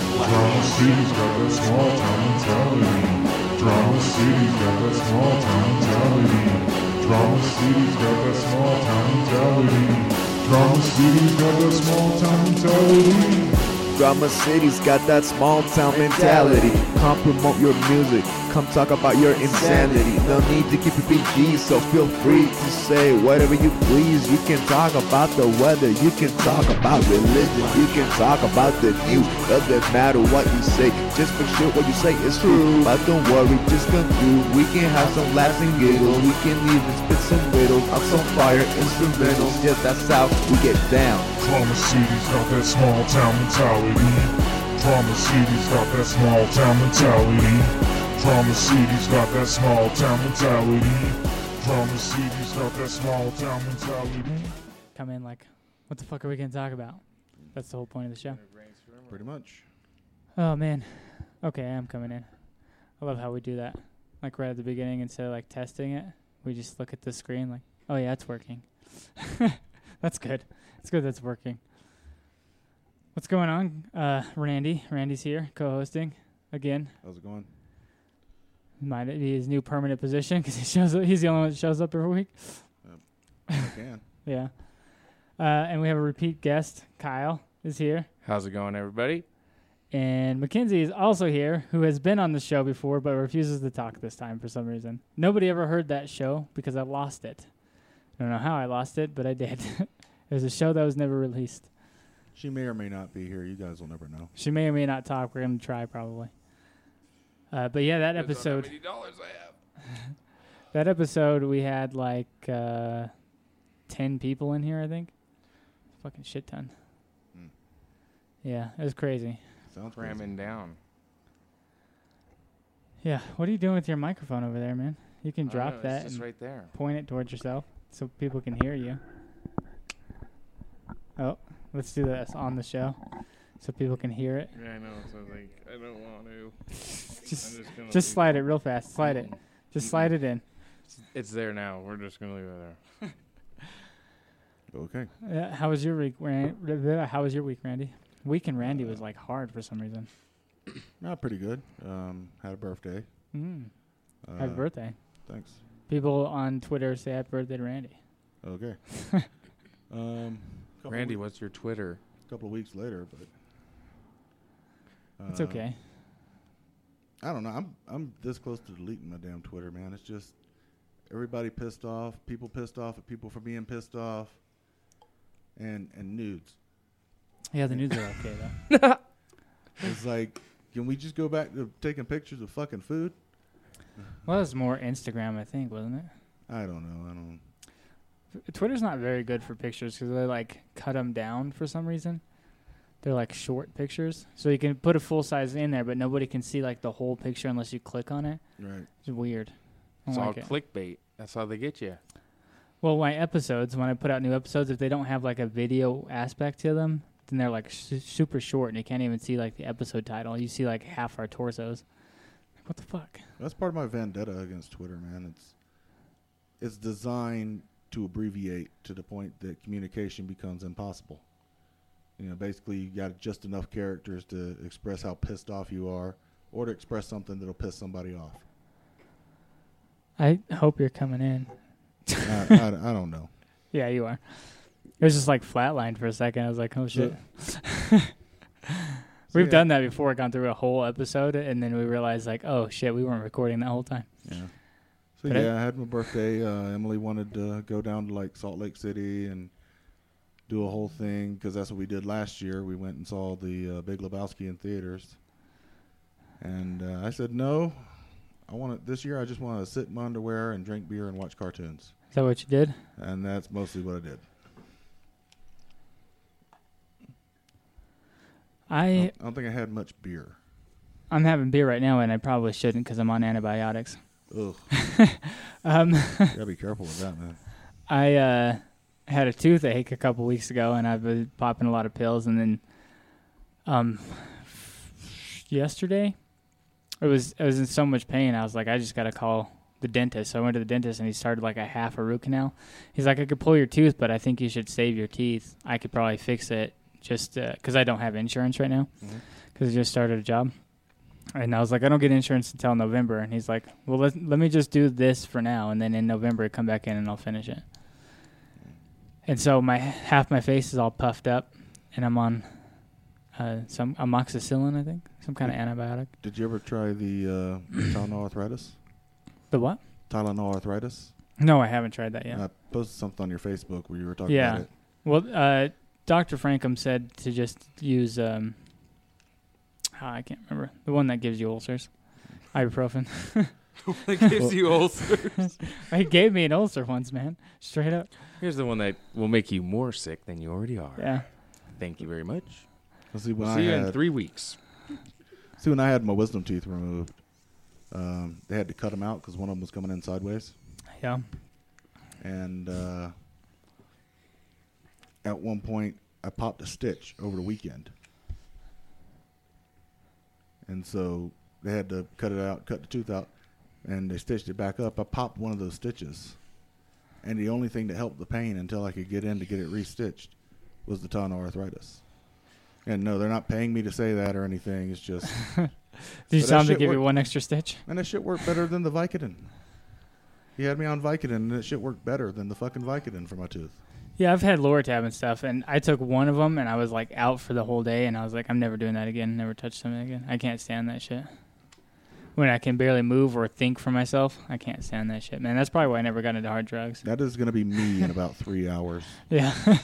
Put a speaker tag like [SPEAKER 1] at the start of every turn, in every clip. [SPEAKER 1] Drama City's got that small town mentality. Drama City's got that small town mentality. Drama City's got that small town mentality. Drama City's got that small town mentality.
[SPEAKER 2] Drama City's got that small town mentality. Come promote your music, come talk about your insanity. No need to keep it PG, so feel free to say whatever you please. You can talk about the weather, you can talk about religion, you can talk about the news. Doesn't matter what you say, just make sure what you say is true. But don't worry, just conclude. We can have some laughs and giggles, we can even spit some riddles. I'm some fire instrumentals, yeah, that's how we get down.
[SPEAKER 1] Drama City's got that small town mentality. Drama City's got that small town mentality. Drama City's got that small town mentality. Drama City's got that small town mentality.
[SPEAKER 3] Come in like, what the fuck are we gonna talk about? That's the whole point of the show.
[SPEAKER 4] Pretty much.
[SPEAKER 3] Oh man. Okay, I am coming in. I love how we do that. Like right at the beginning, instead of like testing it, we just look at the screen like, oh yeah, it's working. that's good. It's good that's working. What's going on? Uh, Randy. Randy's here, co-hosting again.
[SPEAKER 4] How's it going?
[SPEAKER 3] Might it be his new permanent position because he shows up, he's the only one that shows up every week.
[SPEAKER 4] I can.
[SPEAKER 3] Yeah. Uh, and we have a repeat guest, Kyle, is here.
[SPEAKER 5] How's it going, everybody?
[SPEAKER 3] And Mackenzie is also here, who has been on the show before but refuses to talk this time for some reason. Nobody ever heard that show because I lost it. I don't know how I lost it, but I did. it was a show that was never released.
[SPEAKER 4] She may or may not be here. You guys will never know.
[SPEAKER 3] She may or may not talk. We're going to try probably. Uh, but yeah, that
[SPEAKER 5] Depends on how
[SPEAKER 3] episode.
[SPEAKER 5] many dollars I have.
[SPEAKER 3] That episode we had like uh, ten people in here, I think. Fucking shit ton.
[SPEAKER 4] Hmm.
[SPEAKER 3] Yeah, it was crazy.
[SPEAKER 4] Sounds crazy.
[SPEAKER 5] Ramming down.
[SPEAKER 3] Yeah, what are you doing with your microphone over there, man? You can
[SPEAKER 5] I don't
[SPEAKER 3] drop
[SPEAKER 5] know, it's
[SPEAKER 3] that
[SPEAKER 5] just
[SPEAKER 3] and
[SPEAKER 5] right there.
[SPEAKER 3] point it towards yourself so people can hear you. Oh, let's do this on the show so people can hear it.
[SPEAKER 5] Yeah, I know. So like, I don't want to.
[SPEAKER 3] Just, just slide it real fast. Slide it. Just slide it in.
[SPEAKER 5] It's there now. We're just gonna leave it there.
[SPEAKER 4] Okay.
[SPEAKER 3] Uh, how was your week, Randy? How was your week, Randy? Week and Randy was like hard for some reason.
[SPEAKER 4] Not pretty good. Um, had a birthday.
[SPEAKER 3] Mm.
[SPEAKER 4] Uh,
[SPEAKER 3] Happy birthday.
[SPEAKER 4] Thanks.
[SPEAKER 3] People on Twitter say happy birthday to Randy.
[SPEAKER 4] Okay. um, couple
[SPEAKER 5] Randy,
[SPEAKER 4] week-
[SPEAKER 5] what's your Twitter?
[SPEAKER 4] couple of weeks later, but.
[SPEAKER 3] It's
[SPEAKER 4] uh,
[SPEAKER 3] okay.
[SPEAKER 4] I don't know. I'm I'm this close to deleting my damn Twitter, man. It's just everybody pissed off, people pissed off at people for being pissed off, and and nudes.
[SPEAKER 3] Yeah, the nudes are okay though.
[SPEAKER 4] It's like, can we just go back to taking pictures of fucking food?
[SPEAKER 3] Well, it was more Instagram, I think, wasn't it?
[SPEAKER 4] I don't know. I don't.
[SPEAKER 3] F- Twitter's not very good for pictures because they like cut them down for some reason. They're like short pictures, so you can put a full size in there, but nobody can see like the whole picture unless you click on it.
[SPEAKER 4] Right.
[SPEAKER 3] It's weird. I
[SPEAKER 5] It's
[SPEAKER 3] don't
[SPEAKER 5] all
[SPEAKER 3] like it.
[SPEAKER 5] clickbait. That's how they get you.
[SPEAKER 3] Well, my episodes, when I put out new episodes, if they don't have like a video aspect to them, then they're like su- super short and you can't even see like the episode title. You see like half our torsos. Like, what the fuck?
[SPEAKER 4] That's part of my vendetta against Twitter, man. It's it's designed to abbreviate to the point that communication becomes impossible. You know, basically, you got just enough characters to express how pissed off you are, or to express something that'll piss somebody off.
[SPEAKER 3] I hope you're coming in.
[SPEAKER 4] I, I, I don't know.
[SPEAKER 3] Yeah, you are. It was just like flatlined for a second. I was like, oh shit. We've
[SPEAKER 4] yeah.
[SPEAKER 3] done that before. Gone through a whole episode and then we realized like, oh shit, we weren't recording that whole time.
[SPEAKER 4] Yeah. So
[SPEAKER 3] But I-
[SPEAKER 4] yeah, I had my birthday. Uh, Emily wanted to go down to like Salt Lake City and do a whole thing because that's what we did last year. We went and saw the uh, Big Lebowski in theaters, and uh, I said no. I want to this year. I just want to sit in my underwear and drink beer and watch cartoons,
[SPEAKER 3] Is that what you did?
[SPEAKER 4] and that's mostly what I did. I
[SPEAKER 3] I
[SPEAKER 4] don't, I don't think I had much beer.
[SPEAKER 3] I'm having beer right now and I probably shouldn't because I'm on antibiotics.
[SPEAKER 4] Ugh,
[SPEAKER 3] Um.
[SPEAKER 4] gotta be careful with that, man.
[SPEAKER 3] I uh, had a toothache a couple weeks ago, and I've been popping a lot of pills. And then, um, yesterday, it was I was in so much pain. I was like, I just got to call the dentist. So I went to the dentist, and he started like a half a root canal. He's like, I could pull your tooth, but I think you should save your teeth. I could probably fix it just because I uh, don't have insurance right now.
[SPEAKER 4] Mhm.
[SPEAKER 3] Because because he just started a job. And I was like, I don't get insurance until November. And he's like, Well, let let me just do this for now, and then in November come back in and I'll finish it. And so my half my face is all puffed up, and I'm on uh, some amoxicillin, I think, some kind of
[SPEAKER 4] Hmm.
[SPEAKER 3] antibiotic.
[SPEAKER 4] Did you ever try the uh, Tylenol arthritis?
[SPEAKER 3] The what?
[SPEAKER 4] Tylenol arthritis.
[SPEAKER 3] No, I haven't tried that yet.
[SPEAKER 4] I posted something on your Facebook where you were talking
[SPEAKER 3] Yeah.
[SPEAKER 4] about it.
[SPEAKER 3] Well, uh, Dr. Frankum said to just use, um, ah, I can't remember, the one that gives you ulcers, ibuprofen.
[SPEAKER 5] it gives you ulcers.
[SPEAKER 3] he gave me an ulcer once, man, straight up.
[SPEAKER 5] Here's the one that will make you more sick than you already are.
[SPEAKER 3] Yeah.
[SPEAKER 5] Thank you very much.
[SPEAKER 4] Let's see, when
[SPEAKER 5] We'll
[SPEAKER 4] I
[SPEAKER 5] see you
[SPEAKER 4] had,
[SPEAKER 5] in three weeks.
[SPEAKER 4] See, when I had my wisdom teeth removed, um, they had to cut them out because one of them was coming in sideways.
[SPEAKER 3] Yeah.
[SPEAKER 4] And uh, at one point, I popped a stitch over the weekend. And so they had to cut it out, cut the tooth out, and they stitched it back up. I popped one of those stitches. And the only thing that helped the pain until I could get in to get it restitched was the tonal arthritis. And no, they're not paying me to say that or anything. It's just
[SPEAKER 3] Did you
[SPEAKER 4] But that
[SPEAKER 3] tell him to
[SPEAKER 4] shit
[SPEAKER 3] give you
[SPEAKER 4] worked.
[SPEAKER 3] one extra stitch?
[SPEAKER 4] And that shit worked better than the Vicodin. He had me on Vicodin, and that shit worked better than the fucking Vicodin for my tooth.
[SPEAKER 3] Yeah, I've had lower tab and stuff, and I took one of them, and I was like out for the whole day, and I was like, I'm never doing that again. Never touch something again. I can't stand that shit. When I can barely move or think for myself, I can't stand that shit, man. That's probably why I never got into hard drugs.
[SPEAKER 4] That is gonna be me in about three hours.
[SPEAKER 3] Yeah.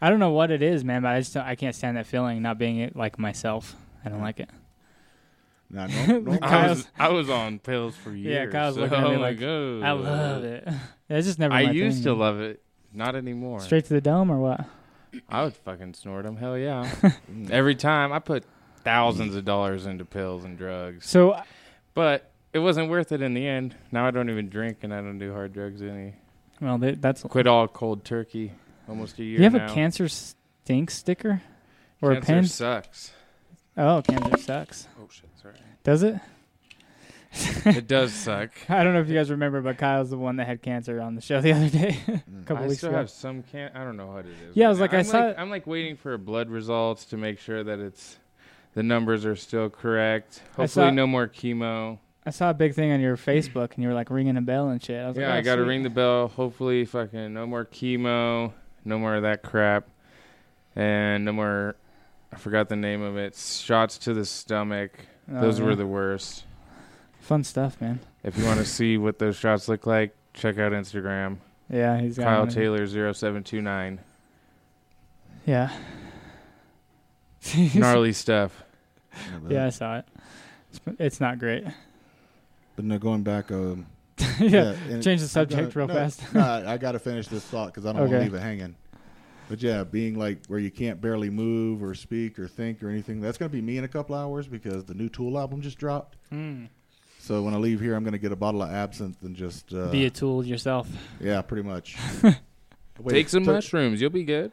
[SPEAKER 3] I don't know what it is, man, but I just don't, I can't stand that feeling not being it like myself. I don't like it.
[SPEAKER 4] Now, norm- norm-
[SPEAKER 5] I
[SPEAKER 3] Kyle's-
[SPEAKER 5] was, I was on pills for
[SPEAKER 3] Yeah,
[SPEAKER 5] years.
[SPEAKER 3] Kyle's
[SPEAKER 5] so
[SPEAKER 3] looking at me
[SPEAKER 5] I'm
[SPEAKER 3] like,
[SPEAKER 5] "Oh,
[SPEAKER 3] I love it. That's just never.
[SPEAKER 5] I
[SPEAKER 3] my
[SPEAKER 5] used
[SPEAKER 3] thing,
[SPEAKER 5] to
[SPEAKER 3] man.
[SPEAKER 5] love it. Not anymore.
[SPEAKER 3] Straight to the dome or what?
[SPEAKER 5] I would fucking snort them. Hell yeah. Every time I put thousands of dollars into pills and drugs,
[SPEAKER 3] So
[SPEAKER 5] but it wasn't worth it in the end. Now I don't even drink and I don't do hard drugs any.
[SPEAKER 3] well, th- that's
[SPEAKER 5] Quit all cold turkey. Almost a year.
[SPEAKER 3] you have
[SPEAKER 5] now.
[SPEAKER 3] a cancer stink sticker or
[SPEAKER 5] Cancer
[SPEAKER 3] a pen?
[SPEAKER 5] sucks.
[SPEAKER 3] Oh, cancer sucks.
[SPEAKER 5] Oh shit, sorry.
[SPEAKER 3] Does it?
[SPEAKER 5] it does suck.
[SPEAKER 3] I don't know if you guys remember, but Kyle's the one that had cancer on the show the other day, a couple
[SPEAKER 5] I
[SPEAKER 3] weeks
[SPEAKER 5] still
[SPEAKER 3] ago.
[SPEAKER 5] have some can. I don't know what it is.
[SPEAKER 3] Yeah, I
[SPEAKER 5] right
[SPEAKER 3] was like,
[SPEAKER 5] now.
[SPEAKER 3] I
[SPEAKER 5] I'm
[SPEAKER 3] saw
[SPEAKER 5] Like,
[SPEAKER 3] it-
[SPEAKER 5] I'm like waiting for blood results to make sure that it's the numbers are still correct.
[SPEAKER 3] I
[SPEAKER 5] Hopefully,
[SPEAKER 3] saw-
[SPEAKER 5] no more chemo.
[SPEAKER 3] I saw a big thing on your Facebook, and you were like ringing a bell and shit. I was
[SPEAKER 5] yeah,
[SPEAKER 3] like, oh,
[SPEAKER 5] I got to
[SPEAKER 3] sweet.
[SPEAKER 5] ring the bell. Hopefully, fucking no more chemo, no more of that crap, and no more. I forgot the name of it. Shots to the stomach.
[SPEAKER 3] Oh,
[SPEAKER 5] those
[SPEAKER 3] yeah.
[SPEAKER 5] were the worst.
[SPEAKER 3] fun stuff, man.
[SPEAKER 5] If you want to see what those shots look like, check out Instagram.
[SPEAKER 3] Yeah, he's got
[SPEAKER 5] Kyle
[SPEAKER 3] one.
[SPEAKER 5] Taylor 0729.
[SPEAKER 3] Yeah.
[SPEAKER 5] Gnarly stuff.
[SPEAKER 4] but,
[SPEAKER 3] Yeah, I saw it. It's, it's not great.
[SPEAKER 4] But no, going back. Um,
[SPEAKER 3] yeah.
[SPEAKER 4] and-
[SPEAKER 3] Change the subject
[SPEAKER 4] no,
[SPEAKER 3] real fast.
[SPEAKER 4] no, I- I gotta finish this thought because I don't want
[SPEAKER 3] Okay.
[SPEAKER 4] to leave it hanging. But yeah, being like where you can't barely move or speak or think or anything. That's gonna be me in a couple hours because the new Tool album just dropped.
[SPEAKER 3] Hmm.
[SPEAKER 4] So when I leave here, I'm gonna get a bottle of absinthe and just uh,
[SPEAKER 3] Be a tool yourself.
[SPEAKER 4] yeah, pretty much. Wait,
[SPEAKER 5] Take some
[SPEAKER 4] so-
[SPEAKER 5] mushrooms. You'll be good.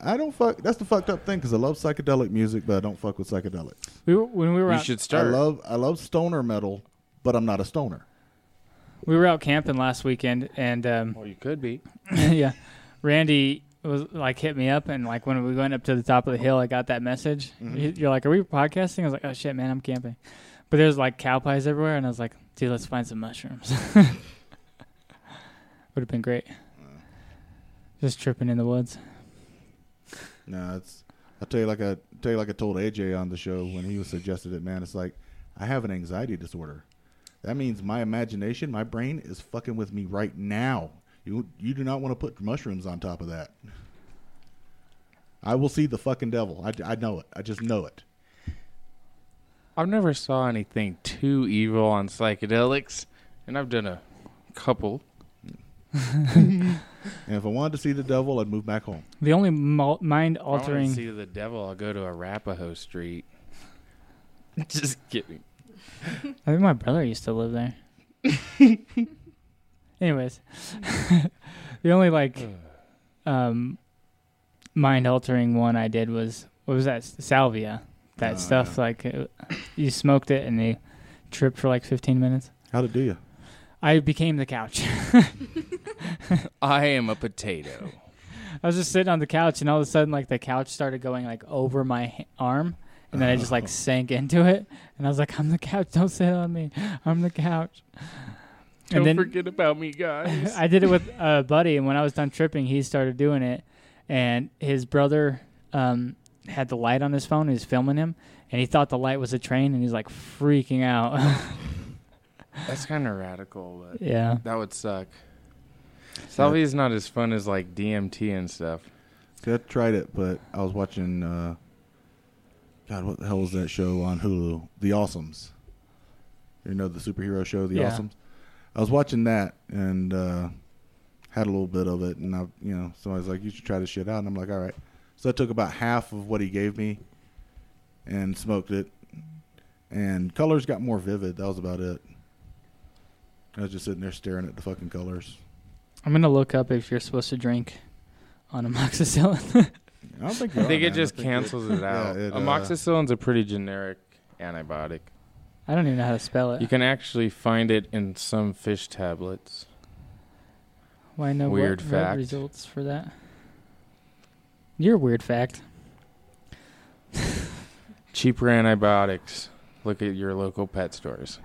[SPEAKER 4] I don't fuck. That's the fucked up thing because I love psychedelic music, but I don't fuck with psychedelics.
[SPEAKER 3] We were, when we were
[SPEAKER 5] You
[SPEAKER 3] out,
[SPEAKER 5] should
[SPEAKER 4] I
[SPEAKER 5] start.
[SPEAKER 4] love I love stoner metal, but I'm not a stoner.
[SPEAKER 3] we were out camping last weekend, and um,
[SPEAKER 5] Or you could be.
[SPEAKER 3] yeah, Randy was like hit me up, and like when we went up to the top of the hill, I got that message.
[SPEAKER 5] Mm-hmm.
[SPEAKER 3] You- You're like, "Are we podcasting?" I was like, "Oh shit, man, I'm camping." But there's like cow pies everywhere, and I was like, "Dude, let's find some mushrooms." Would have been great.
[SPEAKER 5] Mm.
[SPEAKER 3] Just tripping in the woods.
[SPEAKER 4] No, it's I tell you like I tell you like I told AJ on the show when he was suggested it. Man, it's like I have an anxiety disorder. That means my imagination, my brain is fucking with me right now. You you do not want to put mushrooms on top of that. I will see the fucking devil. I, I know it. I just know it.
[SPEAKER 5] I've never saw anything too evil on psychedelics, and I've done a couple.
[SPEAKER 4] And if I wanted to see the devil, I'd move back home.
[SPEAKER 3] The only mul- mind
[SPEAKER 5] If I wanna
[SPEAKER 3] altering.
[SPEAKER 5] see the devil, I'll go to Arapahoe Street. Just kidding.
[SPEAKER 3] I think my brother used to live there. Anyways, the only like um, mind altering one I did was what was that salvia? That
[SPEAKER 4] Oh,
[SPEAKER 3] stuff like it, you smoked it and you tripped for like 15 minutes.
[SPEAKER 4] How'd it do you?
[SPEAKER 3] I became the couch.
[SPEAKER 5] I am a potato.
[SPEAKER 3] I was just sitting on the couch and all of a sudden like the couch started going like over my h- arm and then I just like sank into it, and I was like, "I'm the couch. Don't sit on me. I'm the couch."
[SPEAKER 5] Don't
[SPEAKER 3] and then
[SPEAKER 5] forget about me, guys.
[SPEAKER 3] I did it with a buddy, and when I was done tripping, he started doing it, and his brother um, had the light on his phone. He was filming him, and he thought the light was a train, and he's like freaking out.
[SPEAKER 5] That's kind of radical, but
[SPEAKER 3] yeah,
[SPEAKER 5] that would suck. Salvi is not as fun as like DMT and stuff.
[SPEAKER 4] See, I tried it, but I was watching. Uh, God, what the hell was that show on Hulu? The Awesomes. You know the superhero show, The
[SPEAKER 3] Yeah.
[SPEAKER 4] Awesomes. I was watching that and uh, had a little bit of it, and I, you know, somebody's like, "You should try this shit out," and I'm like, "All right." So I took about half of what he gave me, and smoked it, and colors got more vivid. That was about it. I was just sitting there staring at the fucking colors.
[SPEAKER 3] I'm gonna look up if you're supposed to drink on amoxicillin.
[SPEAKER 4] I don't think.
[SPEAKER 5] I think
[SPEAKER 4] are,
[SPEAKER 5] it
[SPEAKER 4] man.
[SPEAKER 5] just
[SPEAKER 4] I think
[SPEAKER 5] cancels it out.
[SPEAKER 4] it, uh,
[SPEAKER 5] Amoxicillin's a pretty generic antibiotic.
[SPEAKER 3] I don't even know how to spell it.
[SPEAKER 5] You can actually find it in some fish tablets.
[SPEAKER 3] Why no
[SPEAKER 5] Weird
[SPEAKER 3] what, what
[SPEAKER 5] fact.
[SPEAKER 3] results for that? Your weird fact.
[SPEAKER 5] Cheaper antibiotics. Look at your local pet stores.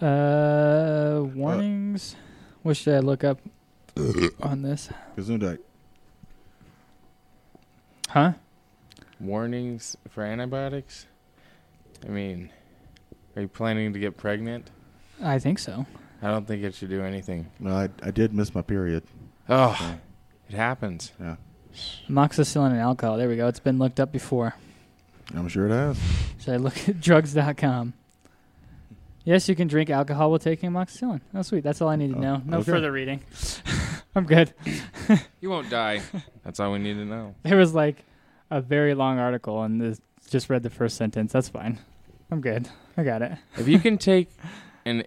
[SPEAKER 3] Uh, warnings. what should I look up on this?
[SPEAKER 4] uh, Gesundheit.
[SPEAKER 3] Huh?
[SPEAKER 5] Warnings for antibiotics? I mean, are you planning to get pregnant?
[SPEAKER 3] I think so.
[SPEAKER 5] I don't think it should do anything.
[SPEAKER 4] No, I I did miss my period.
[SPEAKER 5] Oh, it happens.
[SPEAKER 4] Yeah,
[SPEAKER 3] Amoxicillin and alcohol. There we go. It's been looked up before.
[SPEAKER 4] I'm sure it has.
[SPEAKER 3] Should I look at drugs.com? Yes, you can drink alcohol while taking amoxicillin. Oh, sweet. That's all I need to
[SPEAKER 4] Oh,
[SPEAKER 3] know. No
[SPEAKER 4] okay.
[SPEAKER 3] further reading. I'm good.
[SPEAKER 5] You won't die. That's all we need to know.
[SPEAKER 3] There was like a very long article, and this, just read the first sentence. That's fine. I'm good. I got it.
[SPEAKER 5] If you can take and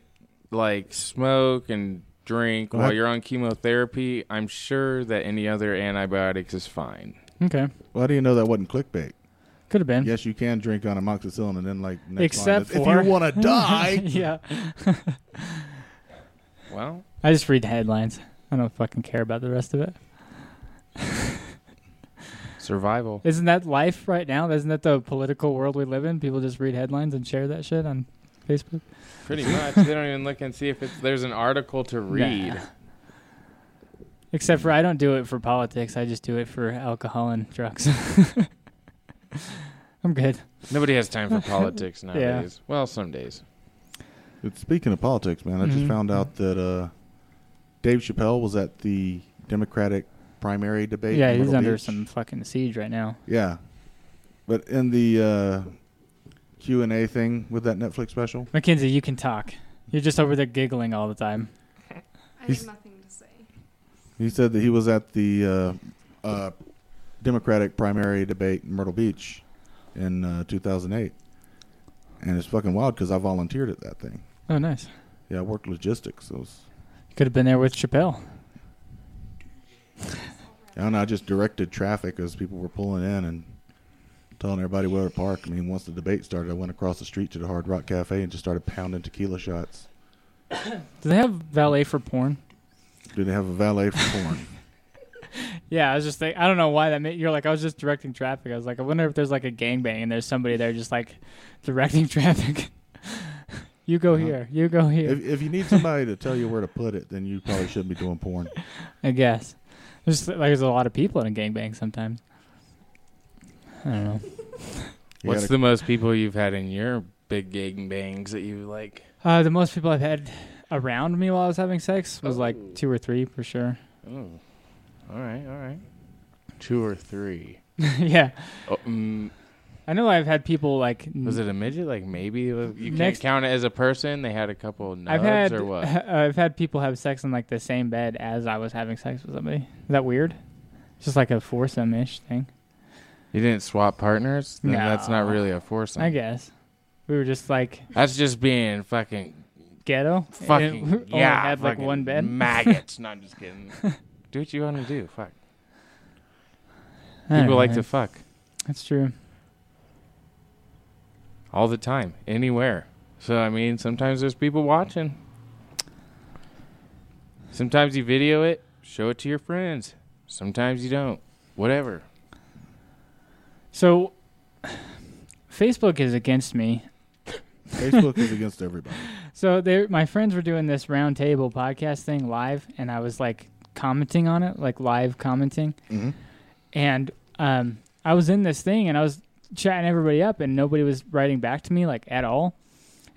[SPEAKER 5] like smoke and drink while
[SPEAKER 4] What?
[SPEAKER 5] you're on chemotherapy, I'm sure that any other antibiotics is fine.
[SPEAKER 3] Okay.
[SPEAKER 4] Well, how do you know that wasn't clickbait?
[SPEAKER 3] Could have been.
[SPEAKER 4] Yes, you can drink on amoxicillin, and then like next
[SPEAKER 3] Except
[SPEAKER 4] line is,
[SPEAKER 3] for-
[SPEAKER 4] if you want to die.
[SPEAKER 3] yeah.
[SPEAKER 5] Well,
[SPEAKER 3] I just read headlines. I don't fucking care about the rest of it.
[SPEAKER 5] survival.
[SPEAKER 3] Isn't that life right now? Isn't that the political world we live in? People just read headlines and share that shit on Facebook.
[SPEAKER 5] Pretty much. They don't even look and see if it's, there's an article to read.
[SPEAKER 3] Nah. Except
[SPEAKER 4] Mm.
[SPEAKER 3] for I don't do it for politics. I just do it for alcohol and drugs. I'm good.
[SPEAKER 5] Nobody has time for politics nowadays. Well, some days.
[SPEAKER 4] But Speaking of politics, man, I just
[SPEAKER 3] Mhm.
[SPEAKER 4] found out that uh, Dave Chappelle was at the Democratic primary debate.
[SPEAKER 3] yeah,
[SPEAKER 4] in
[SPEAKER 3] he's
[SPEAKER 4] Myrtle
[SPEAKER 3] under
[SPEAKER 4] Beach.
[SPEAKER 3] some fucking siege right now.
[SPEAKER 4] Yeah, but in the uh, Q and A thing with that Netflix special,
[SPEAKER 3] Mackenzie, you can talk. You're just over there giggling all the time.
[SPEAKER 6] I
[SPEAKER 4] He's-
[SPEAKER 6] have nothing to say.
[SPEAKER 4] he said that he was at the uh, uh, Democratic primary debate in Myrtle Beach in uh, 2008, and it's fucking wild because I volunteered at that thing.
[SPEAKER 3] Oh, nice.
[SPEAKER 4] Yeah, I worked logistics. So it was,
[SPEAKER 3] Could have been there with Chappelle.
[SPEAKER 4] I don't know. I just directed traffic as people were pulling in and telling everybody where to park. I mean, once the debate started, I went across the street to the Hard Rock Cafe and just started pounding tequila shots.
[SPEAKER 3] Do they have valet for porn?
[SPEAKER 4] Do they have a valet for porn?
[SPEAKER 3] Yeah, I was just think I don't know why that made you're like I was just directing traffic. I was like, I wonder if there's like a gangbang and there's somebody there just like directing traffic. you go
[SPEAKER 4] Uh-huh.
[SPEAKER 3] here, you go here.
[SPEAKER 4] if, if you need somebody to tell you where to put it, then you probably shouldn't be doing porn.
[SPEAKER 3] I guess. There's like there's a lot of people in a gangbang sometimes. I don't know.
[SPEAKER 4] You
[SPEAKER 5] What's
[SPEAKER 4] gotta-
[SPEAKER 5] the most people you've had in your big gang bangs that you like?
[SPEAKER 3] Uh, the most people I've had around me while I was having sex was like two or three for sure.
[SPEAKER 5] Oh, all right, all right. Two or three.
[SPEAKER 3] yeah,
[SPEAKER 5] Oh, mm,
[SPEAKER 3] I know I've had people like.
[SPEAKER 5] was it a midget? Like maybe it was- you can't
[SPEAKER 3] Next-
[SPEAKER 5] count it as a person. They had a couple nubs
[SPEAKER 3] I've had
[SPEAKER 5] or what?
[SPEAKER 3] I've had people have sex in like the same bed as I was having sex with somebody. Is that weird? It's just like a foursome ish thing.
[SPEAKER 5] You didn't swap partners? Then
[SPEAKER 3] No.
[SPEAKER 5] that's not really a foursome.
[SPEAKER 3] I guess. We were just like
[SPEAKER 5] That's just being fucking
[SPEAKER 3] ghetto. and we
[SPEAKER 5] fucking
[SPEAKER 3] only
[SPEAKER 5] yeah.
[SPEAKER 3] had like
[SPEAKER 5] fucking
[SPEAKER 3] one bed.
[SPEAKER 5] Maggots. no, I'm just kidding. do what you want to do. Fuck.
[SPEAKER 3] I don't
[SPEAKER 5] People
[SPEAKER 3] know,
[SPEAKER 5] like
[SPEAKER 3] man.
[SPEAKER 5] to fuck
[SPEAKER 3] That's true.
[SPEAKER 5] all the time, anywhere. So I mean, sometimes there's people watching. Sometimes you video it, show it to your friends. Sometimes you don't. Whatever.
[SPEAKER 3] So Facebook is against me.
[SPEAKER 4] Facebook is against everybody.
[SPEAKER 3] So they, my friends were doing this roundtable podcast thing live, and I was like commenting on it, like live commenting.
[SPEAKER 4] Mhm.
[SPEAKER 3] And um, I was in this thing, and I was chatting everybody up, and nobody was writing back to me like at all.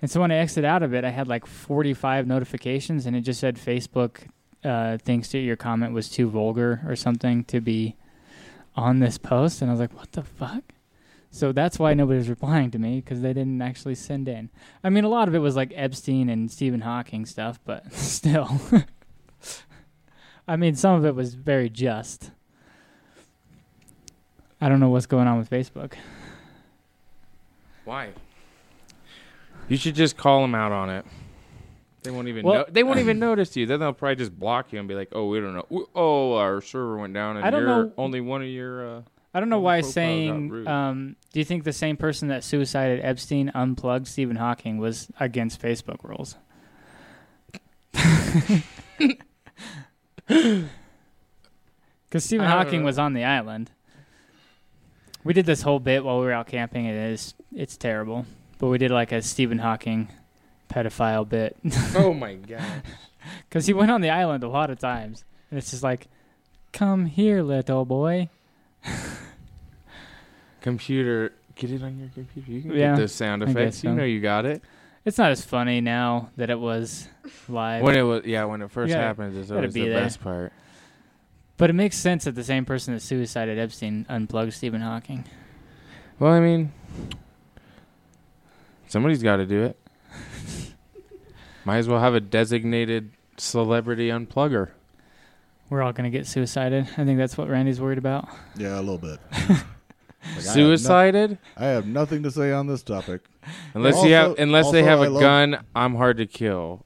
[SPEAKER 3] And so when I exited out of it, I had like 45 notifications, and it just said Facebook uh, thinks that your comment was too vulgar or something to be on this post. And I was like, what the fuck? So that's why nobody was replying to me because they didn't actually send in. I mean, a lot of it was like Epstein and Stephen Hawking stuff, but still. I mean, some of it was very just. I don't know what's going on with Facebook.
[SPEAKER 5] Why? You should just call them out on it. They won't even
[SPEAKER 3] Well-
[SPEAKER 5] know. They won't even notice you. Then they'll probably just block you and be like, "Oh, we don't know. We- Oh, our server went down, and
[SPEAKER 3] I don't
[SPEAKER 5] you're
[SPEAKER 3] know-
[SPEAKER 5] only one of your." Uh,
[SPEAKER 3] I don't know
[SPEAKER 5] Well,
[SPEAKER 3] why
[SPEAKER 5] the profile got
[SPEAKER 3] saying.
[SPEAKER 5] rude.
[SPEAKER 3] Um, do you think the same person that suicided Epstein unplugged Stephen Hawking was against Facebook rules? Because Stephen
[SPEAKER 5] I don't
[SPEAKER 3] Hawking
[SPEAKER 5] know.
[SPEAKER 3] was on the island. We did this whole bit while we were out camping. It is it's terrible, but we did like a Stephen Hawking pedophile bit
[SPEAKER 5] oh my god!
[SPEAKER 3] because he went on the island a lot of times, and it's just like, "Come here, little boy."
[SPEAKER 5] Computer, get it on your computer. You can
[SPEAKER 3] Yeah,
[SPEAKER 5] get those sound
[SPEAKER 3] I guess
[SPEAKER 5] effects.
[SPEAKER 3] so.
[SPEAKER 5] You know you got it.
[SPEAKER 3] It's not as funny now that it was live.
[SPEAKER 5] When it was, yeah, when it first
[SPEAKER 3] gotta-
[SPEAKER 5] happens, it's
[SPEAKER 3] gotta
[SPEAKER 5] always
[SPEAKER 3] be
[SPEAKER 5] the
[SPEAKER 3] there.
[SPEAKER 5] best part.
[SPEAKER 3] But it makes sense that the same person that suicided Epstein unplugged Stephen Hawking.
[SPEAKER 5] Well, I mean, somebody's got to do it. Might as well have a designated celebrity unplugger.
[SPEAKER 3] We're all gonna get suicided. I think that's what Randy's worried about.
[SPEAKER 4] Yeah, a little bit. Like, I have no-
[SPEAKER 5] Suicided.
[SPEAKER 4] I have nothing to say on this topic.
[SPEAKER 5] Unless
[SPEAKER 4] Also-
[SPEAKER 5] you have, unless they
[SPEAKER 4] also
[SPEAKER 5] have
[SPEAKER 4] I
[SPEAKER 5] a
[SPEAKER 4] love-
[SPEAKER 5] gun, I'm hard to kill.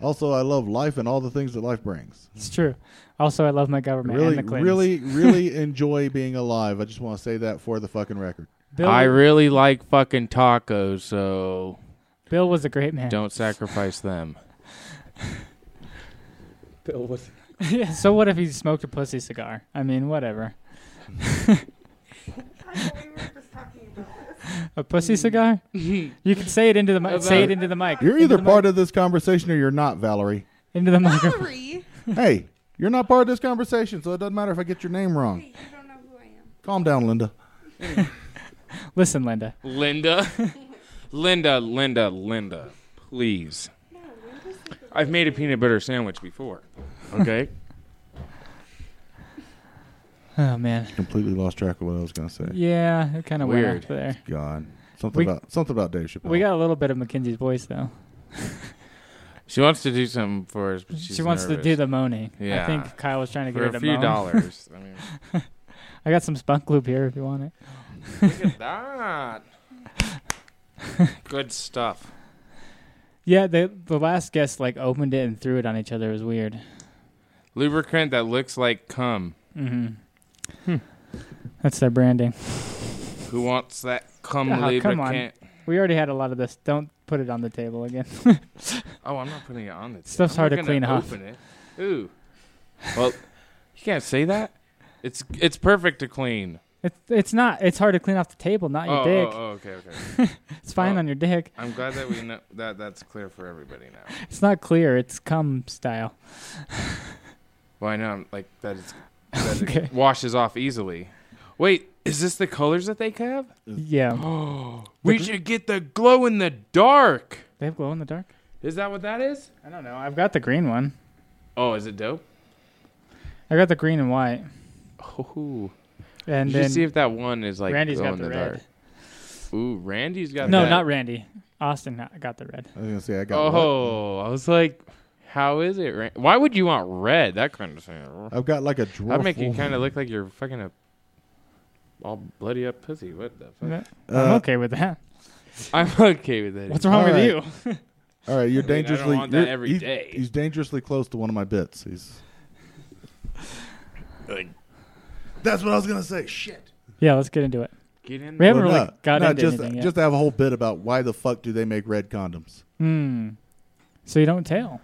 [SPEAKER 4] Also, I love life and all the things that life brings.
[SPEAKER 3] It's true. Also, I love my government
[SPEAKER 4] really,
[SPEAKER 3] and the Clintons.
[SPEAKER 4] really, really enjoy being alive. I just want to say that for the fucking record.
[SPEAKER 3] Bill,
[SPEAKER 5] I really like fucking tacos, so
[SPEAKER 3] Bill was a great man.
[SPEAKER 5] don't sacrifice them.
[SPEAKER 3] yeah. So what if he smoked a pussy cigar? I mean, whatever. A pussy cigar? You can say it into the mic. Say it into the mic.
[SPEAKER 4] You're either part of this conversation or you're not, Valerie.
[SPEAKER 3] into the microphone.
[SPEAKER 6] Valerie.
[SPEAKER 4] hey, you're not part of this conversation, so it doesn't matter if I get your name wrong.
[SPEAKER 6] Hey, you don't know who I am.
[SPEAKER 4] Calm down, Linda.
[SPEAKER 3] Listen, Linda.
[SPEAKER 5] Linda, Linda, Linda, Linda, please. I've made a peanut butter sandwich before. Okay.
[SPEAKER 3] Oh man.
[SPEAKER 4] Completely lost track of what I was going to say.
[SPEAKER 3] Yeah, it kind of weird
[SPEAKER 5] Weird.
[SPEAKER 3] there.
[SPEAKER 4] God, something
[SPEAKER 3] We-
[SPEAKER 4] about something about Dave Chappelle.
[SPEAKER 3] We got a little bit of Mackenzie's voice though.
[SPEAKER 5] she wants to do something for us, but she's
[SPEAKER 3] she wants to do the moaning. I
[SPEAKER 5] Yeah.
[SPEAKER 3] think Kyle was trying to get
[SPEAKER 5] for
[SPEAKER 3] her to
[SPEAKER 5] a few
[SPEAKER 3] moan.
[SPEAKER 5] dollars. I mean,
[SPEAKER 3] I got some spunk lube here if you want it.
[SPEAKER 5] look at that. Good stuff.
[SPEAKER 3] Yeah, the the last guest like opened it and threw it on each other. It was weird.
[SPEAKER 5] Lubricant that looks like cum.
[SPEAKER 3] Mm-hmm.
[SPEAKER 5] Hmm.
[SPEAKER 3] That's their branding.
[SPEAKER 5] Who wants that cum
[SPEAKER 3] Ah,
[SPEAKER 5] lubricant?
[SPEAKER 3] come on. We already had a lot of this. Don't put it on the table again.
[SPEAKER 5] Oh, I'm not putting it on the table.
[SPEAKER 3] Stuff's
[SPEAKER 5] I'm
[SPEAKER 3] hard
[SPEAKER 5] not
[SPEAKER 3] to
[SPEAKER 5] gonna
[SPEAKER 3] clean off.
[SPEAKER 5] Open it. Ooh. Well, you can't say that. It's it's perfect to clean.
[SPEAKER 3] It's it's not. It's hard to clean off the table. Not your
[SPEAKER 5] oh,
[SPEAKER 3] dick.
[SPEAKER 5] oh, oh, okay, okay.
[SPEAKER 3] It's fine
[SPEAKER 5] oh.
[SPEAKER 3] on your dick.
[SPEAKER 5] I'm glad that we know that that's clear for everybody now.
[SPEAKER 3] It's not clear. It's cum style.
[SPEAKER 5] Well, I know I'm like that. It's, that
[SPEAKER 3] Okay.
[SPEAKER 5] it washes off easily. Wait, is this the colors that they have?
[SPEAKER 3] Yeah.
[SPEAKER 5] Oh, we should get the glow in the dark.
[SPEAKER 3] They have glow in the dark.
[SPEAKER 5] Is that what that is?
[SPEAKER 3] I don't know. I've got the green one.
[SPEAKER 5] Oh, is it dope?
[SPEAKER 3] I got the green and white.
[SPEAKER 5] Oh,
[SPEAKER 3] And
[SPEAKER 5] and you
[SPEAKER 3] then
[SPEAKER 5] should see if that one is like
[SPEAKER 3] Randy's
[SPEAKER 5] glow
[SPEAKER 3] got
[SPEAKER 5] in
[SPEAKER 3] the
[SPEAKER 5] the,
[SPEAKER 3] red.
[SPEAKER 5] dark. Ooh, Randy's got
[SPEAKER 3] no,
[SPEAKER 5] that.
[SPEAKER 3] not Randy. Austin got- got the red.
[SPEAKER 4] I was going to say I got. what?
[SPEAKER 5] Oh, I was like, how is it? Ra- Why would you want red? That kind of thing.
[SPEAKER 4] I've got like a dwarf.
[SPEAKER 5] That'd make you
[SPEAKER 4] woman.
[SPEAKER 5] kind of look like you're fucking a all bloody up pussy. What the fuck?
[SPEAKER 3] I'm
[SPEAKER 4] Uh,
[SPEAKER 3] okay with that.
[SPEAKER 5] I'm okay with it.
[SPEAKER 3] What's wrong
[SPEAKER 4] all
[SPEAKER 3] with
[SPEAKER 4] right.
[SPEAKER 3] you?
[SPEAKER 4] All right, you're
[SPEAKER 5] I mean, I don't
[SPEAKER 4] dangerously.
[SPEAKER 5] want that
[SPEAKER 4] you're-
[SPEAKER 5] every
[SPEAKER 4] he's,
[SPEAKER 5] day.
[SPEAKER 4] he's dangerously close to one of my bits. He's. That's what I was gonna say. Shit.
[SPEAKER 3] Yeah, let's get into it.
[SPEAKER 5] Get in
[SPEAKER 3] We
[SPEAKER 5] there.
[SPEAKER 3] haven't
[SPEAKER 4] Well,
[SPEAKER 3] really
[SPEAKER 4] no,
[SPEAKER 3] got
[SPEAKER 4] no,
[SPEAKER 3] into
[SPEAKER 4] just
[SPEAKER 3] anything yet.
[SPEAKER 4] just to have a whole bit about why the fuck do they make red condoms?
[SPEAKER 3] Hmm. So you don't tell.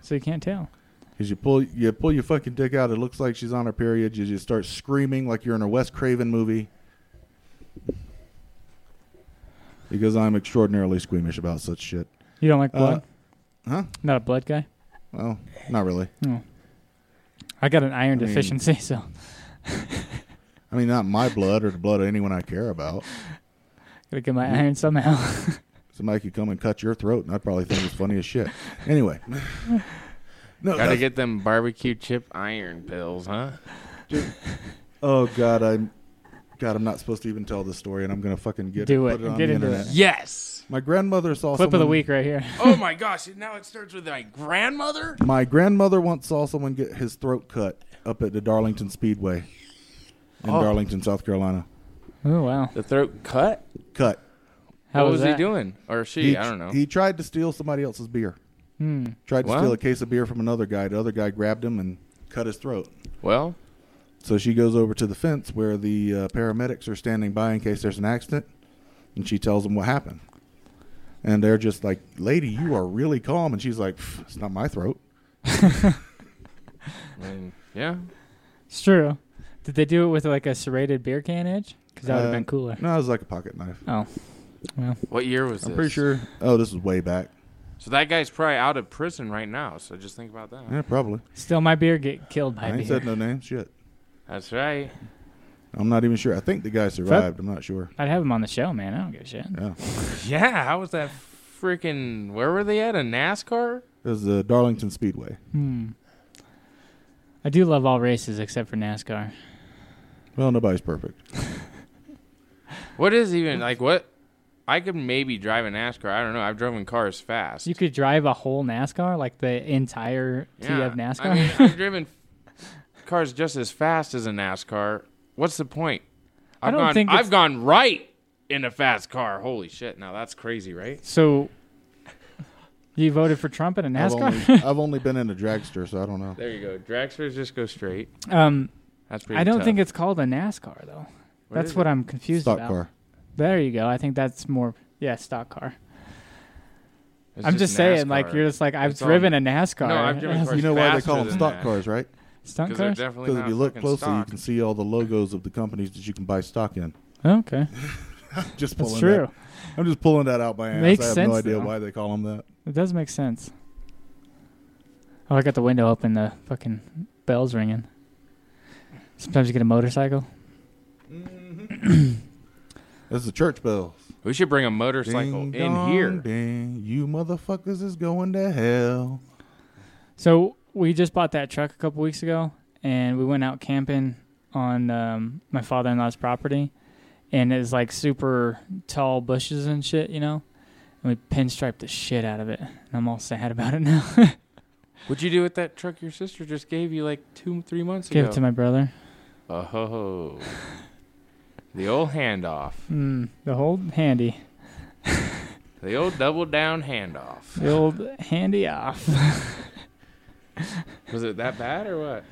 [SPEAKER 3] So you can't tell.
[SPEAKER 4] Because you pull you pull your fucking dick out, it looks like she's on her period. You just start screaming like you're in a Wes Craven movie. because I'm extraordinarily squeamish about such shit.
[SPEAKER 3] You don't like blood?
[SPEAKER 4] Uh, huh?
[SPEAKER 3] Not a blood guy.
[SPEAKER 4] Well, not really.
[SPEAKER 3] No. I got an iron
[SPEAKER 4] I mean-
[SPEAKER 3] deficiency, so
[SPEAKER 4] I mean, not my blood or the blood of anyone I care about.
[SPEAKER 3] gotta get my
[SPEAKER 4] Yeah.
[SPEAKER 3] iron somehow.
[SPEAKER 4] Somebody could come and cut your throat, and I'd probably think it's funny as shit. Anyway, no,
[SPEAKER 5] Gotta
[SPEAKER 4] that's-
[SPEAKER 5] get them barbecue chip iron pills, huh?
[SPEAKER 4] oh god, I'm, God, I'm not supposed to even tell this story, and I'm gonna fucking get
[SPEAKER 3] Do
[SPEAKER 4] put
[SPEAKER 3] it.
[SPEAKER 4] it on
[SPEAKER 3] Get
[SPEAKER 4] the
[SPEAKER 3] into it.
[SPEAKER 4] internet.
[SPEAKER 5] Yes.
[SPEAKER 4] My grandmother saw
[SPEAKER 3] Clip of the
[SPEAKER 4] someone-
[SPEAKER 3] week right here.
[SPEAKER 5] Oh my gosh! and Now it starts with my grandmother.
[SPEAKER 4] My grandmother once saw someone get his throat cut up at the Darlington Speedway in
[SPEAKER 5] Oh.
[SPEAKER 4] Darlington, South Carolina.
[SPEAKER 3] Oh wow.
[SPEAKER 5] The throat cut.
[SPEAKER 4] Cut.
[SPEAKER 3] How
[SPEAKER 5] what
[SPEAKER 3] was
[SPEAKER 5] was
[SPEAKER 3] that?
[SPEAKER 5] he doing or she?
[SPEAKER 4] he,
[SPEAKER 5] I don't know.
[SPEAKER 4] He tried to steal somebody else's beer.
[SPEAKER 3] Hmm.
[SPEAKER 4] Tried to
[SPEAKER 5] Wow.
[SPEAKER 4] steal a case of beer from another guy. The other guy grabbed him and cut his throat.
[SPEAKER 5] well,
[SPEAKER 4] So she goes over to the fence where the uh, paramedics are standing by in case there's an accident, and she tells them what happened. And they're just like, "Lady, you are really calm." And she's like, "Pff, "It's not my throat."
[SPEAKER 5] I mean, yeah.
[SPEAKER 3] It's true. Did they do it with like a serrated beer can edge? Because that would have
[SPEAKER 4] Uh,
[SPEAKER 3] been cooler.
[SPEAKER 4] No, it was like a pocket knife.
[SPEAKER 3] Oh. Well,
[SPEAKER 5] What year was
[SPEAKER 4] I'm
[SPEAKER 5] this?
[SPEAKER 4] pretty sure. Oh, this was way back.
[SPEAKER 5] So that guy's probably out of prison right now. So just think about that.
[SPEAKER 4] Yeah, probably.
[SPEAKER 3] still my beer get killed
[SPEAKER 4] I,
[SPEAKER 3] by
[SPEAKER 4] ain't
[SPEAKER 3] beer.
[SPEAKER 4] said no name. Shit.
[SPEAKER 5] That's right.
[SPEAKER 4] I'm not even sure. I think the guy survived. I'm not sure.
[SPEAKER 3] I'd have him on the show, man. I don't give a shit.
[SPEAKER 4] Yeah.
[SPEAKER 5] Yeah. How was that freaking? Where were they at? A NASCAR?
[SPEAKER 4] It was the Darlington Speedway.
[SPEAKER 3] Hmm. I do love all races except for NASCAR.
[SPEAKER 4] Well, nobody's perfect.
[SPEAKER 5] What is even like what? I could maybe drive a NASCAR. I don't know. I've driven cars fast.
[SPEAKER 3] You could drive a whole NASCAR, like the entire T of NASCAR.
[SPEAKER 5] I mean, I've driven cars just as fast as a NASCAR. What's the point?
[SPEAKER 3] I
[SPEAKER 5] I've
[SPEAKER 3] don't
[SPEAKER 5] gone,
[SPEAKER 3] think it's-
[SPEAKER 5] I've gone right in a fast car. Holy shit! Now that's crazy, right?
[SPEAKER 3] so you voted for Trump in a
[SPEAKER 4] I've
[SPEAKER 3] NASCAR?
[SPEAKER 4] only, I've only been in a dragster, so I don't know.
[SPEAKER 5] There you go. Dragsters just go straight.
[SPEAKER 3] Um,
[SPEAKER 5] That's pretty.
[SPEAKER 3] I don't
[SPEAKER 5] tough.
[SPEAKER 3] think it's called a NASCAR though. that's
[SPEAKER 5] is
[SPEAKER 3] what
[SPEAKER 5] it?
[SPEAKER 3] I'm confused
[SPEAKER 4] Stock
[SPEAKER 3] about.
[SPEAKER 4] car.
[SPEAKER 3] There you go. I think that's more yeah, stock car.
[SPEAKER 5] It's
[SPEAKER 3] I'm just, saying, like
[SPEAKER 5] NASCAR.
[SPEAKER 3] you're just like I've
[SPEAKER 5] It's all-
[SPEAKER 3] driven a NASCAR.
[SPEAKER 5] No, I've driven
[SPEAKER 3] It has
[SPEAKER 5] cars
[SPEAKER 4] You know why they
[SPEAKER 5] faster
[SPEAKER 4] call them
[SPEAKER 5] than
[SPEAKER 4] stock
[SPEAKER 5] that.
[SPEAKER 4] cars, right?
[SPEAKER 3] stunt
[SPEAKER 5] Because they're
[SPEAKER 3] cars.
[SPEAKER 5] definitely
[SPEAKER 4] Because if
[SPEAKER 5] not
[SPEAKER 4] you look
[SPEAKER 5] fucking
[SPEAKER 4] closely,
[SPEAKER 5] stock.
[SPEAKER 4] you can see all the logos of the companies that you can buy stock in.
[SPEAKER 3] Okay,
[SPEAKER 4] Just pulling
[SPEAKER 3] that's true.
[SPEAKER 4] That. I'm just pulling that out by ass.
[SPEAKER 3] Makes
[SPEAKER 4] I have
[SPEAKER 3] sense,
[SPEAKER 4] no idea
[SPEAKER 3] though.
[SPEAKER 4] why they call them that.
[SPEAKER 3] It does make sense. Oh, I got the window open. The fucking bell's ringing. Sometimes you get a motorcycle.
[SPEAKER 4] That's the church bells.
[SPEAKER 5] We should bring a motorcycle
[SPEAKER 4] Ding
[SPEAKER 5] in
[SPEAKER 4] dong
[SPEAKER 5] here.
[SPEAKER 4] Ding. You motherfuckers is going to hell.
[SPEAKER 3] So we just bought that truck a couple weeks ago, and we went out camping on um, my father-in-law's property, and it's like super tall bushes and shit, you know. And we pinstriped the shit out of it, and I'm all sad about it now.
[SPEAKER 5] What'd you do with that truck your sister just gave you like two, three months
[SPEAKER 3] Gave
[SPEAKER 5] ago?
[SPEAKER 3] it to my brother.
[SPEAKER 5] Oh, the old handoff,
[SPEAKER 3] Mm, the old handy,
[SPEAKER 5] the old double down handoff.
[SPEAKER 3] the old handy off.
[SPEAKER 5] Was it that bad or what?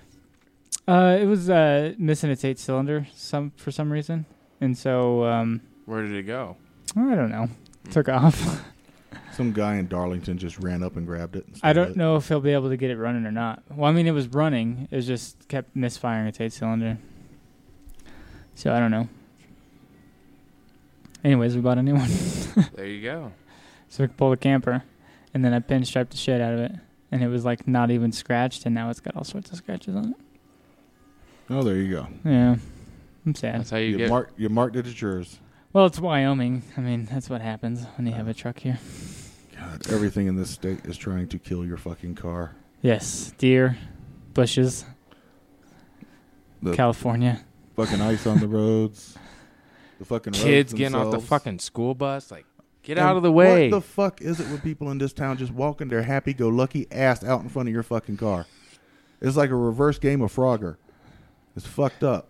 [SPEAKER 3] Uh, it was uh, missing its eight cylinder some for some reason, and so um,
[SPEAKER 5] Where did it go?
[SPEAKER 3] I don't know. Took off.
[SPEAKER 4] Some guy in Darlington just ran up and grabbed it. and
[SPEAKER 3] I
[SPEAKER 4] stole
[SPEAKER 3] don't
[SPEAKER 4] it.
[SPEAKER 3] know if he'll be able to get it running or not. Well, I mean, it was running. It was just kept misfiring its eight cylinder. So I don't know. Anyways, we bought a new one,
[SPEAKER 5] There you go.
[SPEAKER 3] so we could pull the camper, and then I pinstriped the shit out of it, and it was like not even scratched, and now it's got all sorts of scratches on it.
[SPEAKER 4] Oh, there you go.
[SPEAKER 3] Yeah, I'm sad.
[SPEAKER 5] That's how you
[SPEAKER 4] You,
[SPEAKER 5] get.
[SPEAKER 4] mark, you marked it as yours.
[SPEAKER 3] Well, it's Wyoming. I mean, that's what happens when you have a truck here.
[SPEAKER 4] God, everything in this state is trying to kill your fucking car.
[SPEAKER 3] Yes, deer, bushes,
[SPEAKER 4] The-
[SPEAKER 3] California.
[SPEAKER 4] Fucking ice on the roads. The fucking roads
[SPEAKER 5] kids getting off the
[SPEAKER 4] themselves.
[SPEAKER 5] fucking school bus. Like, get
[SPEAKER 4] And
[SPEAKER 5] out of the way.
[SPEAKER 4] What the fuck is it with people in this town just walking their happy-go-lucky ass out in front of your fucking car? It's like a reverse game of Frogger. It's fucked up.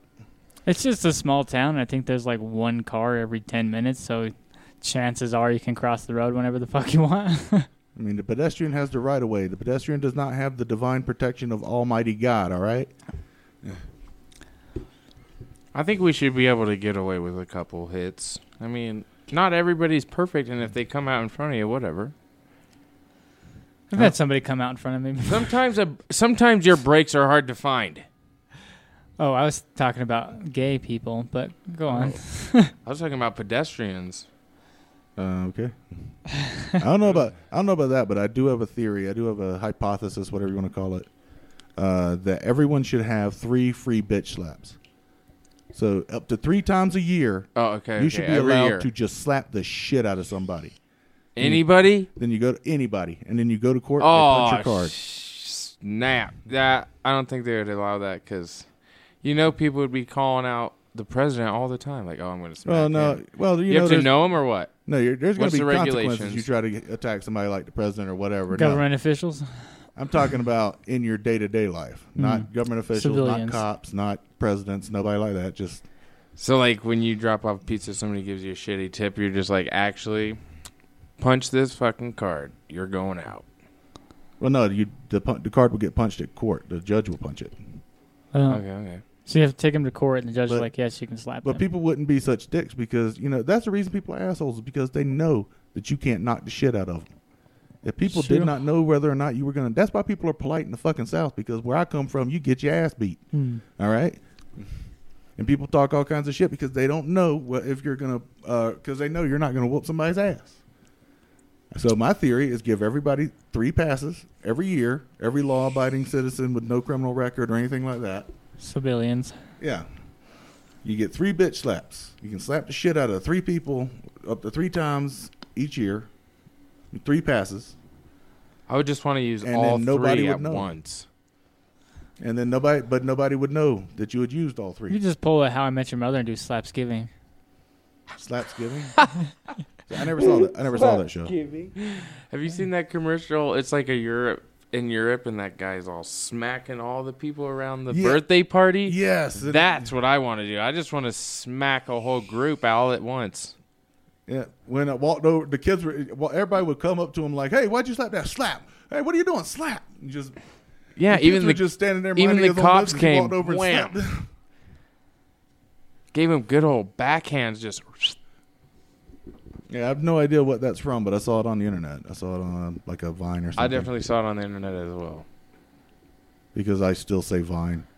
[SPEAKER 3] It's just a small town. I think there's like one car every 10 minutes, so chances are you can cross the road whenever the fuck you want.
[SPEAKER 4] I mean, the pedestrian has the right of way. The pedestrian does not have the divine protection of Almighty God. All right.
[SPEAKER 5] I think we should be able to get away with a couple hits. I mean, not everybody's perfect, and if they come out in front of you, whatever.
[SPEAKER 3] I've had somebody come out in front of me. before.
[SPEAKER 5] Sometimes a sometimes your brakes are hard to find.
[SPEAKER 3] Oh, I was
[SPEAKER 4] Oh,
[SPEAKER 3] talking about gay people, but go on.
[SPEAKER 5] I was talking about pedestrians.
[SPEAKER 4] Uh, okay. I don't know about I don't know about that, but I do have a theory. I do have a hypothesis, whatever you want to call it, uh, that everyone should have three free bitch slaps. So up to three times a year,
[SPEAKER 5] Oh, okay. okay,
[SPEAKER 4] you should be
[SPEAKER 5] every
[SPEAKER 4] allowed
[SPEAKER 5] year.
[SPEAKER 4] to just slap the shit out of somebody.
[SPEAKER 5] Anybody?
[SPEAKER 4] Then you go to anybody, and then you go to court
[SPEAKER 5] Oh,
[SPEAKER 4] and they punch your card.
[SPEAKER 5] sh- snap! That I don't think they would allow that because, you know, people would be calling out the president all the time, like, "Oh, I'm going to smack
[SPEAKER 4] well,
[SPEAKER 5] him."
[SPEAKER 4] no, well, you,
[SPEAKER 5] you,
[SPEAKER 4] know,
[SPEAKER 5] have to
[SPEAKER 4] there's-
[SPEAKER 5] know him or what?
[SPEAKER 4] No, you're, there's going
[SPEAKER 5] What's
[SPEAKER 4] to be
[SPEAKER 5] the
[SPEAKER 4] consequences.
[SPEAKER 5] regulations?
[SPEAKER 4] You try to get- attack somebody like the president or whatever. No.
[SPEAKER 3] Government officials.
[SPEAKER 4] I'm talking about in your day to day life, not government officials,
[SPEAKER 3] Mm. Civilians.
[SPEAKER 4] not cops, not presidents, nobody like that. Just
[SPEAKER 5] So, like, when you drop off pizza, somebody gives you a shitty tip. You're just like, actually, punch this fucking card. You're going out.
[SPEAKER 4] well, no, you the pun- the card will get punched at court. The judge will punch it,
[SPEAKER 3] Oh.
[SPEAKER 5] Okay, okay.
[SPEAKER 3] So you have to take him to court, and the judge is
[SPEAKER 4] But-
[SPEAKER 3] like, "Yes, you can slap
[SPEAKER 4] but
[SPEAKER 3] him."
[SPEAKER 4] people wouldn't be such dicks because you know that's the reason people are assholes is because they know that you can't knock the shit out of them. If people
[SPEAKER 3] Sure.
[SPEAKER 4] did not know whether or not you were gonna, that's why people are polite in the fucking south because where I come from, you get your ass beat.
[SPEAKER 3] Hmm.
[SPEAKER 4] All right. And people talk all kinds of shit because they don't know what, if you're gonna, because they know you're not gonna whoop somebody's ass. So my theory is give everybody three passes every year, every law-abiding citizen with no criminal record or anything like that.
[SPEAKER 3] Civilians.
[SPEAKER 4] Yeah, you get three bitch slaps. You can slap the shit out of three people up to three times each year, three passes,
[SPEAKER 5] I would just want to use
[SPEAKER 4] And
[SPEAKER 5] all
[SPEAKER 4] then nobody
[SPEAKER 5] three
[SPEAKER 4] would
[SPEAKER 5] at
[SPEAKER 4] know.
[SPEAKER 5] once.
[SPEAKER 4] and then nobody, but nobody would know that you had used all three.
[SPEAKER 3] You just pull a How I Met Your Mother and do slapsgiving.
[SPEAKER 4] Slaps giving. I never saw that. I never saw that show.
[SPEAKER 5] Have you seen that commercial? It's like a Europe in Europe, and that guy's all smacking all the people around the
[SPEAKER 4] Yeah.
[SPEAKER 5] birthday party.
[SPEAKER 4] Yes, and-
[SPEAKER 5] That's what I want to do. I just want to smack a whole group all at once.
[SPEAKER 4] Yeah, when I walked over, the kids were. Well, everybody would come up to him like, "Hey, why'd you slap that? Slap! Hey, what are you doing? Slap!" And just
[SPEAKER 5] Yeah,
[SPEAKER 4] kids
[SPEAKER 5] even
[SPEAKER 4] were
[SPEAKER 5] the
[SPEAKER 4] just standing there.
[SPEAKER 5] even
[SPEAKER 4] minding
[SPEAKER 5] the
[SPEAKER 4] his own
[SPEAKER 5] cops
[SPEAKER 4] business. He
[SPEAKER 5] came.
[SPEAKER 4] Walked over
[SPEAKER 5] Wham.
[SPEAKER 4] and slapped.
[SPEAKER 5] gave him good old backhands. Just
[SPEAKER 4] yeah, I have no idea what that's from, but I saw it on the internet. I saw it on like a Vine or something.
[SPEAKER 5] I definitely saw it on the internet as well.
[SPEAKER 4] because I still say Vine.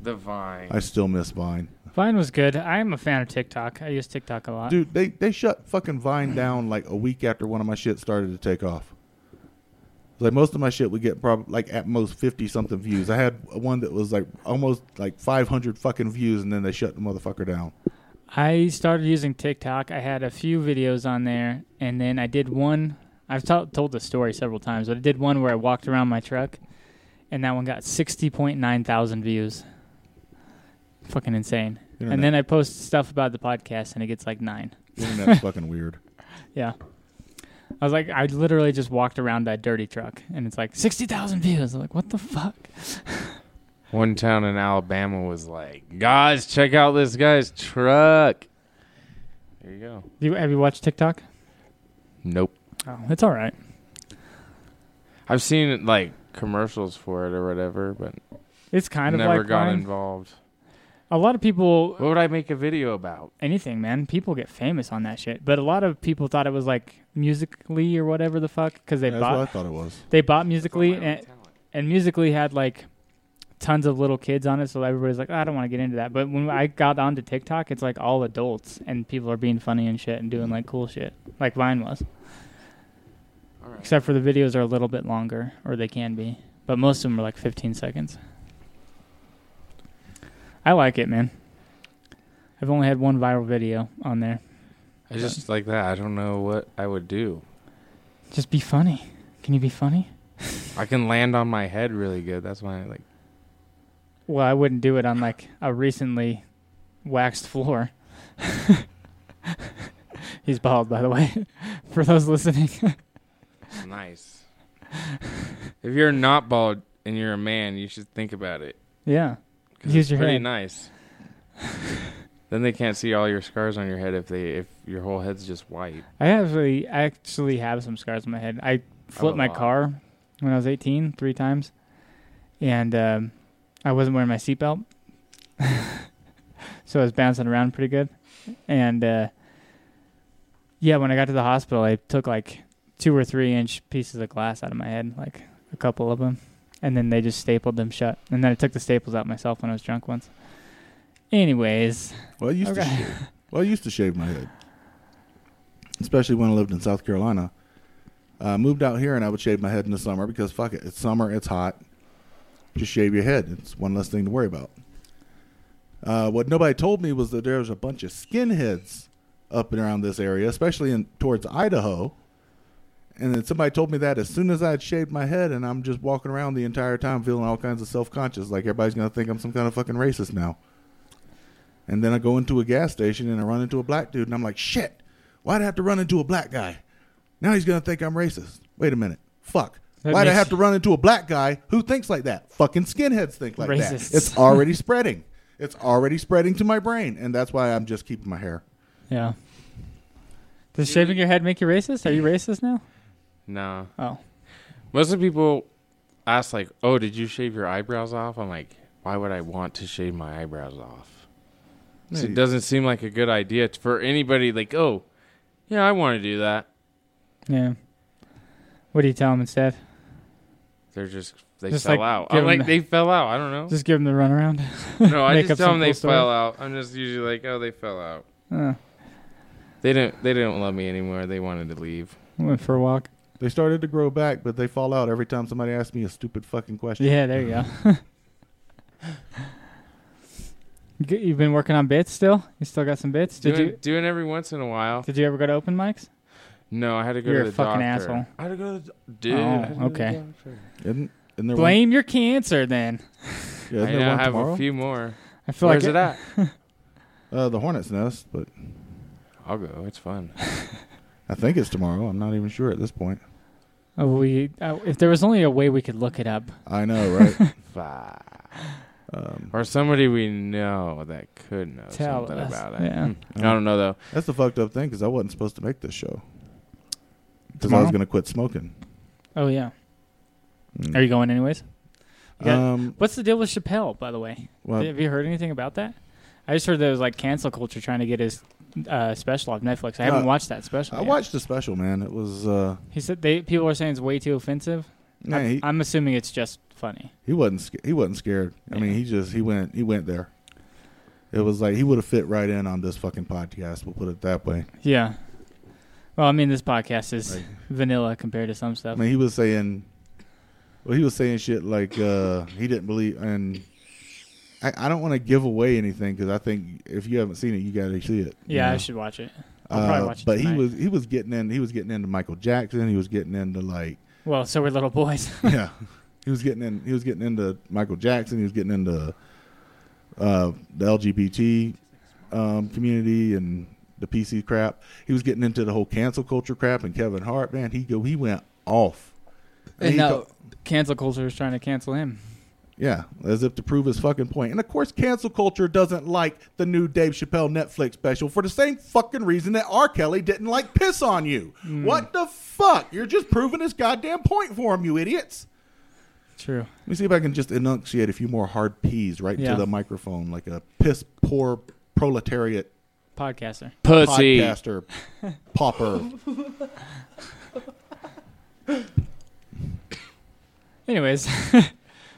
[SPEAKER 5] The Vine.
[SPEAKER 4] I still miss Vine,
[SPEAKER 3] Vine was good. I'm a fan of TikTok. I use TikTok a lot.
[SPEAKER 4] dude. They they shut fucking Vine down like a week after one of my shit started to take off. Like most of my shit would get probably like at most fifty something views. I had one that was like almost like five hundred fucking views, and then they shut the motherfucker down.
[SPEAKER 3] I started using TikTok. I had a few videos on there, and then I did one. I've to- told the story several times, but I did one where I walked around my truck, and that one got sixty point nine thousand views. Fucking insane.
[SPEAKER 4] Internet.
[SPEAKER 3] And then I post stuff about the podcast, and it gets like nine.
[SPEAKER 4] The internet's fucking weird.
[SPEAKER 3] Yeah. I was like, I literally just walked around that dirty truck, and it's like sixty thousand views. I'm like, what the fuck?
[SPEAKER 5] One town in Alabama was like, guys, check out this guy's truck. There you go.
[SPEAKER 3] Do you, have you watched TikTok?
[SPEAKER 5] Nope.
[SPEAKER 3] Oh, it's all right.
[SPEAKER 5] I've seen like commercials for it or whatever, but
[SPEAKER 3] It's kind
[SPEAKER 5] never
[SPEAKER 3] of like
[SPEAKER 5] got
[SPEAKER 3] Vine.
[SPEAKER 5] involved.
[SPEAKER 3] A lot of people
[SPEAKER 5] What would I make a video about?
[SPEAKER 3] anything, man. People get famous on that shit. But a lot of people thought it was like musically or whatever the fuck because they
[SPEAKER 4] That's
[SPEAKER 3] bought
[SPEAKER 4] what I thought it was.
[SPEAKER 3] they bought musically and,
[SPEAKER 5] eh,
[SPEAKER 3] and musically had like tons of little kids on it. So everybody's like, I don't want to get into that. But when I got onto TikTok, it's like all adults and people are being funny and shit and doing like cool shit like Vine was.
[SPEAKER 5] All right.
[SPEAKER 3] Except for the videos are a little bit longer or they can be, but most of them are like 15 seconds. I like it, man. I've only had one viral video on there.
[SPEAKER 5] I just like that. I don't know what I would do.
[SPEAKER 3] Just be funny. Can you be funny?
[SPEAKER 5] I can land on my head really good. That's why I like.
[SPEAKER 3] Well, I wouldn't do it on like a recently waxed floor. He's bald, by the way, for those listening.
[SPEAKER 5] Nice. if you're not bald and you're a man, you should think about it.
[SPEAKER 3] yeah.
[SPEAKER 5] 'Cause
[SPEAKER 3] Use
[SPEAKER 5] it's
[SPEAKER 3] your
[SPEAKER 5] pretty
[SPEAKER 3] head.
[SPEAKER 5] nice. then they can't see all your scars on your head if they if your whole head's just white.
[SPEAKER 3] I actually I actually have some scars on my head. I flipped
[SPEAKER 5] a
[SPEAKER 3] my
[SPEAKER 5] lot.
[SPEAKER 3] car when I was 18 three times, and um, I wasn't wearing my seatbelt, so I was bouncing around pretty good. And uh, yeah, when I got to the hospital, I took like two or three inch pieces of glass out of my head, like a couple of them, and then they just stapled them shut. And then I took the staples out myself when I was drunk once. Anyways,
[SPEAKER 4] Well, I used
[SPEAKER 3] Okay.
[SPEAKER 4] to. Shave. Well, I used to shave my head. especially when I lived in South Carolina. I moved out here and I would shave my head in the summer because fuck it, it's summer, it's hot. Just shave your head. It's one less thing to worry about. Uh, what nobody told me was that there was a bunch of skinheads up and around this area, especially in towards Idaho. And then somebody told me that as soon as I had shaved my head, and I'm just walking around the entire time feeling all kinds of self conscious, like everybody's gonna think I'm some kind of fucking racist now. And then I go into a gas station and I run into a black dude, and I'm like, shit, why'd I have to run into a black guy? Now he's gonna think I'm racist. Wait a minute, fuck.
[SPEAKER 3] That
[SPEAKER 4] why'd I
[SPEAKER 3] makes-
[SPEAKER 4] have to run into a black guy who thinks like that? Fucking skinheads think like
[SPEAKER 3] Racists.
[SPEAKER 4] that. It's already spreading. It's already spreading to my brain, and that's why I'm just keeping my hair.
[SPEAKER 3] Yeah. Does shaving your head make you racist? Are you racist now?
[SPEAKER 5] No.
[SPEAKER 3] Oh.
[SPEAKER 5] Most of the people ask like, "Oh, did you shave your eyebrows off?" I'm like, "Why would I want to shave my eyebrows off?" So it doesn't seem like a good idea t- for anybody. Like, "Oh, yeah, I want to do that."
[SPEAKER 3] Yeah. What do you tell them instead?
[SPEAKER 5] They're just they
[SPEAKER 3] Just,
[SPEAKER 5] fell
[SPEAKER 3] like,
[SPEAKER 5] out.
[SPEAKER 3] give
[SPEAKER 5] I'm
[SPEAKER 3] 'em
[SPEAKER 5] like,
[SPEAKER 3] the-
[SPEAKER 5] they fell out. I don't know.
[SPEAKER 3] Just give them the runaround.
[SPEAKER 5] no, I
[SPEAKER 3] make up
[SPEAKER 5] just tell
[SPEAKER 3] some
[SPEAKER 5] them they
[SPEAKER 3] cool story.
[SPEAKER 5] fell out. I'm just usually like, "Oh, they fell out."
[SPEAKER 3] Uh,
[SPEAKER 5] They didn't. They didn't love me anymore. They wanted to leave.
[SPEAKER 3] went for a walk.
[SPEAKER 4] They started to grow back, but they fall out every time somebody asks me a stupid fucking question.
[SPEAKER 3] Yeah, there you go. G- You've been working on bits still. You still got some bits. Did
[SPEAKER 5] doing,
[SPEAKER 3] you?
[SPEAKER 5] doing every once in a while.
[SPEAKER 3] Did you ever go to open mics?
[SPEAKER 5] No, I had to go
[SPEAKER 3] You're
[SPEAKER 5] to
[SPEAKER 3] a
[SPEAKER 5] the
[SPEAKER 3] fucking
[SPEAKER 5] doctor.
[SPEAKER 3] asshole.
[SPEAKER 5] I had to go to the dude.
[SPEAKER 3] Oh,
[SPEAKER 5] I had to go to the
[SPEAKER 3] okay.
[SPEAKER 5] doctor.
[SPEAKER 4] Isn't, isn't there
[SPEAKER 3] Blame your cancer then.
[SPEAKER 4] One, yeah, isn't
[SPEAKER 5] I
[SPEAKER 4] there
[SPEAKER 5] now
[SPEAKER 4] one
[SPEAKER 5] have
[SPEAKER 4] tomorrow?
[SPEAKER 5] a few more.
[SPEAKER 3] I feel
[SPEAKER 5] Where's
[SPEAKER 3] like
[SPEAKER 5] it at?
[SPEAKER 4] Uh, the Hornet's Nest, but
[SPEAKER 5] I'll go. It's fun.
[SPEAKER 4] I think it's tomorrow. I'm not even sure at this point.
[SPEAKER 3] Oh, we uh, if there was only a way we could look it up.
[SPEAKER 4] I know, right?
[SPEAKER 5] Fuck.
[SPEAKER 4] um,
[SPEAKER 5] Or somebody we know that could know
[SPEAKER 3] Tell
[SPEAKER 5] something
[SPEAKER 3] us,
[SPEAKER 5] about it.
[SPEAKER 3] yeah.
[SPEAKER 5] Hmm. I don't know though.
[SPEAKER 4] that's the fucked up thing because I wasn't supposed to make this show because I was
[SPEAKER 3] Tomorrow?
[SPEAKER 4] going to quit smoking.
[SPEAKER 3] Oh yeah.
[SPEAKER 4] Mm.
[SPEAKER 3] Are you going anyways? you got-
[SPEAKER 4] um,
[SPEAKER 3] What's the deal with Chappelle, by the way?
[SPEAKER 4] well,
[SPEAKER 3] Have you heard anything about that? I just heard there was like cancel culture trying to get his uh, special off Netflix. I haven't
[SPEAKER 4] No,
[SPEAKER 3] watched that special.
[SPEAKER 4] Uh, I
[SPEAKER 3] yet.
[SPEAKER 4] watched the special, man. It was uh,
[SPEAKER 3] He said they people are saying it's way too offensive.
[SPEAKER 4] nah,
[SPEAKER 3] I,
[SPEAKER 4] he,
[SPEAKER 3] I'm assuming it's just funny.
[SPEAKER 4] he wasn't sca- he wasn't scared. I mean, he just he went he went there. It was like he would have fit right in on this fucking podcast. We'll put it that way.
[SPEAKER 3] Yeah. Well, I mean, this podcast is
[SPEAKER 4] Like-
[SPEAKER 3] vanilla compared to some
[SPEAKER 4] I
[SPEAKER 3] stuff.
[SPEAKER 4] mean, he was saying, well, he was saying shit like uh, he didn't believe, and I, I don't want to give away anything because I think if you haven't seen it, you got to see it. you
[SPEAKER 3] yeah, I
[SPEAKER 4] know?
[SPEAKER 3] should watch it. I'll probably
[SPEAKER 4] Uh,
[SPEAKER 3] watch it
[SPEAKER 4] But he
[SPEAKER 3] tonight.
[SPEAKER 4] was he was getting in. He was getting into Michael Jackson. He was getting into like
[SPEAKER 3] Well, so we're little boys.
[SPEAKER 4] yeah, he was getting in. He was getting into Michael Jackson. He was getting into uh, the LGBT um, community and the PC crap. He was getting into the whole cancel culture crap and Kevin Hart. Man, he go he went off. I mean,
[SPEAKER 3] and
[SPEAKER 4] he
[SPEAKER 3] now
[SPEAKER 4] co-
[SPEAKER 3] cancel culture is trying to cancel him.
[SPEAKER 4] Yeah, as if to prove his fucking point. And of course, cancel culture doesn't like the new Dave Chappelle Netflix special for the same fucking reason that R. Kelly didn't like piss on you.
[SPEAKER 3] Hmm.
[SPEAKER 4] What the fuck? You're just proving his goddamn point for him, you idiots.
[SPEAKER 3] True.
[SPEAKER 4] Let me see if I can just enunciate a few more hard P's right
[SPEAKER 3] Yeah.
[SPEAKER 4] to the microphone, like a piss poor proletariat
[SPEAKER 3] Podcaster.
[SPEAKER 5] Pussy.
[SPEAKER 4] podcaster pauper.
[SPEAKER 3] Anyways,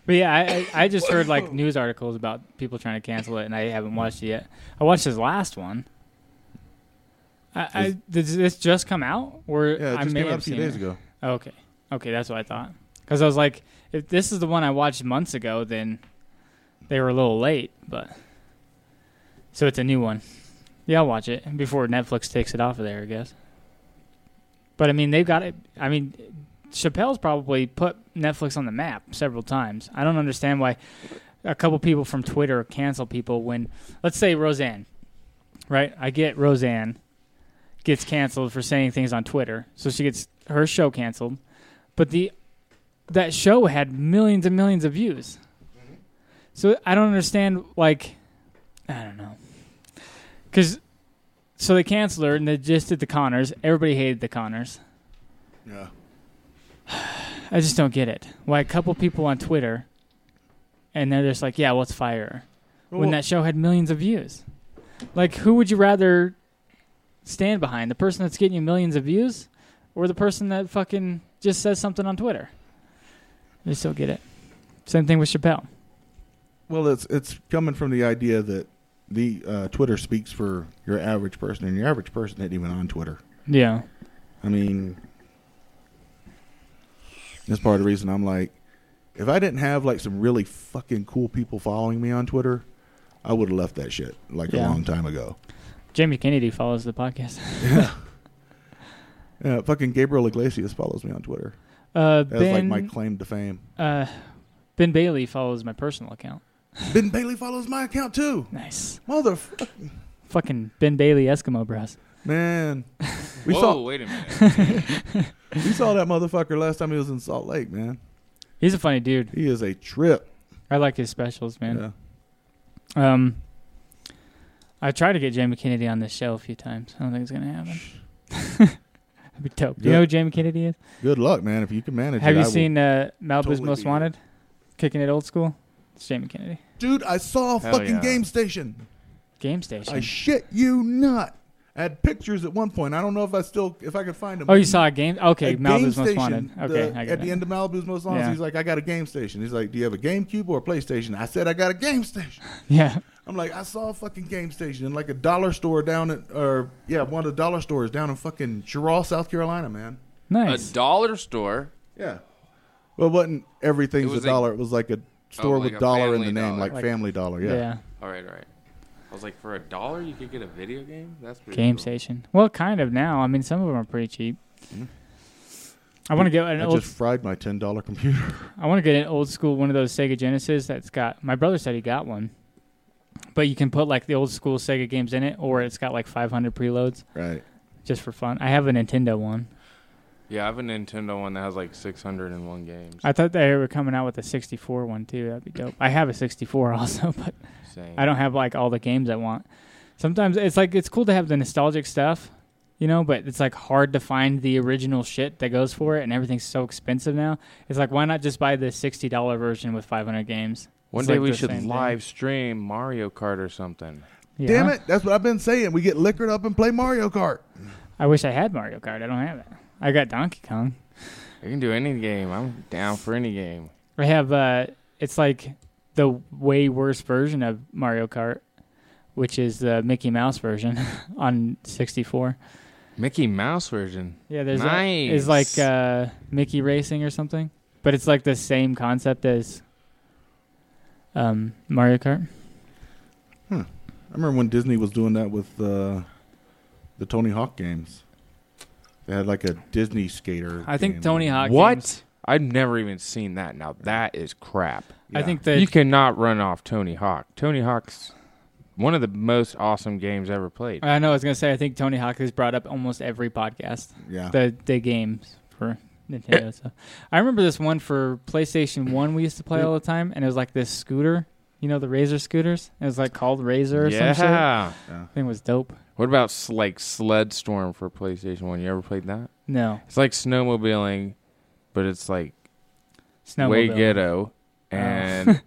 [SPEAKER 3] but yeah, I, I, I just heard like news articles about people trying to cancel it, and I haven't watched it yet. I watched his last one. I, I
[SPEAKER 4] Is-
[SPEAKER 3] did this just come out? Or
[SPEAKER 4] Yeah, it
[SPEAKER 3] I
[SPEAKER 4] just
[SPEAKER 3] may
[SPEAKER 4] came out
[SPEAKER 3] have
[SPEAKER 4] a few
[SPEAKER 3] seen
[SPEAKER 4] days
[SPEAKER 3] it.
[SPEAKER 4] ago.
[SPEAKER 3] Okay, okay, that's what I thought. Because I was like, if this is the one I watched months ago, then they were a little late. But so it's a new one. Yeah, I'll watch it before Netflix takes it off of there, I guess. But I mean, they've got it. I mean, Chappelle's probably put Netflix on the map several times. I don't understand why a couple people from Twitter cancel people when, let's say, Roseanne, right? I get Roseanne gets canceled for saying things on Twitter, so she gets her show canceled. But the that show had millions and millions of views. So I don't understand, like, I don't know, because so they canceled her and they just did the Connors. Everybody hated the Connors.
[SPEAKER 4] Yeah.
[SPEAKER 3] I just don't get it. Why a couple people on Twitter, and they're just like, yeah, well, let's fire her. when that show had millions of views. Like, who would you rather stand behind? The person that's getting you millions of views or the person that fucking just says something on Twitter? I just don't get it. Same thing with Chappelle.
[SPEAKER 4] Well, it's it's coming from the idea that the uh, Twitter speaks for your average person, and your average person isn't even on Twitter.
[SPEAKER 3] Yeah.
[SPEAKER 4] I mean, that's part of the reason I'm like, if I didn't have like some really fucking cool people following me on Twitter, I would have left that shit like
[SPEAKER 3] Yeah.
[SPEAKER 4] a long time ago.
[SPEAKER 3] Jamie Kennedy follows the podcast.
[SPEAKER 4] yeah. Yeah, fucking Gabriel Iglesias follows me on Twitter.
[SPEAKER 3] Uh,
[SPEAKER 4] That's like
[SPEAKER 3] ben,
[SPEAKER 4] my claim to fame.
[SPEAKER 3] uh, ben Bailey follows my personal account.
[SPEAKER 4] ben Bailey follows my account too.
[SPEAKER 3] Nice.
[SPEAKER 4] Motherfucker.
[SPEAKER 3] Fucking Ben Bailey Eskimo Bros.
[SPEAKER 4] Man. We
[SPEAKER 5] Whoa,
[SPEAKER 4] saw
[SPEAKER 5] wait a minute.
[SPEAKER 4] we saw that motherfucker last time he was in Salt Lake, man.
[SPEAKER 3] He's a funny dude.
[SPEAKER 4] He is a trip.
[SPEAKER 3] I like his specials, man.
[SPEAKER 4] Yeah.
[SPEAKER 3] Um, I tried to get Jamie Kennedy on this show a few times. I don't think it's gonna happen. That'd be dope. You
[SPEAKER 4] Yeah.
[SPEAKER 3] know who Jamie Kennedy is?
[SPEAKER 4] Good luck, man. If you can manage
[SPEAKER 3] Have
[SPEAKER 4] it,
[SPEAKER 3] you
[SPEAKER 4] I will-
[SPEAKER 3] seen uh, Malibu's
[SPEAKER 4] totally
[SPEAKER 3] Most
[SPEAKER 4] be there.
[SPEAKER 3] Wanted? Kicking it old school. It's Jamie Kennedy.
[SPEAKER 4] Dude, I saw a
[SPEAKER 5] Hell
[SPEAKER 4] fucking
[SPEAKER 5] yeah.
[SPEAKER 4] game station.
[SPEAKER 3] Game Station.
[SPEAKER 4] I shit you not. I had pictures at one point. I don't know if I still if I could find them.
[SPEAKER 3] oh, you saw a game? Okay,
[SPEAKER 4] At
[SPEAKER 3] Malibu's
[SPEAKER 4] Game
[SPEAKER 3] Most
[SPEAKER 4] Station,
[SPEAKER 3] Wanted. Okay,
[SPEAKER 4] the-
[SPEAKER 3] I
[SPEAKER 4] at
[SPEAKER 3] got
[SPEAKER 4] the
[SPEAKER 3] it.
[SPEAKER 4] end of Malibu's Most Wanted,
[SPEAKER 3] Yeah.
[SPEAKER 4] he's like, "I got a game station." He's like, "Do you have a GameCube or a PlayStation?" I said, "I got a game station."
[SPEAKER 3] Yeah,
[SPEAKER 4] I'm like, "I saw a fucking game station in like a dollar store down at, or yeah, one of the dollar stores down in fucking Sherall, South Carolina, man."
[SPEAKER 5] a
[SPEAKER 3] nice.
[SPEAKER 5] dollar store.
[SPEAKER 4] Yeah. Well, it wasn't everything's
[SPEAKER 5] It was
[SPEAKER 4] a
[SPEAKER 5] like-
[SPEAKER 4] dollar? It was like a store
[SPEAKER 5] like
[SPEAKER 4] with
[SPEAKER 5] a
[SPEAKER 4] dollar in
[SPEAKER 5] Family
[SPEAKER 4] the name,
[SPEAKER 5] Dollar.
[SPEAKER 4] like,
[SPEAKER 3] Like-
[SPEAKER 4] Family Dollar. Yeah.
[SPEAKER 3] yeah.
[SPEAKER 5] All right, all right. I was like, for a dollar, you could get a video game. That's pretty
[SPEAKER 3] Game
[SPEAKER 5] cool.
[SPEAKER 3] Station. Well, kind of now. I mean, some of them are pretty cheap.
[SPEAKER 4] Mhm.
[SPEAKER 3] I want to get an
[SPEAKER 4] I
[SPEAKER 3] old.
[SPEAKER 4] just fried my ten dollar computer.
[SPEAKER 3] I want to get an old school one of those Sega Genesis that's got. My brother said he got one, but you can put like the old school Sega games in it, or it's got like 500 preloads
[SPEAKER 4] right.
[SPEAKER 3] just for fun. I have a Nintendo one.
[SPEAKER 5] Yeah, I have a Nintendo one that has like 601 games.
[SPEAKER 3] I thought they were coming out with a 64 one too. That'd be dope. I have a 64 also, but
[SPEAKER 5] Same.
[SPEAKER 3] I don't have like all the games I want. Sometimes it's like it's cool to have the nostalgic stuff, you know, but it's like hard to find the original shit that goes for it, and everything's so expensive now. It's like why not just buy the sixty dollar version with five hundred games?
[SPEAKER 5] One
[SPEAKER 3] It's
[SPEAKER 5] day
[SPEAKER 3] like
[SPEAKER 5] we
[SPEAKER 3] the
[SPEAKER 5] should
[SPEAKER 3] same thing.
[SPEAKER 5] live stream Mario Kart or something.
[SPEAKER 3] Yeah.
[SPEAKER 4] Damn it! That's what I've been saying. We get liquored up and play Mario Kart.
[SPEAKER 3] I wish I had Mario Kart. I don't have it. I got Donkey Kong.
[SPEAKER 5] I can do any game. I'm down for any game.
[SPEAKER 3] I have uh, it's like the way worse version of Mario Kart, which is the Mickey Mouse version on sixty four.
[SPEAKER 5] Mickey Mouse version.
[SPEAKER 3] Yeah, there's a- is
[SPEAKER 5] Nice.
[SPEAKER 3] like uh, Mickey Racing or something, but it's like the same concept as um, Mario Kart.
[SPEAKER 4] I remember when Disney was doing that with uh, the Tony Hawk games. They had like a Disney skater.
[SPEAKER 3] I think
[SPEAKER 4] game.
[SPEAKER 3] Tony Hawk.
[SPEAKER 5] what?
[SPEAKER 3] games-
[SPEAKER 5] I've never even seen that. Now that is crap.
[SPEAKER 3] I
[SPEAKER 4] Yeah.
[SPEAKER 3] think that
[SPEAKER 5] you cannot run off Tony Hawk. Tony Hawk's one of the most awesome games ever played.
[SPEAKER 3] I know. I was gonna say I think Tony Hawk is brought up almost every podcast.
[SPEAKER 4] Yeah.
[SPEAKER 3] The the games for Nintendo. so I remember this one for PlayStation One we used to play all the time, and it was like this scooter. You know the Razor scooters? It was like called Razor or
[SPEAKER 5] yeah.
[SPEAKER 3] something. Thing was dope.
[SPEAKER 5] What about s- like Sled Storm for PlayStation One? You ever played that?
[SPEAKER 3] No
[SPEAKER 5] It's like snowmobiling, but it's like
[SPEAKER 3] snowmobile.
[SPEAKER 5] way ghetto, and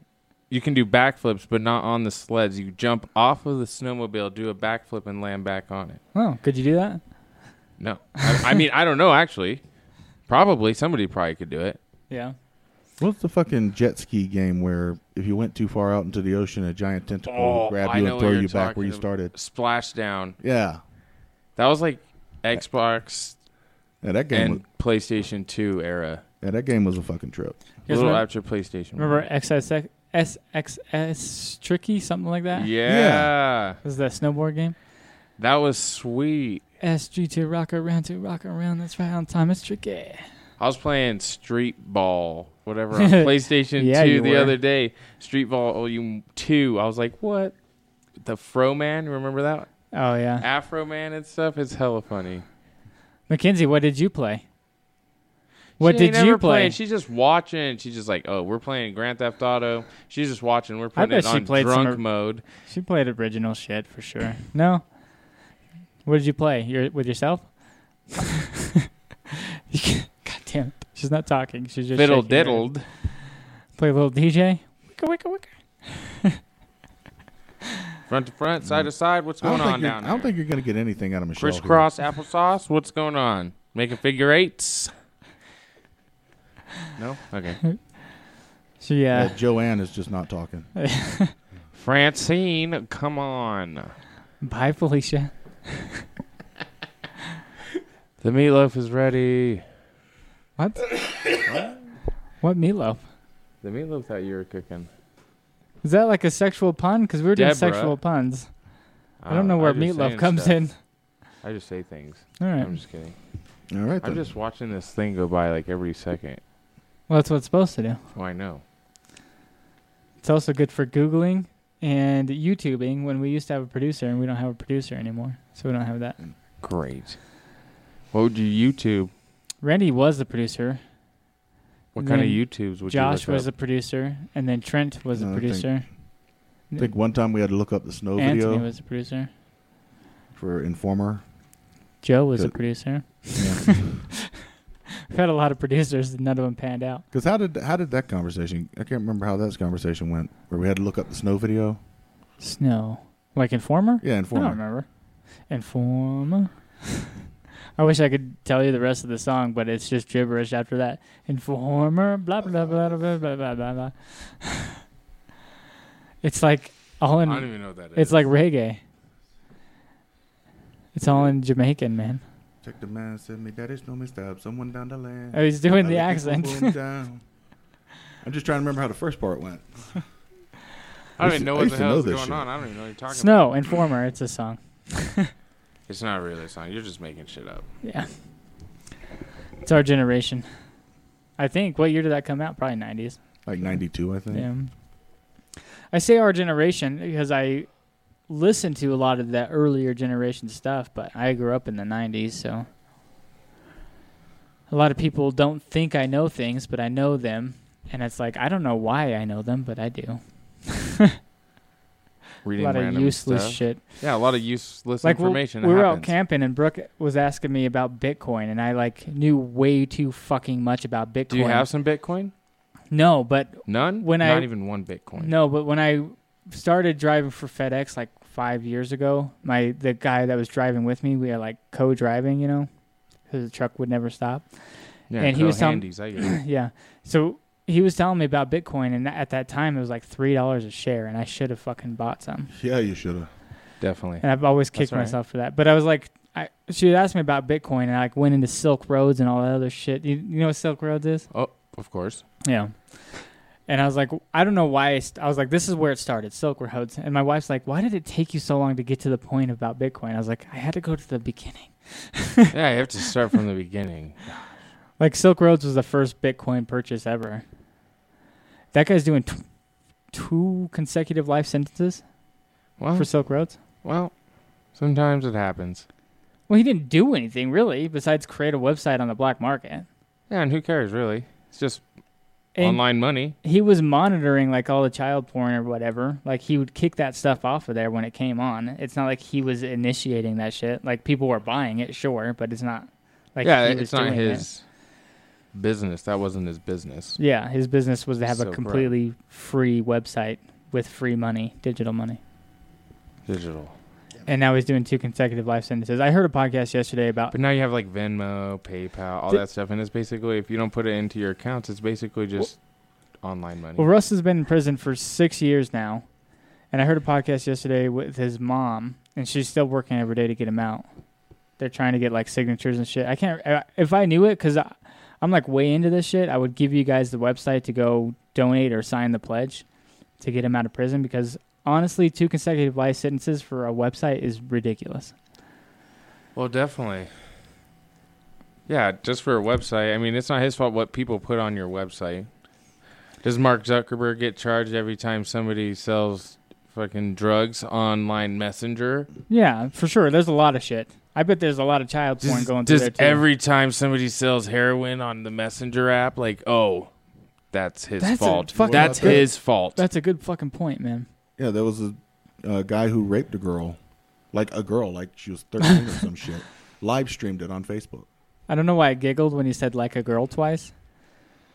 [SPEAKER 5] you can do backflips, but not on the sleds. You jump off of the snowmobile, do a backflip, and land back on it.
[SPEAKER 3] Oh, could you do that?
[SPEAKER 5] No, I, I mean I don't know actually. Probably somebody probably could do it.
[SPEAKER 3] Yeah.
[SPEAKER 4] What's the fucking jet ski game where if you went too far out into the ocean, a giant tentacle
[SPEAKER 5] Oh,
[SPEAKER 4] would grab
[SPEAKER 5] I
[SPEAKER 4] you and
[SPEAKER 5] know what
[SPEAKER 4] throw
[SPEAKER 5] you're
[SPEAKER 4] you back where
[SPEAKER 5] talking
[SPEAKER 4] you started?
[SPEAKER 5] ab- Splashdown.
[SPEAKER 4] Yeah.
[SPEAKER 5] That was like Xbox
[SPEAKER 4] Yeah, that game. Was,
[SPEAKER 5] and PlayStation Two era.
[SPEAKER 4] yeah, that game was a fucking trip.
[SPEAKER 5] A
[SPEAKER 3] Here's
[SPEAKER 5] little
[SPEAKER 3] my-
[SPEAKER 5] after PlayStation. one.
[SPEAKER 3] Remember XSX, SXS Tricky, something like that?
[SPEAKER 5] Yeah.
[SPEAKER 3] Was that snowboard game?
[SPEAKER 5] that was sweet.
[SPEAKER 3] SG2 rock around to rock around. That's right on time. It's tricky.
[SPEAKER 5] I was playing Street Ball, whatever, on PlayStation
[SPEAKER 3] Yeah,
[SPEAKER 5] 2
[SPEAKER 3] you
[SPEAKER 5] the
[SPEAKER 3] were.
[SPEAKER 5] other day. Street Ball Volume 2. I was like, what? The Fro Man, remember that?
[SPEAKER 3] Oh yeah.
[SPEAKER 5] Afro Man and stuff? It's hella funny.
[SPEAKER 3] Mackenzie, what did you play? What
[SPEAKER 5] She ain't
[SPEAKER 3] did you
[SPEAKER 5] never
[SPEAKER 3] play?
[SPEAKER 5] playing. She's just watching. She's just like, oh, we're playing Grand Theft Auto. She's just watching. We're putting
[SPEAKER 3] bet
[SPEAKER 5] it
[SPEAKER 3] she
[SPEAKER 5] on
[SPEAKER 3] played some
[SPEAKER 5] drunk
[SPEAKER 3] of-
[SPEAKER 5] mode.
[SPEAKER 3] She played original shit for sure. No. What did you play? Your with yourself? You can't- God damn it. She's not talking. She's just
[SPEAKER 5] Fiddle
[SPEAKER 3] shaking her head.
[SPEAKER 5] diddled.
[SPEAKER 3] Play a little DJ. Wicka wicka wicka.
[SPEAKER 5] Front to front, side to side. What's
[SPEAKER 4] I
[SPEAKER 5] going
[SPEAKER 4] don't, think
[SPEAKER 5] on
[SPEAKER 4] you're,
[SPEAKER 5] down
[SPEAKER 4] I
[SPEAKER 5] there?
[SPEAKER 4] don't think you're gonna get anything out of Michelle. here.
[SPEAKER 5] Crisscross applesauce. What's going on? Making figure eights. No? Okay.
[SPEAKER 3] She uh,
[SPEAKER 4] Yeah, Joanne is just not talking.
[SPEAKER 5] Francine, come on.
[SPEAKER 3] Bye, Felicia.
[SPEAKER 5] The meatloaf is ready.
[SPEAKER 3] What? what meatloaf?
[SPEAKER 5] The meatloaf that you were cooking.
[SPEAKER 3] Is that like a sexual pun? Because we were doing
[SPEAKER 5] Deborah.
[SPEAKER 3] sexual puns. I
[SPEAKER 5] Uh,
[SPEAKER 3] don't know where
[SPEAKER 5] just
[SPEAKER 3] meatloaf
[SPEAKER 5] saying
[SPEAKER 3] comes
[SPEAKER 5] stuff.
[SPEAKER 3] in.
[SPEAKER 5] I just say things.
[SPEAKER 3] All right.
[SPEAKER 5] I'm just kidding.
[SPEAKER 4] All right. then.
[SPEAKER 5] I'm just watching this thing go by like every second.
[SPEAKER 3] Well, that's what it's supposed to do.
[SPEAKER 5] Oh, I know.
[SPEAKER 3] It's also good for Googling and YouTubing when we used to have a producer and we don't have a producer anymore. So we don't have that.
[SPEAKER 5] Great. What would you YouTube?
[SPEAKER 3] Randy was the producer.
[SPEAKER 5] What
[SPEAKER 3] And
[SPEAKER 5] kind of
[SPEAKER 3] then
[SPEAKER 5] YouTubes would
[SPEAKER 3] Josh
[SPEAKER 5] you look
[SPEAKER 3] was the
[SPEAKER 5] up?
[SPEAKER 3] producer. And then Trent was the
[SPEAKER 4] No, I think-
[SPEAKER 3] producer.
[SPEAKER 4] I think one time we had to look up the snow
[SPEAKER 3] Anthony
[SPEAKER 4] video
[SPEAKER 3] was the producer.
[SPEAKER 4] for Informer.
[SPEAKER 3] Joe was the
[SPEAKER 4] Good.
[SPEAKER 3] producer.
[SPEAKER 4] Because
[SPEAKER 3] We had a lot of producers and none of them panned out.
[SPEAKER 4] how did how did that conversation? I can't remember how that conversation went. Where we had to look up the snow video.
[SPEAKER 3] Snow. Like Informer?
[SPEAKER 4] Yeah,
[SPEAKER 3] I don't
[SPEAKER 4] Informer.
[SPEAKER 3] remember. Informer. I wish I could tell you the rest of the song, but it's just gibberish after that. Informer, blah blah blah blah blah blah blah blah. blah. it's like all
[SPEAKER 5] I don't
[SPEAKER 3] in.
[SPEAKER 5] even know what that is.
[SPEAKER 3] It's like reggae. It's all in Jamaican, man.
[SPEAKER 4] Check the man said me daddy snow me stab someone down the lane.
[SPEAKER 3] Oh, he's doing
[SPEAKER 4] I
[SPEAKER 3] the
[SPEAKER 4] let
[SPEAKER 3] accent.
[SPEAKER 4] boom down. I'm just trying to remember how the first part went.
[SPEAKER 5] I don't even know
[SPEAKER 4] I
[SPEAKER 5] what
[SPEAKER 4] used
[SPEAKER 5] the
[SPEAKER 4] to know
[SPEAKER 5] hell is
[SPEAKER 4] this
[SPEAKER 5] going
[SPEAKER 4] shit.
[SPEAKER 5] on. I don't even know what you're talking about.
[SPEAKER 3] Snow Informer. It's a song.
[SPEAKER 5] It's not really a song. You're just making shit up.
[SPEAKER 3] Yeah. It's our generation. I think. What year did that come out? Probably nineties.
[SPEAKER 4] Like 92, I think.
[SPEAKER 3] Yeah. I say our generation because I listened to a lot of that earlier generation stuff, but I grew up in the 90s, so a lot of people don't think I know things, but I know them. And it's like, I don't know why I know them, but I do.
[SPEAKER 5] Reading
[SPEAKER 3] a lot of
[SPEAKER 5] random
[SPEAKER 3] useless
[SPEAKER 5] stuff.
[SPEAKER 3] shit.
[SPEAKER 5] Yeah, a lot of useless
[SPEAKER 3] Like, we'll-
[SPEAKER 5] information.
[SPEAKER 3] we
[SPEAKER 5] that
[SPEAKER 3] were out
[SPEAKER 5] happens.
[SPEAKER 3] camping, and Brooke was asking me about Bitcoin, and I like knew way too fucking much about Bitcoin.
[SPEAKER 5] Do you have some Bitcoin?
[SPEAKER 3] No, but
[SPEAKER 5] None.
[SPEAKER 3] When
[SPEAKER 5] not
[SPEAKER 3] I-
[SPEAKER 5] even one Bitcoin.
[SPEAKER 3] No, but when I started driving for FedEx like five years ago, my the guy that was driving with me, we had like co-driving, you know, because the truck would never stop.
[SPEAKER 5] Yeah,
[SPEAKER 3] and he was telling-
[SPEAKER 5] handies. I get it.
[SPEAKER 3] yeah, so he was telling me about Bitcoin, and at that time it was like three dollars a share, and I should have fucking bought some.
[SPEAKER 4] Yeah, you should have.
[SPEAKER 5] Definitely.
[SPEAKER 3] And I've always
[SPEAKER 5] That's
[SPEAKER 3] kicked
[SPEAKER 5] all right.
[SPEAKER 3] myself for that. But I was like, I she asked me about Bitcoin, and I like went into Silk Roads and all that other shit. You, you know what Silk Roads is?
[SPEAKER 5] Oh, of course.
[SPEAKER 3] Yeah. And I was like, I don't know why. I, st- I was like, this is where it started, Silk Roads. And my wife's like, why did it take you so long to get to the point about Bitcoin? I was like, I had to go to the beginning.
[SPEAKER 5] yeah, you have to start from the beginning.
[SPEAKER 3] Like, Silk Roads was the first Bitcoin purchase ever. That guy's doing t- two consecutive life sentences
[SPEAKER 5] Well,
[SPEAKER 3] for Silk Roads.
[SPEAKER 5] well, sometimes it happens.
[SPEAKER 3] Well, he didn't do anything really besides create a website on the black market.
[SPEAKER 5] Yeah, and who cares really? It's just
[SPEAKER 3] And
[SPEAKER 5] online money.
[SPEAKER 3] he was monitoring like all the child porn or whatever. Like he would kick that stuff off of there when it came on. It's not like he was initiating that shit. Like people were buying it, sure, but it's not like
[SPEAKER 5] yeah,
[SPEAKER 3] he was
[SPEAKER 5] it's not
[SPEAKER 3] doing it.
[SPEAKER 5] his business. That wasn't his business.
[SPEAKER 3] Yeah, his business was to have
[SPEAKER 5] So
[SPEAKER 3] a
[SPEAKER 5] proud.
[SPEAKER 3] completely free website with free money, digital money.
[SPEAKER 5] Digital.
[SPEAKER 3] And now he's doing two consecutive life sentences. I heard a podcast yesterday about
[SPEAKER 5] But now you have like Venmo, PayPal, all
[SPEAKER 3] Th-
[SPEAKER 5] that stuff, and it's basically if you don't put it into your accounts, it's basically just online money.
[SPEAKER 3] Well, Russ has been in prison for six years now, and I heard a podcast yesterday with his mom, and she's still working every day to get him out. They're trying to get like signatures and shit. I can't. I- If I knew it, because I'm like way into this shit, I would give you guys the website to go donate or sign the pledge to get him out of prison. Because honestly, two consecutive life sentences for a website is ridiculous.
[SPEAKER 5] Well, definitely. Yeah, just for a website. I mean, it's not his fault what people put on your website. Does Mark Zuckerberg get charged every time somebody sells fucking drugs online messenger?
[SPEAKER 3] Yeah, for sure. There's a lot of shit. I bet there's a lot of child porn
[SPEAKER 5] Does,
[SPEAKER 3] going through
[SPEAKER 5] does
[SPEAKER 3] there too.
[SPEAKER 5] every time somebody sells heroin on the messenger app, like, oh, that's his
[SPEAKER 3] That's a
[SPEAKER 5] fault.
[SPEAKER 3] fucking-
[SPEAKER 5] That's
[SPEAKER 4] Well,
[SPEAKER 5] his fault.
[SPEAKER 3] That's a good fucking point, man.
[SPEAKER 4] Yeah, there was a, a guy who raped a girl, like a girl, like she was 13 or some shit. Live streamed it on Facebook.
[SPEAKER 3] I don't know why I giggled when you said like a girl twice.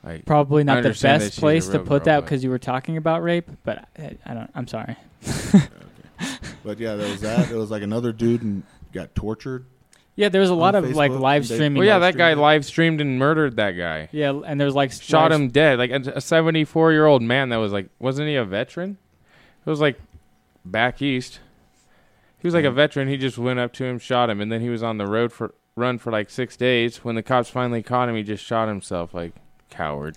[SPEAKER 5] Like,
[SPEAKER 3] Probably not the
[SPEAKER 5] understand that
[SPEAKER 3] best
[SPEAKER 5] she's a
[SPEAKER 3] place to
[SPEAKER 5] real
[SPEAKER 3] put
[SPEAKER 5] girl,
[SPEAKER 3] that
[SPEAKER 5] but-
[SPEAKER 3] because you were talking about rape, but I, I don't. I'm sorry.
[SPEAKER 4] But yeah, there was that. There was like another dude and got tortured.
[SPEAKER 3] Yeah, there was a
[SPEAKER 4] On
[SPEAKER 3] lot of like
[SPEAKER 4] Facebook,
[SPEAKER 3] live
[SPEAKER 4] they-
[SPEAKER 3] streaming.
[SPEAKER 5] well, Oh, yeah, that
[SPEAKER 4] live-streamed
[SPEAKER 5] guy
[SPEAKER 4] it.
[SPEAKER 5] live streamed and murdered that guy.
[SPEAKER 3] yeah, and there's like
[SPEAKER 5] shot
[SPEAKER 3] live-
[SPEAKER 5] him dead. Like a 74 year old man that was like, wasn't he a veteran? It was like back east. He was like a veteran. He just went up to him, shot him, and then he was on the road for run for like six days. When the cops finally caught him, he just shot himself like coward.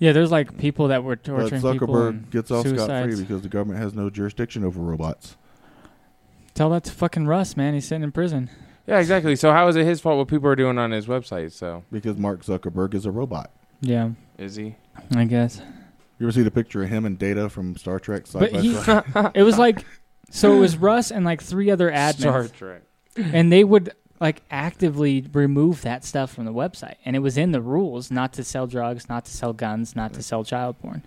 [SPEAKER 3] Yeah, there's like people that were
[SPEAKER 4] But
[SPEAKER 3] torturing people.
[SPEAKER 4] Zuckerberg
[SPEAKER 3] and
[SPEAKER 4] gets off scot free
[SPEAKER 3] suicides.
[SPEAKER 4] because the government has no jurisdiction over robots.
[SPEAKER 3] Tell that to fucking Russ, man. He's sitting in prison.
[SPEAKER 5] Yeah, exactly. So how is it his fault what people are doing on his website? So
[SPEAKER 4] Because Mark Zuckerberg is a robot.
[SPEAKER 3] Yeah,
[SPEAKER 5] is he?
[SPEAKER 3] I guess.
[SPEAKER 4] You ever see the picture of him and Data from Star Trek? Side
[SPEAKER 3] But
[SPEAKER 4] by
[SPEAKER 3] he-
[SPEAKER 4] side?
[SPEAKER 3] It was like, so it was Russ and like three other admins,
[SPEAKER 5] Star Trek.
[SPEAKER 3] and they would like actively remove that stuff from the website, and it was in the rules not to sell drugs, not to sell guns, not to sell child porn,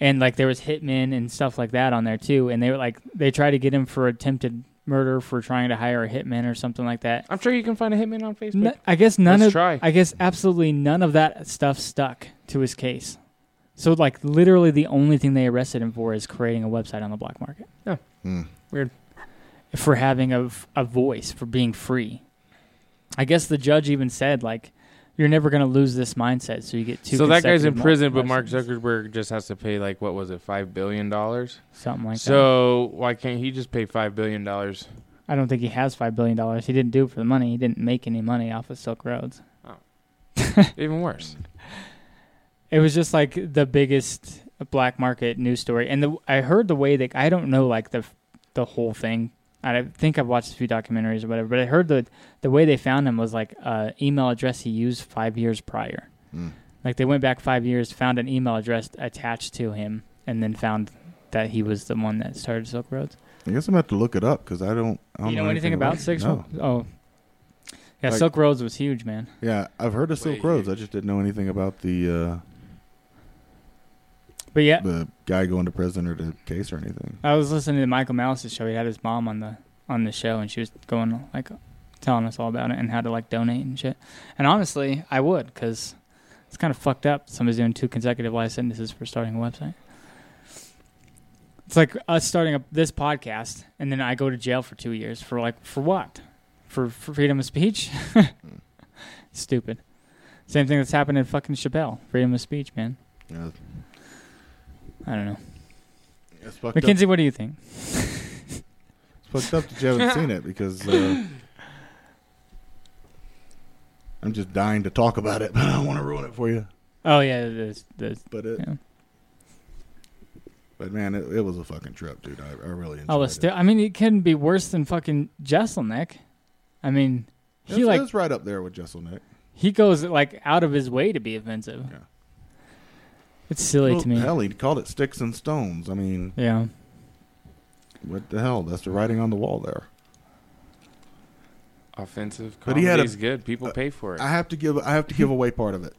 [SPEAKER 3] and like there was hitmen and stuff like that on there too, and they were like they tried to get him for attempted murder for trying to hire a hitman or something like that.
[SPEAKER 5] I'm sure you can find a hitman on Facebook.
[SPEAKER 3] N- I guess none
[SPEAKER 5] Let's
[SPEAKER 3] of
[SPEAKER 5] try.
[SPEAKER 3] I guess absolutely none of that stuff stuck to his case. So like literally the only thing they arrested him for is creating a website on the black market
[SPEAKER 4] Hmm.
[SPEAKER 3] for having a, v- a voice for being free. I guess the judge even said like you're never going to lose this mindset so you get two
[SPEAKER 5] so that guy's in
[SPEAKER 3] consecutive mo-
[SPEAKER 5] prison, but Mark
[SPEAKER 3] lessons.
[SPEAKER 5] Zuckerberg just has to pay like what was it, five billion dollars?
[SPEAKER 3] something like that.
[SPEAKER 5] So why can't he just pay five billion dollars?
[SPEAKER 3] I don't think he has 5 billion dollars. He didn't do it for the money. He didn't make any money off of Silk Roads.
[SPEAKER 5] Even worse.
[SPEAKER 3] It was just like the biggest black market news story, and the I heard the way that I don't know like the the whole thing. I think I've watched a few documentaries or whatever, but I heard the the way they found him was like uh, email address he used five years prior.
[SPEAKER 4] Mm.
[SPEAKER 3] Like they went back five years, found an email address attached to him, and then found that he was the one that started Silk Roads.
[SPEAKER 4] I guess I'm gonna have to look it up because I don't. I don't
[SPEAKER 3] you know, anything about Six?
[SPEAKER 4] No.
[SPEAKER 3] Oh, yeah,
[SPEAKER 4] Like-
[SPEAKER 3] Silk Roads was huge, man.
[SPEAKER 4] Yeah, I've heard of Silk
[SPEAKER 5] Wait,
[SPEAKER 4] Roads.
[SPEAKER 5] you-
[SPEAKER 4] I just didn't know anything about the
[SPEAKER 3] But
[SPEAKER 4] uh,
[SPEAKER 3] yeah,
[SPEAKER 4] the guy going to prison or the case or anything.
[SPEAKER 3] I was listening to Michael Malice's show. He had his mom on the on the show, and she was going like telling us all about it and how to like donate and shit. And honestly, I would because it's kind of fucked up. Somebody's doing two consecutive life sentences for starting a website. It's like us starting a, this podcast, and then I go to jail for two years for like for what? For, for freedom of speech? Stupid. Same thing that's happened in fucking Chappelle. Freedom of speech, man.
[SPEAKER 4] Yeah,
[SPEAKER 3] I don't know.
[SPEAKER 4] it's fucked up.
[SPEAKER 3] Mackenzie, what do you think?
[SPEAKER 4] It's fucked up that you haven't seen it because uh, I'm just dying to talk about it, but I don't want to ruin it for you.
[SPEAKER 3] Oh yeah, the, the
[SPEAKER 4] But it,
[SPEAKER 3] Yeah.
[SPEAKER 4] but man, it, it was a fucking trip, dude. I, I really enjoyed
[SPEAKER 3] Oh, well,
[SPEAKER 4] it.
[SPEAKER 3] still, I mean, it couldn't be worse than fucking Jesselnick. I mean,
[SPEAKER 4] It
[SPEAKER 3] he
[SPEAKER 4] was-
[SPEAKER 3] like
[SPEAKER 4] it was right up there with Jesselnick.
[SPEAKER 3] he goes like out of his way to be offensive.
[SPEAKER 4] Yeah.
[SPEAKER 3] It's silly
[SPEAKER 4] Well,
[SPEAKER 3] to me.
[SPEAKER 4] Hell, he called it sticks and stones. I mean,
[SPEAKER 3] Yeah,
[SPEAKER 4] what the hell? That's the writing on the wall there.
[SPEAKER 5] Offensive
[SPEAKER 4] But he had a-
[SPEAKER 5] comedy is good. People
[SPEAKER 4] uh,
[SPEAKER 5] pay for it.
[SPEAKER 4] I have to give I have to give away part of it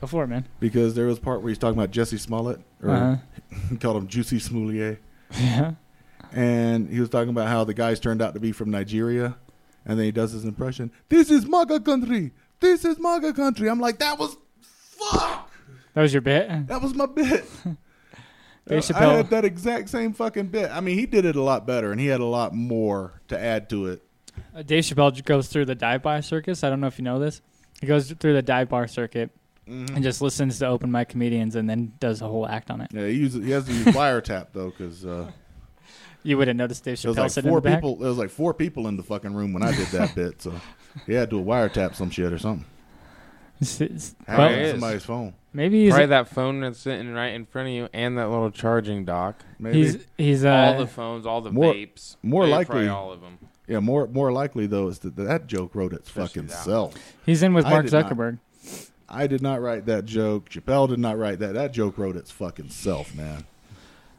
[SPEAKER 3] go for it, man.
[SPEAKER 4] because there was part where he's talking about Jesse Smollett, or
[SPEAKER 3] Uh-huh.
[SPEAKER 4] he called him Juicy Smoulier,
[SPEAKER 3] Yeah,
[SPEAKER 4] and he was talking about how the guys turned out to be from Nigeria, and then he does his impression. This is MAGA country. This is MAGA country. I'm like, that was fuck.
[SPEAKER 3] that was your bit. Uh,
[SPEAKER 4] That was my bit.
[SPEAKER 3] Dave
[SPEAKER 4] I
[SPEAKER 3] Chappelle.
[SPEAKER 4] had that exact same fucking bit. I mean, he did it a lot better, and he had a lot more to add to it.
[SPEAKER 3] Uh, Dave Chappelle j- goes through the dive bar circus. I don't know if you know this. He goes through the dive bar circuit
[SPEAKER 4] Mm-hmm.
[SPEAKER 3] and just listens to open mic comedians and then does a whole act on it.
[SPEAKER 4] Yeah, he, uses, he has to use wiretap though, because uh,
[SPEAKER 3] You would have noticed Dave
[SPEAKER 4] There
[SPEAKER 3] Chappelle
[SPEAKER 4] was like
[SPEAKER 3] sitting in
[SPEAKER 4] four
[SPEAKER 3] the back.
[SPEAKER 4] people. There was like four people in the fucking room when I did that bit. So yeah, I do a wiretap some shit or something.
[SPEAKER 3] S- s-
[SPEAKER 4] Hack
[SPEAKER 5] Well-
[SPEAKER 4] into
[SPEAKER 5] It is.
[SPEAKER 4] somebody's phone.
[SPEAKER 3] Maybe he's
[SPEAKER 5] Probably that phone that's sitting right in front of you, and that little charging dock.
[SPEAKER 4] Maybe.
[SPEAKER 3] he's he's uh,
[SPEAKER 5] all the phones, all the
[SPEAKER 4] more-
[SPEAKER 5] vapes.
[SPEAKER 4] more
[SPEAKER 5] Yeah,
[SPEAKER 4] likely-
[SPEAKER 5] probably all of them.
[SPEAKER 4] yeah, more more likely though is that that joke wrote its
[SPEAKER 5] Especially
[SPEAKER 4] fucking
[SPEAKER 5] that
[SPEAKER 4] self.
[SPEAKER 3] he's in with
[SPEAKER 4] I
[SPEAKER 3] Mark
[SPEAKER 4] did not.
[SPEAKER 3] Zuckerberg.
[SPEAKER 4] I did not write that joke. Chappelle did not write that. That joke wrote its fucking self, man.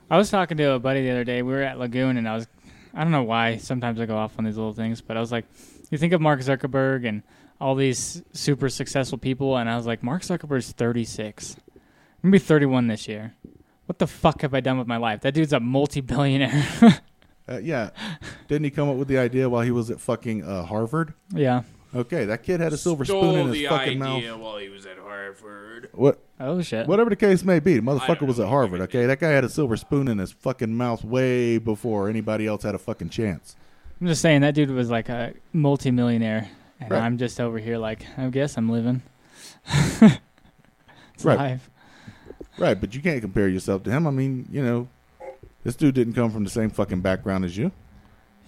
[SPEAKER 3] I was talking to a buddy the other day. We were at Lagoon, and I was, I don't know why. Sometimes I go off on these little things, but I was like, you think of Mark Zuckerberg and all these super successful people, and I was like, Mark Zuckerberg's 36. I'm gonna be 31 this year. What the fuck have I done with my life? That dude's a multi-billionaire.
[SPEAKER 4] Uh, yeah, didn't he come up with the idea while he was at fucking uh, Harvard?
[SPEAKER 3] yeah.
[SPEAKER 4] Okay, that kid had a silver spoon in his fucking mouth.
[SPEAKER 5] while he was at Harvard.
[SPEAKER 4] What,
[SPEAKER 3] Oh shit.
[SPEAKER 4] whatever the case may be, the
[SPEAKER 5] I
[SPEAKER 4] motherfucker
[SPEAKER 5] don't
[SPEAKER 4] was
[SPEAKER 5] know
[SPEAKER 4] at
[SPEAKER 5] what
[SPEAKER 4] Harvard.
[SPEAKER 5] he did.
[SPEAKER 4] Okay, that guy had a silver spoon in his fucking mouth way before anybody else had a fucking chance.
[SPEAKER 3] I'm just saying that dude was like a multi-millionaire, and
[SPEAKER 4] Right.
[SPEAKER 3] I'm just over here like, I guess I'm living. it's
[SPEAKER 4] Right.
[SPEAKER 3] life.
[SPEAKER 4] Right, but you can't compare yourself to him. I mean, you know, this dude didn't come from the same fucking background as you.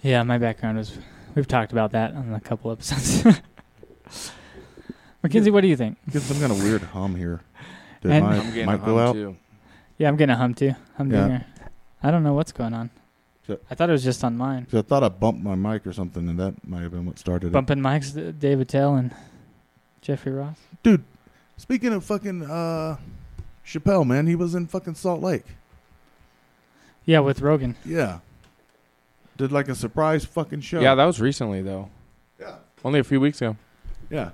[SPEAKER 3] Yeah, my background was We've talked about that on a couple episodes. Mackenzie, what do you think?
[SPEAKER 4] Get some kind of weird hum here. Did
[SPEAKER 3] And-
[SPEAKER 5] I'm
[SPEAKER 4] my
[SPEAKER 5] getting
[SPEAKER 4] mic
[SPEAKER 5] hung
[SPEAKER 4] go out?
[SPEAKER 5] too.
[SPEAKER 3] Yeah, I'm getting a hum too. Hum
[SPEAKER 4] Yeah.
[SPEAKER 3] dinger. I don't know what's going on.
[SPEAKER 4] So-
[SPEAKER 3] I thought it was just on mine.
[SPEAKER 4] 'Cause I thought I bumped my mic or something, and that might have been what started it.
[SPEAKER 3] Bumping mics, D- David Tell and Jeffrey Ross.
[SPEAKER 4] Speaking of fucking uh, Chappelle, man, he was in fucking Salt Lake.
[SPEAKER 3] Yeah, with Rogan.
[SPEAKER 4] Yeah. Did like a surprise fucking show.
[SPEAKER 5] Yeah, that was recently though.
[SPEAKER 4] yeah.
[SPEAKER 5] Only a few weeks ago.
[SPEAKER 4] Yeah.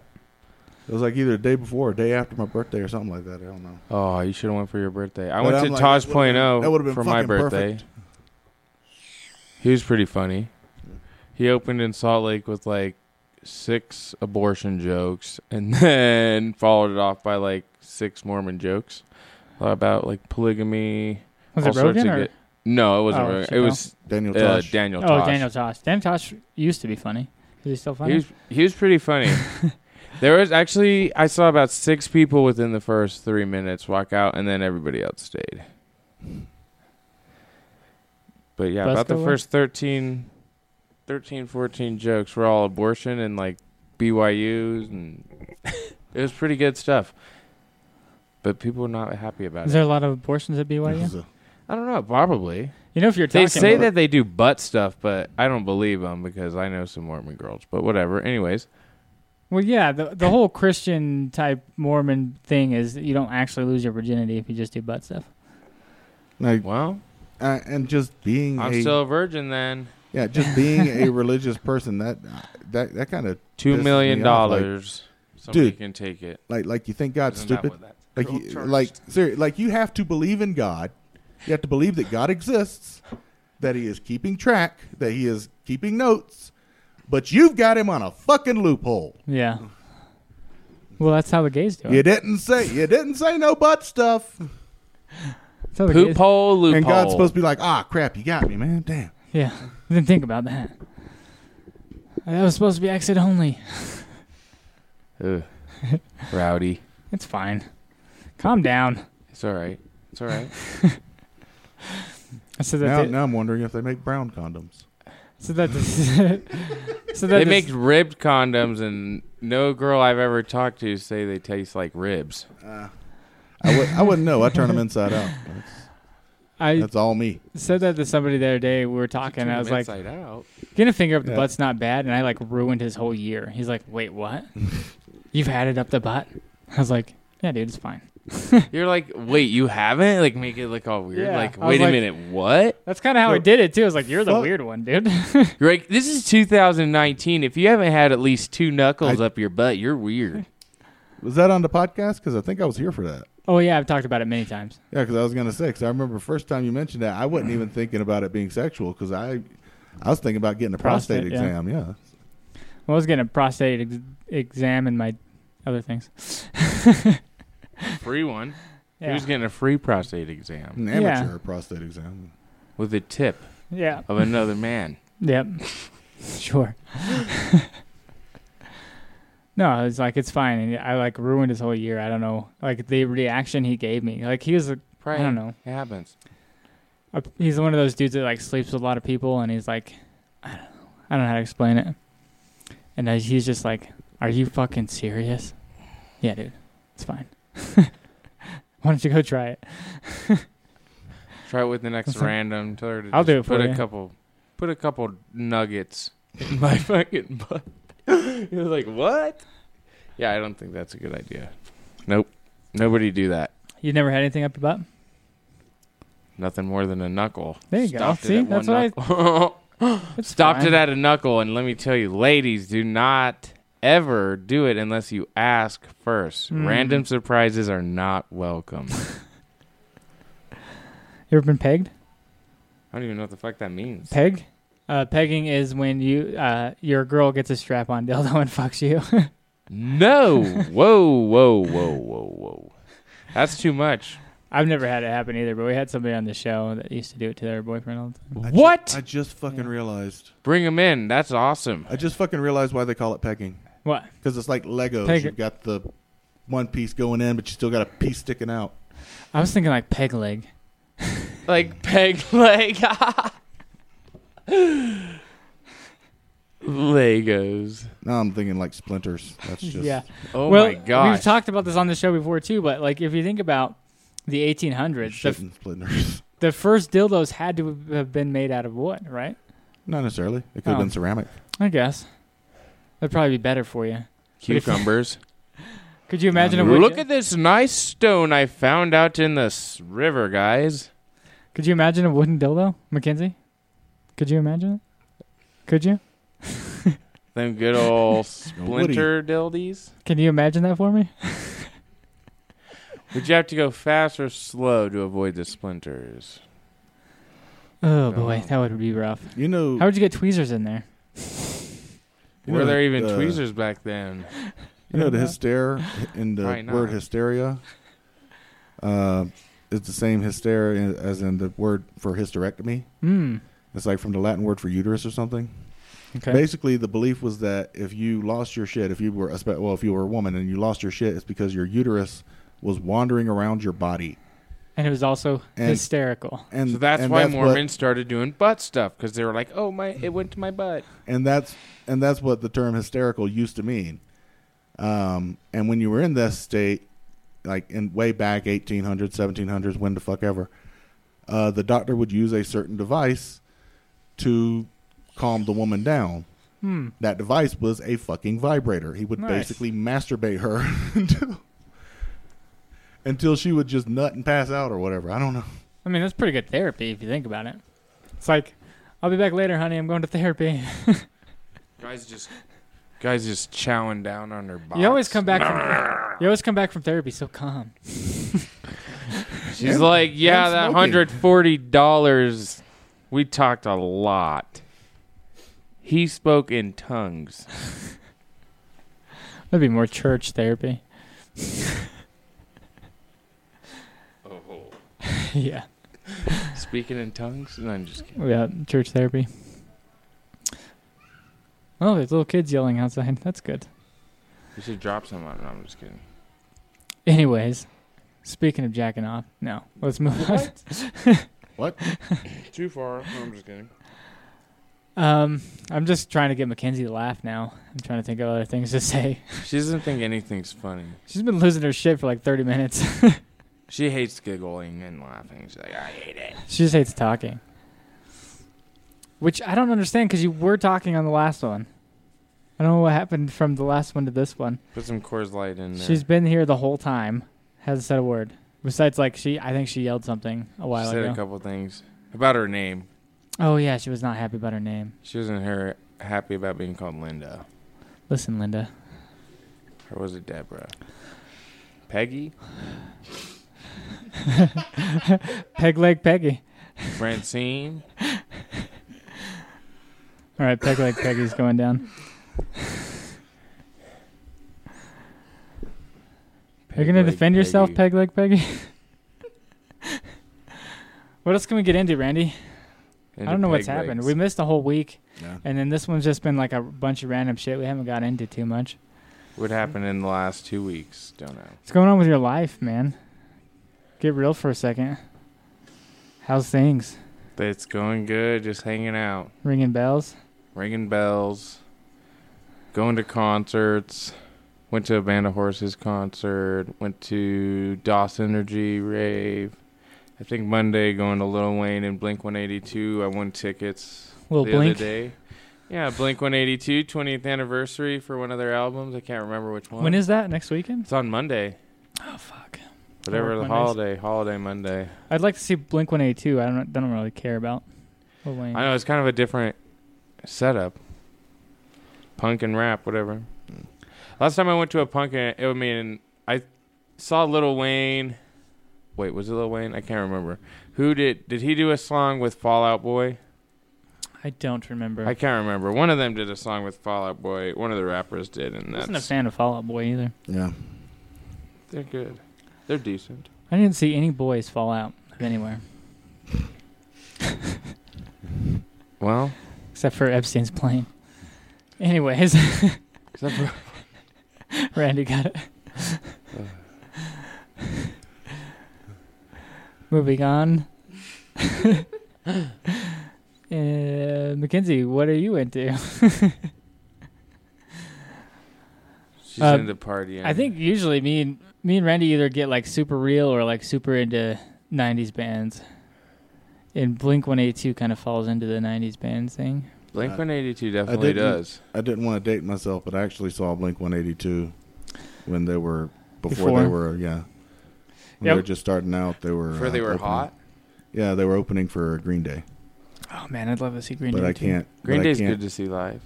[SPEAKER 4] It was like either the day before or day after my birthday or something like that. I don't know.
[SPEAKER 5] Oh, you should have went for your birthday. I
[SPEAKER 4] But
[SPEAKER 5] went
[SPEAKER 4] I'm
[SPEAKER 5] to
[SPEAKER 4] like,
[SPEAKER 5] Taj
[SPEAKER 4] that would've
[SPEAKER 5] Point
[SPEAKER 4] been-
[SPEAKER 5] O
[SPEAKER 4] that would've been
[SPEAKER 5] for my
[SPEAKER 4] fucking
[SPEAKER 5] birthday.
[SPEAKER 4] perfect.
[SPEAKER 5] He was pretty funny. He opened in Salt Lake with like six abortion jokes, and then followed it off by like six Mormon jokes about like polygamy.
[SPEAKER 3] Was
[SPEAKER 5] all
[SPEAKER 3] it
[SPEAKER 5] sorts
[SPEAKER 3] Rogan
[SPEAKER 5] of
[SPEAKER 3] or
[SPEAKER 5] good- No, it wasn't.
[SPEAKER 3] Oh,
[SPEAKER 5] Rogan. It
[SPEAKER 3] Chappelle?
[SPEAKER 5] was
[SPEAKER 4] Daniel
[SPEAKER 5] uh,
[SPEAKER 4] Tosh.
[SPEAKER 5] Daniel.
[SPEAKER 3] Oh,
[SPEAKER 5] Tosh.
[SPEAKER 3] Daniel Tosh. Daniel Tosh used to be funny. Is he still funny?
[SPEAKER 5] He was he was pretty funny. there was actually I saw about six people within the first three minutes walk out, and then everybody else stayed. But yeah, about the
[SPEAKER 3] Busco
[SPEAKER 5] first 13, 13, 14 jokes were all abortion and like BYU's, and it was pretty good stuff. But people were not happy about
[SPEAKER 3] Is
[SPEAKER 5] it.
[SPEAKER 3] there a lot of abortions at
[SPEAKER 4] This
[SPEAKER 3] BYU?
[SPEAKER 4] is a-
[SPEAKER 5] I don't know, probably.
[SPEAKER 3] You know, if you're talking,
[SPEAKER 5] They say
[SPEAKER 3] about-
[SPEAKER 5] that they do butt stuff, but I don't believe them because I know some Mormon girls. But whatever. Anyways,
[SPEAKER 3] Well, yeah, the the whole Christian type Mormon thing is that you don't actually lose your virginity if you just do butt stuff.
[SPEAKER 4] like,
[SPEAKER 5] well,
[SPEAKER 4] uh, and just being
[SPEAKER 5] I'm
[SPEAKER 4] a
[SPEAKER 5] still a virgin then.
[SPEAKER 4] yeah, just being a religious person that that that kind of
[SPEAKER 5] Two
[SPEAKER 4] Pissed
[SPEAKER 5] million
[SPEAKER 4] me off, like,
[SPEAKER 5] dollars. Somebody
[SPEAKER 4] dude,
[SPEAKER 5] can take it.
[SPEAKER 4] like like you think God's
[SPEAKER 5] Isn't that
[SPEAKER 4] stupid.
[SPEAKER 5] what that-
[SPEAKER 4] Like,
[SPEAKER 5] Girl
[SPEAKER 4] you,
[SPEAKER 5] charged.
[SPEAKER 4] like, seri- like you have to believe in God. You have to believe that God exists, that He is keeping track, that He is keeping notes, but you've got Him on a fucking loophole.
[SPEAKER 3] Yeah. Well, that's how the gays do it.
[SPEAKER 4] You didn't say, you didn't say no butt stuff,
[SPEAKER 3] That's how the
[SPEAKER 5] poop
[SPEAKER 3] gays-
[SPEAKER 5] hole loophole.
[SPEAKER 4] and God's supposed to be like, ah, crap, you got me, man, damn.
[SPEAKER 3] Yeah. I didn't think about that. That was supposed to be exit only.
[SPEAKER 5] Ugh. rowdy.
[SPEAKER 3] It's fine. Calm down.
[SPEAKER 5] It's all right. It's all right.
[SPEAKER 3] I said that.
[SPEAKER 4] Now,
[SPEAKER 3] to-
[SPEAKER 4] now I'm wondering if they make brown condoms.
[SPEAKER 3] So that. to- so that.
[SPEAKER 5] they
[SPEAKER 3] to-
[SPEAKER 5] make ribbed condoms, and no girl I've ever talked to say they taste like ribs.
[SPEAKER 4] I w- I wouldn't know. I turn them inside out. That's,
[SPEAKER 3] I
[SPEAKER 4] that's all me.
[SPEAKER 3] said that to somebody the other day. We were talking. and I was like,
[SPEAKER 5] inside out.
[SPEAKER 3] "Getting a finger up the
[SPEAKER 4] Yeah.
[SPEAKER 3] butt's not bad," and I like ruined his whole year. He's like, "Wait, what? You've had it up the butt?" I was like, "Yeah, dude, it's fine."
[SPEAKER 5] You're like, wait, you haven't? Like, make it look all weird.
[SPEAKER 3] Yeah.
[SPEAKER 5] Like,
[SPEAKER 3] I was
[SPEAKER 5] wait a
[SPEAKER 3] like-
[SPEAKER 5] minute, what?
[SPEAKER 3] That's kind of how I
[SPEAKER 4] No.
[SPEAKER 3] did it too. I was like, "You're the
[SPEAKER 4] Fuck.
[SPEAKER 3] weird one, dude."
[SPEAKER 5] You're like, this is 2019. If you haven't had at least two knuckles
[SPEAKER 4] I-
[SPEAKER 5] up your butt, you're weird.
[SPEAKER 4] Was that on the podcast? Because I think I was here for that.
[SPEAKER 3] oh yeah, I've talked about it many times.
[SPEAKER 4] Yeah, because I was gonna say. Because I remember first time you mentioned that, I wasn't even thinking about it being sexual. Because I, I was thinking about getting a prostate,
[SPEAKER 3] Prostate, yeah.
[SPEAKER 4] exam. Yeah.
[SPEAKER 3] Well, I was getting a prostate ex- exam and my other things.
[SPEAKER 5] Free one.
[SPEAKER 3] Yeah.
[SPEAKER 5] Who's getting a free prostate exam
[SPEAKER 4] an
[SPEAKER 3] Yeah.
[SPEAKER 4] amateur prostate exam.
[SPEAKER 5] with a tip
[SPEAKER 3] yeah.
[SPEAKER 5] of another man?
[SPEAKER 3] Yep. sure. no, it's like it's fine, and I like ruined his whole year. I don't know, like the reaction he gave me. Like he was, a, I
[SPEAKER 5] Right.
[SPEAKER 3] don't know,
[SPEAKER 5] It happens.
[SPEAKER 3] a, he's one of those dudes that like sleeps with a lot of people, and he's like, I don't know, I don't know how to explain it. And I, he's just like, Are you fucking serious? Yeah, dude, it's fine. Why don't you go try it?
[SPEAKER 5] Try it with the next
[SPEAKER 3] That's not-
[SPEAKER 5] random. Tell her to
[SPEAKER 3] I'll
[SPEAKER 5] just
[SPEAKER 3] do it for
[SPEAKER 5] put a
[SPEAKER 3] you.
[SPEAKER 5] couple, put a couple nuggets in my fucking butt. You're like, what? Yeah, I don't think that's a good idea. Nope. Nobody do that.
[SPEAKER 3] You never had anything up your butt?
[SPEAKER 5] Nothing more than a knuckle.
[SPEAKER 3] There you go.
[SPEAKER 5] Stopped
[SPEAKER 3] See?
[SPEAKER 5] It at one
[SPEAKER 3] That's what I-
[SPEAKER 5] knuckle.
[SPEAKER 3] It's
[SPEAKER 5] Stopped
[SPEAKER 3] fine.
[SPEAKER 5] it at a knuckle, and let me tell you, ladies, do not ever do it unless you ask first.
[SPEAKER 3] Mm.
[SPEAKER 5] Random surprises are not welcome.
[SPEAKER 3] You ever been pegged?
[SPEAKER 5] I don't even know what the fuck that means.
[SPEAKER 3] Peg? Uh, pegging is when you uh, your girl gets a strap on dildo and fucks you.
[SPEAKER 5] No. whoa, whoa, whoa, whoa, whoa. That's too much.
[SPEAKER 3] I've never had it happen either, but we had somebody on the show that used to do it to their boyfriend all the time.
[SPEAKER 4] I ju-
[SPEAKER 5] what?
[SPEAKER 4] I just fucking
[SPEAKER 3] Yeah.
[SPEAKER 4] realized.
[SPEAKER 5] Bring him in. That's awesome.
[SPEAKER 4] I just fucking realized why they call it pegging.
[SPEAKER 3] What?
[SPEAKER 4] Because it's like Legos.
[SPEAKER 3] Peg-
[SPEAKER 4] You've got the one piece going in, but you still got a piece sticking out.
[SPEAKER 3] I was thinking like peg leg.
[SPEAKER 5] Like peg leg. Legos.
[SPEAKER 4] Now I'm thinking like splinters. That's just
[SPEAKER 3] yeah.
[SPEAKER 5] Oh
[SPEAKER 3] well,
[SPEAKER 5] my gosh.
[SPEAKER 3] we've talked about this on the show before too, but like if you think about the 1800s, the,
[SPEAKER 4] shit
[SPEAKER 3] f-
[SPEAKER 4] and splinters.
[SPEAKER 3] the first dildos had to have been made out of wood, right?
[SPEAKER 4] Not necessarily. It could have
[SPEAKER 3] Oh.
[SPEAKER 4] been ceramic.
[SPEAKER 3] I guess that'd probably be better for you.
[SPEAKER 5] Cucumbers.
[SPEAKER 3] Could you imagine a wood?
[SPEAKER 5] Look at this nice stone I found out in this river, guys.
[SPEAKER 3] Could you imagine a wooden dildo, Mackenzie? Could you imagine it? Could you?
[SPEAKER 5] Them good old splinter dildies.
[SPEAKER 3] Can you imagine that for me?
[SPEAKER 5] Would you have to go fast or slow to avoid the splinters?
[SPEAKER 3] Oh
[SPEAKER 5] No.
[SPEAKER 3] boy, Oh, that would be rough.
[SPEAKER 4] You know,
[SPEAKER 3] How would you get tweezers in there?
[SPEAKER 4] You
[SPEAKER 5] Were
[SPEAKER 4] know
[SPEAKER 5] there
[SPEAKER 4] that,
[SPEAKER 5] even
[SPEAKER 4] uh,
[SPEAKER 5] tweezers back then?
[SPEAKER 4] you know the hysteria in the
[SPEAKER 5] Probably not.
[SPEAKER 4] word hysteria. Uh, it's the same hysteria as in the word for hysterectomy.
[SPEAKER 3] Hmm.
[SPEAKER 4] It's like from the Latin word for uterus or something.
[SPEAKER 3] Okay.
[SPEAKER 4] Basically, the belief was that if you lost your shit, if you were a spe- well, if you were a woman and you lost your shit, it's because your uterus was wandering around your body.
[SPEAKER 3] and it was also
[SPEAKER 4] And-
[SPEAKER 3] hysterical.
[SPEAKER 4] And
[SPEAKER 5] So that's
[SPEAKER 4] and
[SPEAKER 5] why
[SPEAKER 4] what-
[SPEAKER 5] Mormons started doing butt stuff because they were like, "Oh my, it went to my butt."
[SPEAKER 4] and that's and that's what the term hysterical used to mean. Um, and when you were in this state, like in way back 1800s, 1700s, when the fuck ever, uh, the doctor would use a certain device to calm the woman down.
[SPEAKER 3] Hmm.
[SPEAKER 4] That device was a fucking vibrator. He would
[SPEAKER 3] Nice.
[SPEAKER 4] basically masturbate her until, until she would just nut and pass out or whatever. I don't know.
[SPEAKER 3] I mean, that's pretty good therapy if you think about it. It's like, I'll be back later, honey. I'm going to therapy.
[SPEAKER 5] Guys just, guys just chowing down on their box.
[SPEAKER 3] You always come back from you always come back from therapy so calm.
[SPEAKER 5] She's like, "Yeah,
[SPEAKER 4] and
[SPEAKER 5] that
[SPEAKER 4] smoking."
[SPEAKER 5] hundred forty dollars. We talked a lot. He spoke in tongues.
[SPEAKER 3] That'd be more church therapy. yeah,
[SPEAKER 5] Oh. Speaking in tongues? No, I'm just kidding.
[SPEAKER 3] yeah, church therapy. Oh, there's little kids yelling outside. That's good.
[SPEAKER 5] We should drop some on. No, I'm just kidding.
[SPEAKER 3] Anyways, speaking of jacking off, no, let's move on.
[SPEAKER 4] What?
[SPEAKER 5] Too far. No, I'm just kidding.
[SPEAKER 3] Um, I'm just trying to get Mackenzie to laugh now. I'm trying to think of other things to say.
[SPEAKER 5] She doesn't think anything's funny.
[SPEAKER 3] She's been losing her shit for like 30 minutes.
[SPEAKER 5] She hates giggling and laughing. She's like, I hate it.
[SPEAKER 3] She just hates talking. Which I don't understand because you were talking on the last one. I don't know what happened from the last one to this one.
[SPEAKER 5] Put some Coors Light in there.
[SPEAKER 3] She's been here the whole time, hasn't said a word. Besides, like she, I think she yelled something a
[SPEAKER 5] She
[SPEAKER 3] while
[SPEAKER 5] said
[SPEAKER 3] ago.
[SPEAKER 5] a couple things about her name.
[SPEAKER 3] oh yeah, she was not happy about her name.
[SPEAKER 5] She wasn't her happy about being called Linda,
[SPEAKER 3] Listen, Linda,
[SPEAKER 5] or was it Deborah? Peggy,
[SPEAKER 3] peg leg Peggy.
[SPEAKER 5] Francine.
[SPEAKER 3] All right, peg leg Peggy's going down. You're gonna
[SPEAKER 5] Peg-leg
[SPEAKER 3] defend yourself, peg
[SPEAKER 5] Peggy.
[SPEAKER 3] leg Peggy. what else can we get into, Randy?
[SPEAKER 5] Into
[SPEAKER 3] I don't know what's
[SPEAKER 5] peg
[SPEAKER 3] happened.
[SPEAKER 5] legs.
[SPEAKER 3] We missed a whole week.
[SPEAKER 4] Yeah.
[SPEAKER 3] And then this one's just been like a bunch of random shit we haven't got into too much.
[SPEAKER 5] What happened in the last two weeks? Don't know.
[SPEAKER 3] What's going on with your life, man? Get real for a second. How's things?
[SPEAKER 5] It's going good. Just hanging out,
[SPEAKER 3] Ringing bells?
[SPEAKER 5] ringing bells, going to concerts. Went to a Band of Horses concert. Went to DOS Energy rave. I think Monday going to Lil Wayne and Blink 182. I won tickets.
[SPEAKER 3] Little
[SPEAKER 5] the
[SPEAKER 3] blink.
[SPEAKER 5] other day. Yeah, Blink 182, 20th anniversary for one of their albums. I can't remember which one.
[SPEAKER 3] When is that? Next weekend?
[SPEAKER 5] It's on Monday.
[SPEAKER 3] Oh fuck.
[SPEAKER 5] Whatever
[SPEAKER 3] work
[SPEAKER 5] the
[SPEAKER 3] Oh, Mondays.
[SPEAKER 5] holiday, holiday Monday.
[SPEAKER 3] I'd like to see Blink 182. I don't. I don't really care about. Lil Wayne.
[SPEAKER 5] I know it's kind of a different setup. Punk and rap, whatever.
[SPEAKER 4] Mm.
[SPEAKER 5] Last time I went to a punk, and it, I mean, I saw Lil Wayne. Wait, was it Lil Wayne? I can't remember. Who did? Did he do a song with Fallout Boy?
[SPEAKER 3] I don't remember.
[SPEAKER 5] I can't remember. One of them did a song with Fallout Boy. One of the rappers did, and
[SPEAKER 3] I
[SPEAKER 5] that's
[SPEAKER 3] wasn't a fan of Fall Out Boy either.
[SPEAKER 4] Yeah.
[SPEAKER 5] they're good. They're decent.
[SPEAKER 3] I didn't see any boys fall out of anywhere
[SPEAKER 5] Well,
[SPEAKER 3] except for Epstein's plane. Anyways,
[SPEAKER 5] except for
[SPEAKER 3] Randy got it. Moving on. uh, Mackenzie, what are you into?
[SPEAKER 5] She's
[SPEAKER 3] Uh,
[SPEAKER 5] into partying.
[SPEAKER 3] I think usually me and me and Randy either get like super real or like super into '90s bands. And Blink 182 kind of falls into the '90s band thing.
[SPEAKER 5] Blink
[SPEAKER 4] I-
[SPEAKER 5] 182
[SPEAKER 4] Uh, I
[SPEAKER 5] definitely
[SPEAKER 4] didn't-
[SPEAKER 5] does.
[SPEAKER 4] I didn't want to date myself, but I actually saw Blink 182 when they were before,
[SPEAKER 3] Before?
[SPEAKER 4] they were yeah. When
[SPEAKER 3] Yep.
[SPEAKER 4] they were just starting out. They were
[SPEAKER 5] Before
[SPEAKER 4] uh,
[SPEAKER 5] they were
[SPEAKER 4] opening-
[SPEAKER 5] hot.
[SPEAKER 4] Yeah, they were opening for Green Day,
[SPEAKER 3] Oh man, I'd love to see Green
[SPEAKER 4] but
[SPEAKER 3] Day.
[SPEAKER 4] I
[SPEAKER 3] too.
[SPEAKER 4] can't.
[SPEAKER 5] Green
[SPEAKER 4] but
[SPEAKER 5] Day's
[SPEAKER 4] I can't,
[SPEAKER 5] good to see live.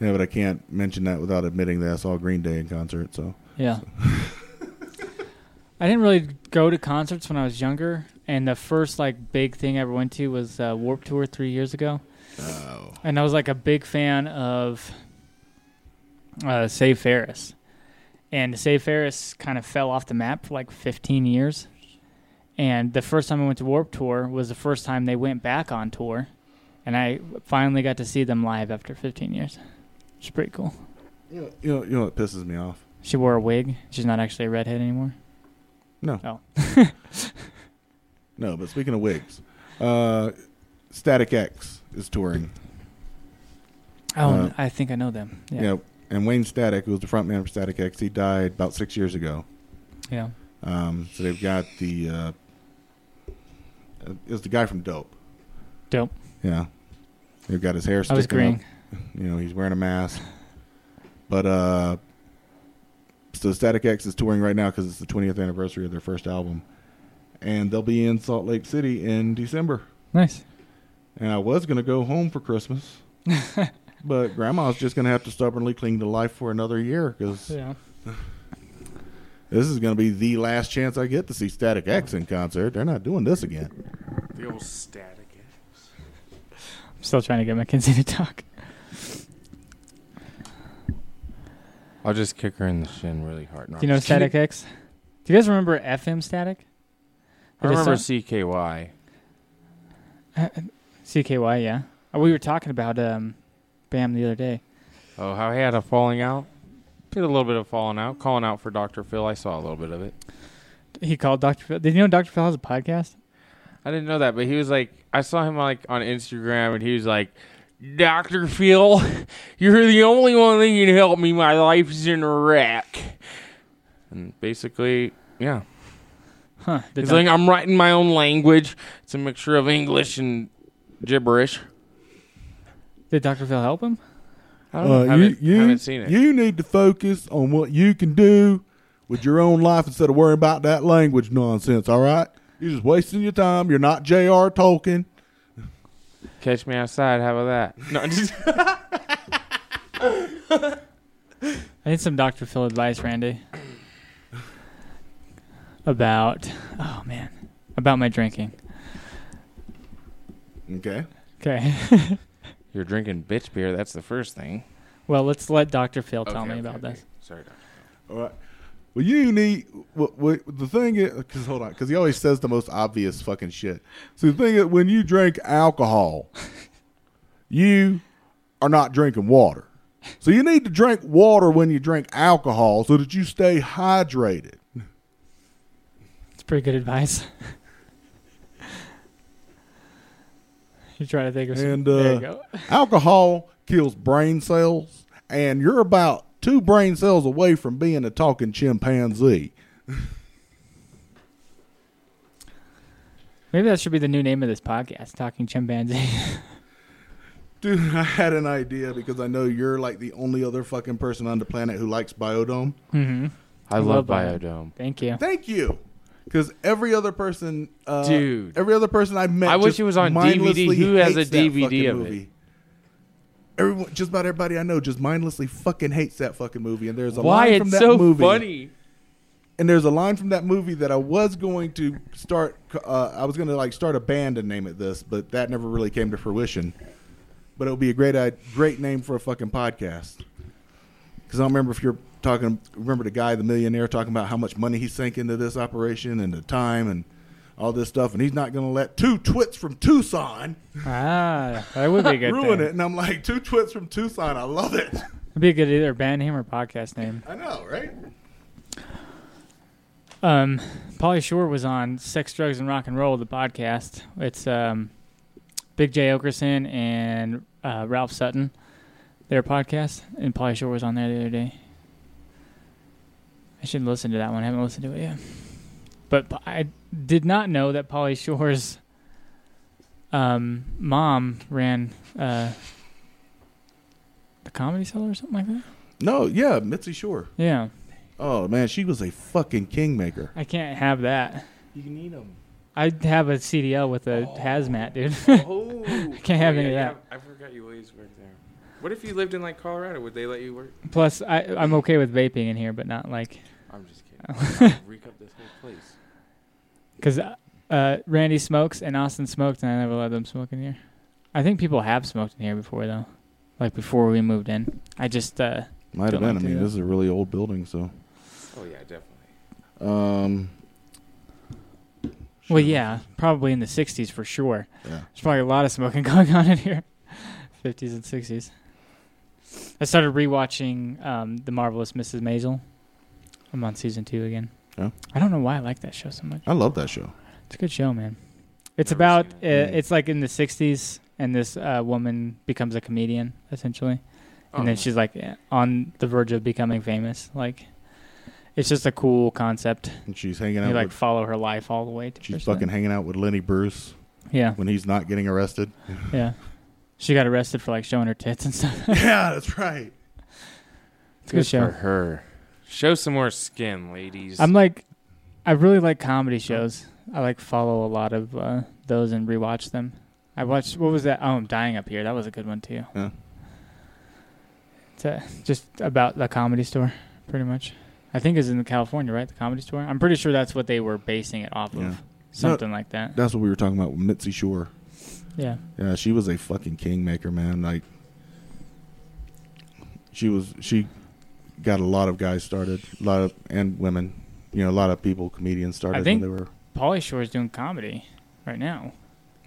[SPEAKER 4] Yeah, but I can't mention that without admitting that I saw Green Day in concert. So
[SPEAKER 3] Yeah. I didn't really go to concerts when I was younger, and the first like big thing I ever went to was uh, Warp Tour three years ago,
[SPEAKER 4] oh.
[SPEAKER 3] and I was like a big fan of uh, Save Ferris, and Save Ferris kind of fell off the map for like 15 years, and the first time I went to Warp Tour was the first time they went back on tour, and I finally got to see them live after 15 years. It's pretty cool.
[SPEAKER 4] you know, you know, you know what pisses me off?
[SPEAKER 3] She wore a wig. She's not actually a redhead anymore.
[SPEAKER 4] No.
[SPEAKER 3] Oh.
[SPEAKER 4] No, but speaking of wigs, uh, Static X is touring.
[SPEAKER 3] Oh,
[SPEAKER 4] Uh,
[SPEAKER 3] n- I think I know them.
[SPEAKER 4] Yeah.
[SPEAKER 3] Yeah. Yeah.
[SPEAKER 4] and Wayne Static, who was the frontman for Static X, he died about six years ago. Um, so they've got the uh, uh, it was the guy from Dope.
[SPEAKER 3] Dope.
[SPEAKER 4] Yeah, they've got his hair
[SPEAKER 3] I
[SPEAKER 4] sticking
[SPEAKER 3] was agreeing.
[SPEAKER 4] up. You know, he's wearing a mask. But uh, so Static X is touring right now because it's the 20th anniversary of their first album, and they'll be in Salt Lake City in December.
[SPEAKER 3] Nice.
[SPEAKER 4] And I was gonna go home for Christmas, but Grandma's just gonna have to stubbornly cling to life for another year because
[SPEAKER 3] Yeah.
[SPEAKER 4] this is gonna be the last chance I get to see Static X in concert. They're not doing this again.
[SPEAKER 5] The old static.
[SPEAKER 3] I'm still trying to get Mackenzie to talk.
[SPEAKER 5] I'll just kick her in the shin really hard. No,
[SPEAKER 3] Do you know
[SPEAKER 5] I'm just kidding.
[SPEAKER 3] Static X? Do you guys remember FM Static?
[SPEAKER 5] I
[SPEAKER 3] It is
[SPEAKER 5] remember
[SPEAKER 3] some-
[SPEAKER 5] CKY.
[SPEAKER 3] CKY, yeah. Oh, we were talking about um, Bam the other day.
[SPEAKER 5] Oh, how he had a falling out. Did a little bit of falling out, calling out for Dr. Phil. I saw a little bit of it.
[SPEAKER 3] He called Dr. Phil. Did you know Dr. Phil has a podcast?
[SPEAKER 5] I didn't know that, but he was like, I saw him like on Instagram, and he was like, "Doctor Phil, you're the only one that can help me. My life's in a wreck." And basically, yeah,
[SPEAKER 3] Huh. Did
[SPEAKER 5] he's
[SPEAKER 3] Doc-
[SPEAKER 5] like, "I'm writing my own language. It's a mixture of English and gibberish."
[SPEAKER 3] did Dr. Phil help him?
[SPEAKER 5] I don't know. haven't, haven't seen it.
[SPEAKER 4] Uh, You need to focus on what you can do with your own life instead of worrying about that language nonsense. All right, you're just wasting your time. You're not J.R. Tolkien.
[SPEAKER 5] Catch me outside. How about that? No, just
[SPEAKER 3] I need some Dr. Phil advice, Randy. about, oh man, about my drinking.
[SPEAKER 4] Okay,
[SPEAKER 3] Okay.
[SPEAKER 5] you're drinking bitch beer. That's the first thing.
[SPEAKER 3] Well, let's let Dr. Phil tell
[SPEAKER 5] Okay,
[SPEAKER 3] me
[SPEAKER 5] okay,
[SPEAKER 3] about
[SPEAKER 5] okay.
[SPEAKER 3] this.
[SPEAKER 5] Sorry. Doc.
[SPEAKER 4] all right. Well, you need. Well, well, the thing is, because hold on, because he always says the most obvious fucking shit. So the thing is, when you drink alcohol, you are not drinking water. So you need to drink water when you drink alcohol so that you stay hydrated.
[SPEAKER 3] It's pretty good advice. you try to think of some.
[SPEAKER 4] And,
[SPEAKER 3] there
[SPEAKER 4] uh,
[SPEAKER 3] you go.
[SPEAKER 4] Alcohol kills brain cells, and you're about two brain cells away from being a talking chimpanzee.
[SPEAKER 3] Maybe that should be the new name of this podcast, Talking Chimpanzee.
[SPEAKER 4] Dude, I had an idea because I know you're like the only other fucking person on the planet who likes Biodome.
[SPEAKER 3] mm-hmm.
[SPEAKER 5] I love
[SPEAKER 3] love Biodome.
[SPEAKER 5] Biodome.
[SPEAKER 3] Thank you.
[SPEAKER 4] Thank you. Because every other person, uh,
[SPEAKER 5] Dude.
[SPEAKER 4] every other person I met,
[SPEAKER 5] I wish
[SPEAKER 4] just
[SPEAKER 5] it was on DVD.
[SPEAKER 4] mindlessly
[SPEAKER 5] Who has
[SPEAKER 4] hates
[SPEAKER 5] a
[SPEAKER 4] that
[SPEAKER 5] DVD
[SPEAKER 4] fucking
[SPEAKER 5] of it?
[SPEAKER 4] movie. Everyone, just about everybody I know, just mindlessly fucking hates that fucking movie. And there's a
[SPEAKER 5] Why
[SPEAKER 4] line from
[SPEAKER 5] it's
[SPEAKER 4] that
[SPEAKER 5] so
[SPEAKER 4] movie.
[SPEAKER 5] funny?
[SPEAKER 4] and there's a line from that movie that I was going to start. Uh, I was going to like start a band and name it this, but that never really came to fruition. But it would be a great, uh, great name for a fucking podcast. Because I don't remember if you're talking. Remember the guy, the millionaire, talking about how much money he sank into this operation and the time and all this stuff, and he's not going to let two twits from Tucson
[SPEAKER 3] Ah, that would be a good.
[SPEAKER 4] ruin
[SPEAKER 3] thing.
[SPEAKER 4] it. And I'm like, two twits from Tucson, I love it.
[SPEAKER 3] It'd be a good either band name or podcast name.
[SPEAKER 4] I know, right?
[SPEAKER 3] Um, Polly Shore was on Sex, Drugs, and Rock and Roll, the podcast. It's um, Big J Okerson and uh, Ralph Sutton. their podcast, and Polly Shore was on there the other day. I should listen to that one. I haven't listened to it yet. But p- I did not know that Polly Shore's um, mom ran uh, the comedy cellar or something like that.
[SPEAKER 4] No, yeah, Mitzi Shore.
[SPEAKER 3] Yeah,
[SPEAKER 4] Oh man, she was a fucking kingmaker.
[SPEAKER 3] I can't have that.
[SPEAKER 4] You can eat them.
[SPEAKER 3] I have a CDL with a hazmat, dude.
[SPEAKER 5] Oh,
[SPEAKER 3] Can't have any of that.
[SPEAKER 5] I forgot you always worked there. What if you lived in like Colorado? Would they let you work?
[SPEAKER 3] Plus, I, I'm okay with vaping in here, but not like
[SPEAKER 5] I'm just kidding. I'll reek up this whole place.
[SPEAKER 3] because uh, Randy smokes and Austin smoked, and I never let them smoke in here. I think people have smoked in here before, though, like before we moved in. I just uh,
[SPEAKER 4] Might
[SPEAKER 3] Don't
[SPEAKER 4] have been. I
[SPEAKER 3] like to
[SPEAKER 4] mean,
[SPEAKER 3] do
[SPEAKER 4] this is a really old building, so.
[SPEAKER 5] Oh yeah, definitely.
[SPEAKER 4] Um,
[SPEAKER 3] well,
[SPEAKER 4] shit.
[SPEAKER 3] yeah, probably in the '60s for sure.
[SPEAKER 4] Yeah.
[SPEAKER 3] There's probably a lot of smoking going on in here. 50s and 60s. I started rewatching um, The Marvelous Mrs. Maisel. I'm on season two again.
[SPEAKER 4] Yeah.
[SPEAKER 3] I don't know why I like that show so much.
[SPEAKER 4] I love that show.
[SPEAKER 3] It's a good show, man. It's
[SPEAKER 5] Never
[SPEAKER 3] about
[SPEAKER 5] seen
[SPEAKER 3] uh,
[SPEAKER 4] it.
[SPEAKER 3] it's like in the 60s, and this uh, woman becomes a comedian essentially, and
[SPEAKER 5] Oh.
[SPEAKER 4] Oh.
[SPEAKER 3] then she's like uh, on the verge of becoming famous. Like, it's just a cool concept.
[SPEAKER 4] And she's hanging out.
[SPEAKER 3] You like
[SPEAKER 4] with,
[SPEAKER 3] follow her life all the way to.
[SPEAKER 4] she's
[SPEAKER 3] person.
[SPEAKER 4] fucking hanging out with Lenny Bruce
[SPEAKER 3] Yeah,
[SPEAKER 4] when he's not getting arrested.
[SPEAKER 3] yeah. She got arrested for like showing her tits and stuff.
[SPEAKER 4] yeah, that's right.
[SPEAKER 3] It's a good show.
[SPEAKER 5] for her. Show some more skin, ladies.
[SPEAKER 3] I'm like, I really like comedy shows. I like follow a lot of uh, those and rewatch them. I watched what was that? Oh, I'm dying up here. That was a good one too.
[SPEAKER 4] Yeah.
[SPEAKER 3] It's uh just about the comedy store, pretty much. I think it's in California, right? The comedy store. I'm pretty sure that's what they were basing it off
[SPEAKER 4] Yeah.
[SPEAKER 3] of, something like that.
[SPEAKER 4] That's what we were talking about with Mitzi Shore.
[SPEAKER 3] Yeah,
[SPEAKER 4] Yeah, she was a fucking kingmaker, man. Like, she was. She got a lot of guys started, a lot of and women. You know, a lot of people, comedians started
[SPEAKER 3] think-
[SPEAKER 4] when they were.
[SPEAKER 3] Pauly Shore is doing comedy right now.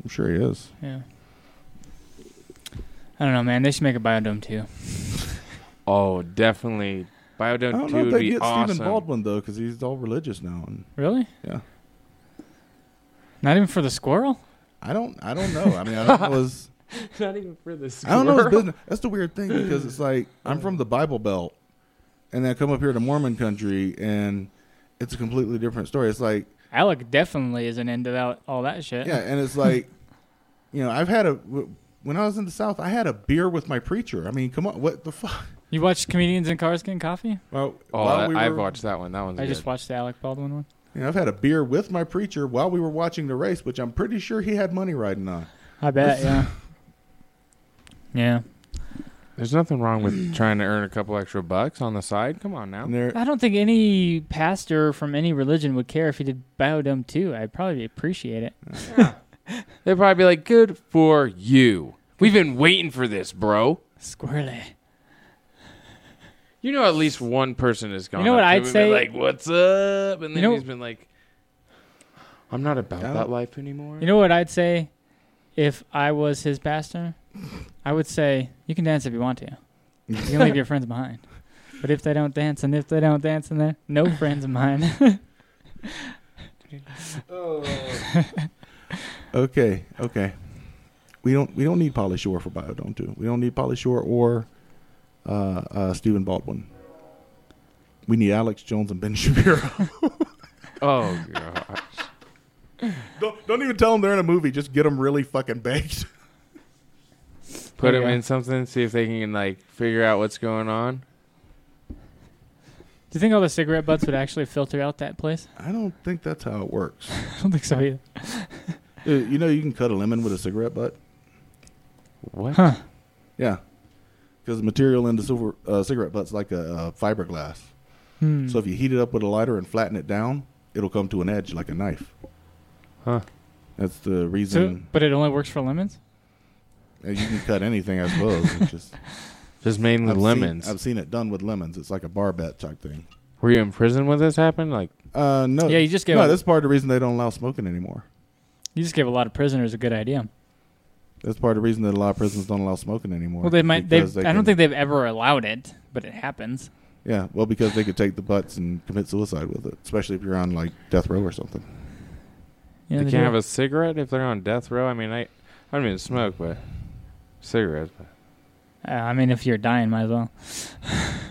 [SPEAKER 4] I'm sure he is.
[SPEAKER 3] Yeah. I don't know, man. They should make a biodome too.
[SPEAKER 5] oh, definitely.
[SPEAKER 4] I
[SPEAKER 5] Biodome
[SPEAKER 4] don't
[SPEAKER 5] two
[SPEAKER 4] know if
[SPEAKER 5] would
[SPEAKER 4] they
[SPEAKER 5] be
[SPEAKER 4] get
[SPEAKER 5] awesome.
[SPEAKER 4] Stephen Baldwin though, because he's all religious now, and
[SPEAKER 3] Really?
[SPEAKER 4] yeah.
[SPEAKER 3] Not even for the squirrel?
[SPEAKER 4] I don't. I don't know. I mean, I don't know his.
[SPEAKER 5] Not even for this.
[SPEAKER 4] I don't know his business. That's the weird thing because it's like I'm from the Bible Belt, and then I come up here to Mormon country, and it's a completely different story. It's like
[SPEAKER 3] Alec definitely isn't into that, all that shit.
[SPEAKER 4] yeah, and it's like you know I've had a when I was in the South I had a beer with my preacher. I mean, come on, what the fuck?
[SPEAKER 3] You watch comedians in cars getting coffee?
[SPEAKER 4] Well,
[SPEAKER 5] Oh,
[SPEAKER 4] while
[SPEAKER 5] I,
[SPEAKER 4] we
[SPEAKER 5] I've
[SPEAKER 4] were-
[SPEAKER 5] watched that one. That one's
[SPEAKER 3] I
[SPEAKER 5] good.
[SPEAKER 3] just watched the Alec Baldwin one.
[SPEAKER 4] You know, I've had a beer with my preacher while we were watching the race, which I'm pretty sure he had money riding on.
[SPEAKER 3] I bet, yeah. Yeah.
[SPEAKER 5] There's nothing wrong with trying to earn a couple extra bucks on the side. Come on now.
[SPEAKER 4] And there,
[SPEAKER 3] I don't think any pastor from any religion would care if he did Biodome too. I'd probably appreciate it.
[SPEAKER 5] They'd probably be like, "Good for you. We've been waiting for this, bro."
[SPEAKER 3] Squirrely.
[SPEAKER 5] You know, at least one person has gone.
[SPEAKER 3] know
[SPEAKER 5] up
[SPEAKER 3] what
[SPEAKER 5] to him
[SPEAKER 3] I'd
[SPEAKER 5] and been
[SPEAKER 3] say?
[SPEAKER 5] Like, what's up? And then
[SPEAKER 3] know-
[SPEAKER 5] he's been like, "I'm not about
[SPEAKER 4] Yeah.
[SPEAKER 5] that life anymore."
[SPEAKER 3] You know what I'd say if I was his pastor? I would say, you can dance if you want to. You can leave your friends behind. But if they don't dance, and if they don't dance, and they're no friends of mine.
[SPEAKER 4] Okay, okay. We don't we don't need Polly Shore for Biodome two. We don't need Polly Shore or uh, uh, Stephen Baldwin. We need Alex Jones and Ben Shapiro.
[SPEAKER 5] oh god.
[SPEAKER 4] don't, don't even tell them they're in a movie. Just get them really fucking baked.
[SPEAKER 5] Put him
[SPEAKER 3] Yeah.
[SPEAKER 5] in something. See if they can like figure out what's going on.
[SPEAKER 3] Do you think all the cigarette butts would actually filter out that place?
[SPEAKER 4] I don't think that's how it works.
[SPEAKER 3] I don't think so either.
[SPEAKER 4] Uh, you know, you can cut a lemon with a cigarette butt.
[SPEAKER 5] What?
[SPEAKER 3] Huh.
[SPEAKER 4] Yeah, because the material in the silver uh, cigarette butt's like a, uh fiberglass.
[SPEAKER 3] Hmm.
[SPEAKER 4] So if you heat it up with a lighter and flatten it down, it'll come to an edge like a knife.
[SPEAKER 5] Huh.
[SPEAKER 4] That's the
[SPEAKER 3] So,
[SPEAKER 4] reason.
[SPEAKER 3] but it only works for lemons.
[SPEAKER 4] Uh, you can cut anything, I suppose. It's just
[SPEAKER 5] Just mainly
[SPEAKER 4] I've seen-
[SPEAKER 5] lemons.
[SPEAKER 4] I've seen it done with lemons. It's like a barbette type thing.
[SPEAKER 5] Were you in prison when this happened? Like,
[SPEAKER 4] Uh, no.
[SPEAKER 3] Yeah, you just gave
[SPEAKER 4] no.
[SPEAKER 3] a-
[SPEAKER 4] That's part of the reason they don't allow smoking anymore.
[SPEAKER 3] You just gave a lot of prisoners a good idea.
[SPEAKER 4] That's part of the reason that a lot of prisons don't allow smoking anymore.
[SPEAKER 3] Well, they might. They,
[SPEAKER 4] because
[SPEAKER 3] I
[SPEAKER 4] can-
[SPEAKER 3] don't think they've ever allowed it, but it happens.
[SPEAKER 4] Yeah, well, because they could take the butts and commit suicide with it, especially if you're on like death row or something.
[SPEAKER 3] You know,
[SPEAKER 5] they
[SPEAKER 3] do
[SPEAKER 5] can't have
[SPEAKER 3] it.
[SPEAKER 5] a cigarette if they're on death row. I mean, I, I don't even smoke, but cigarettes. But
[SPEAKER 3] Uh, I mean, if you're dying, might as well.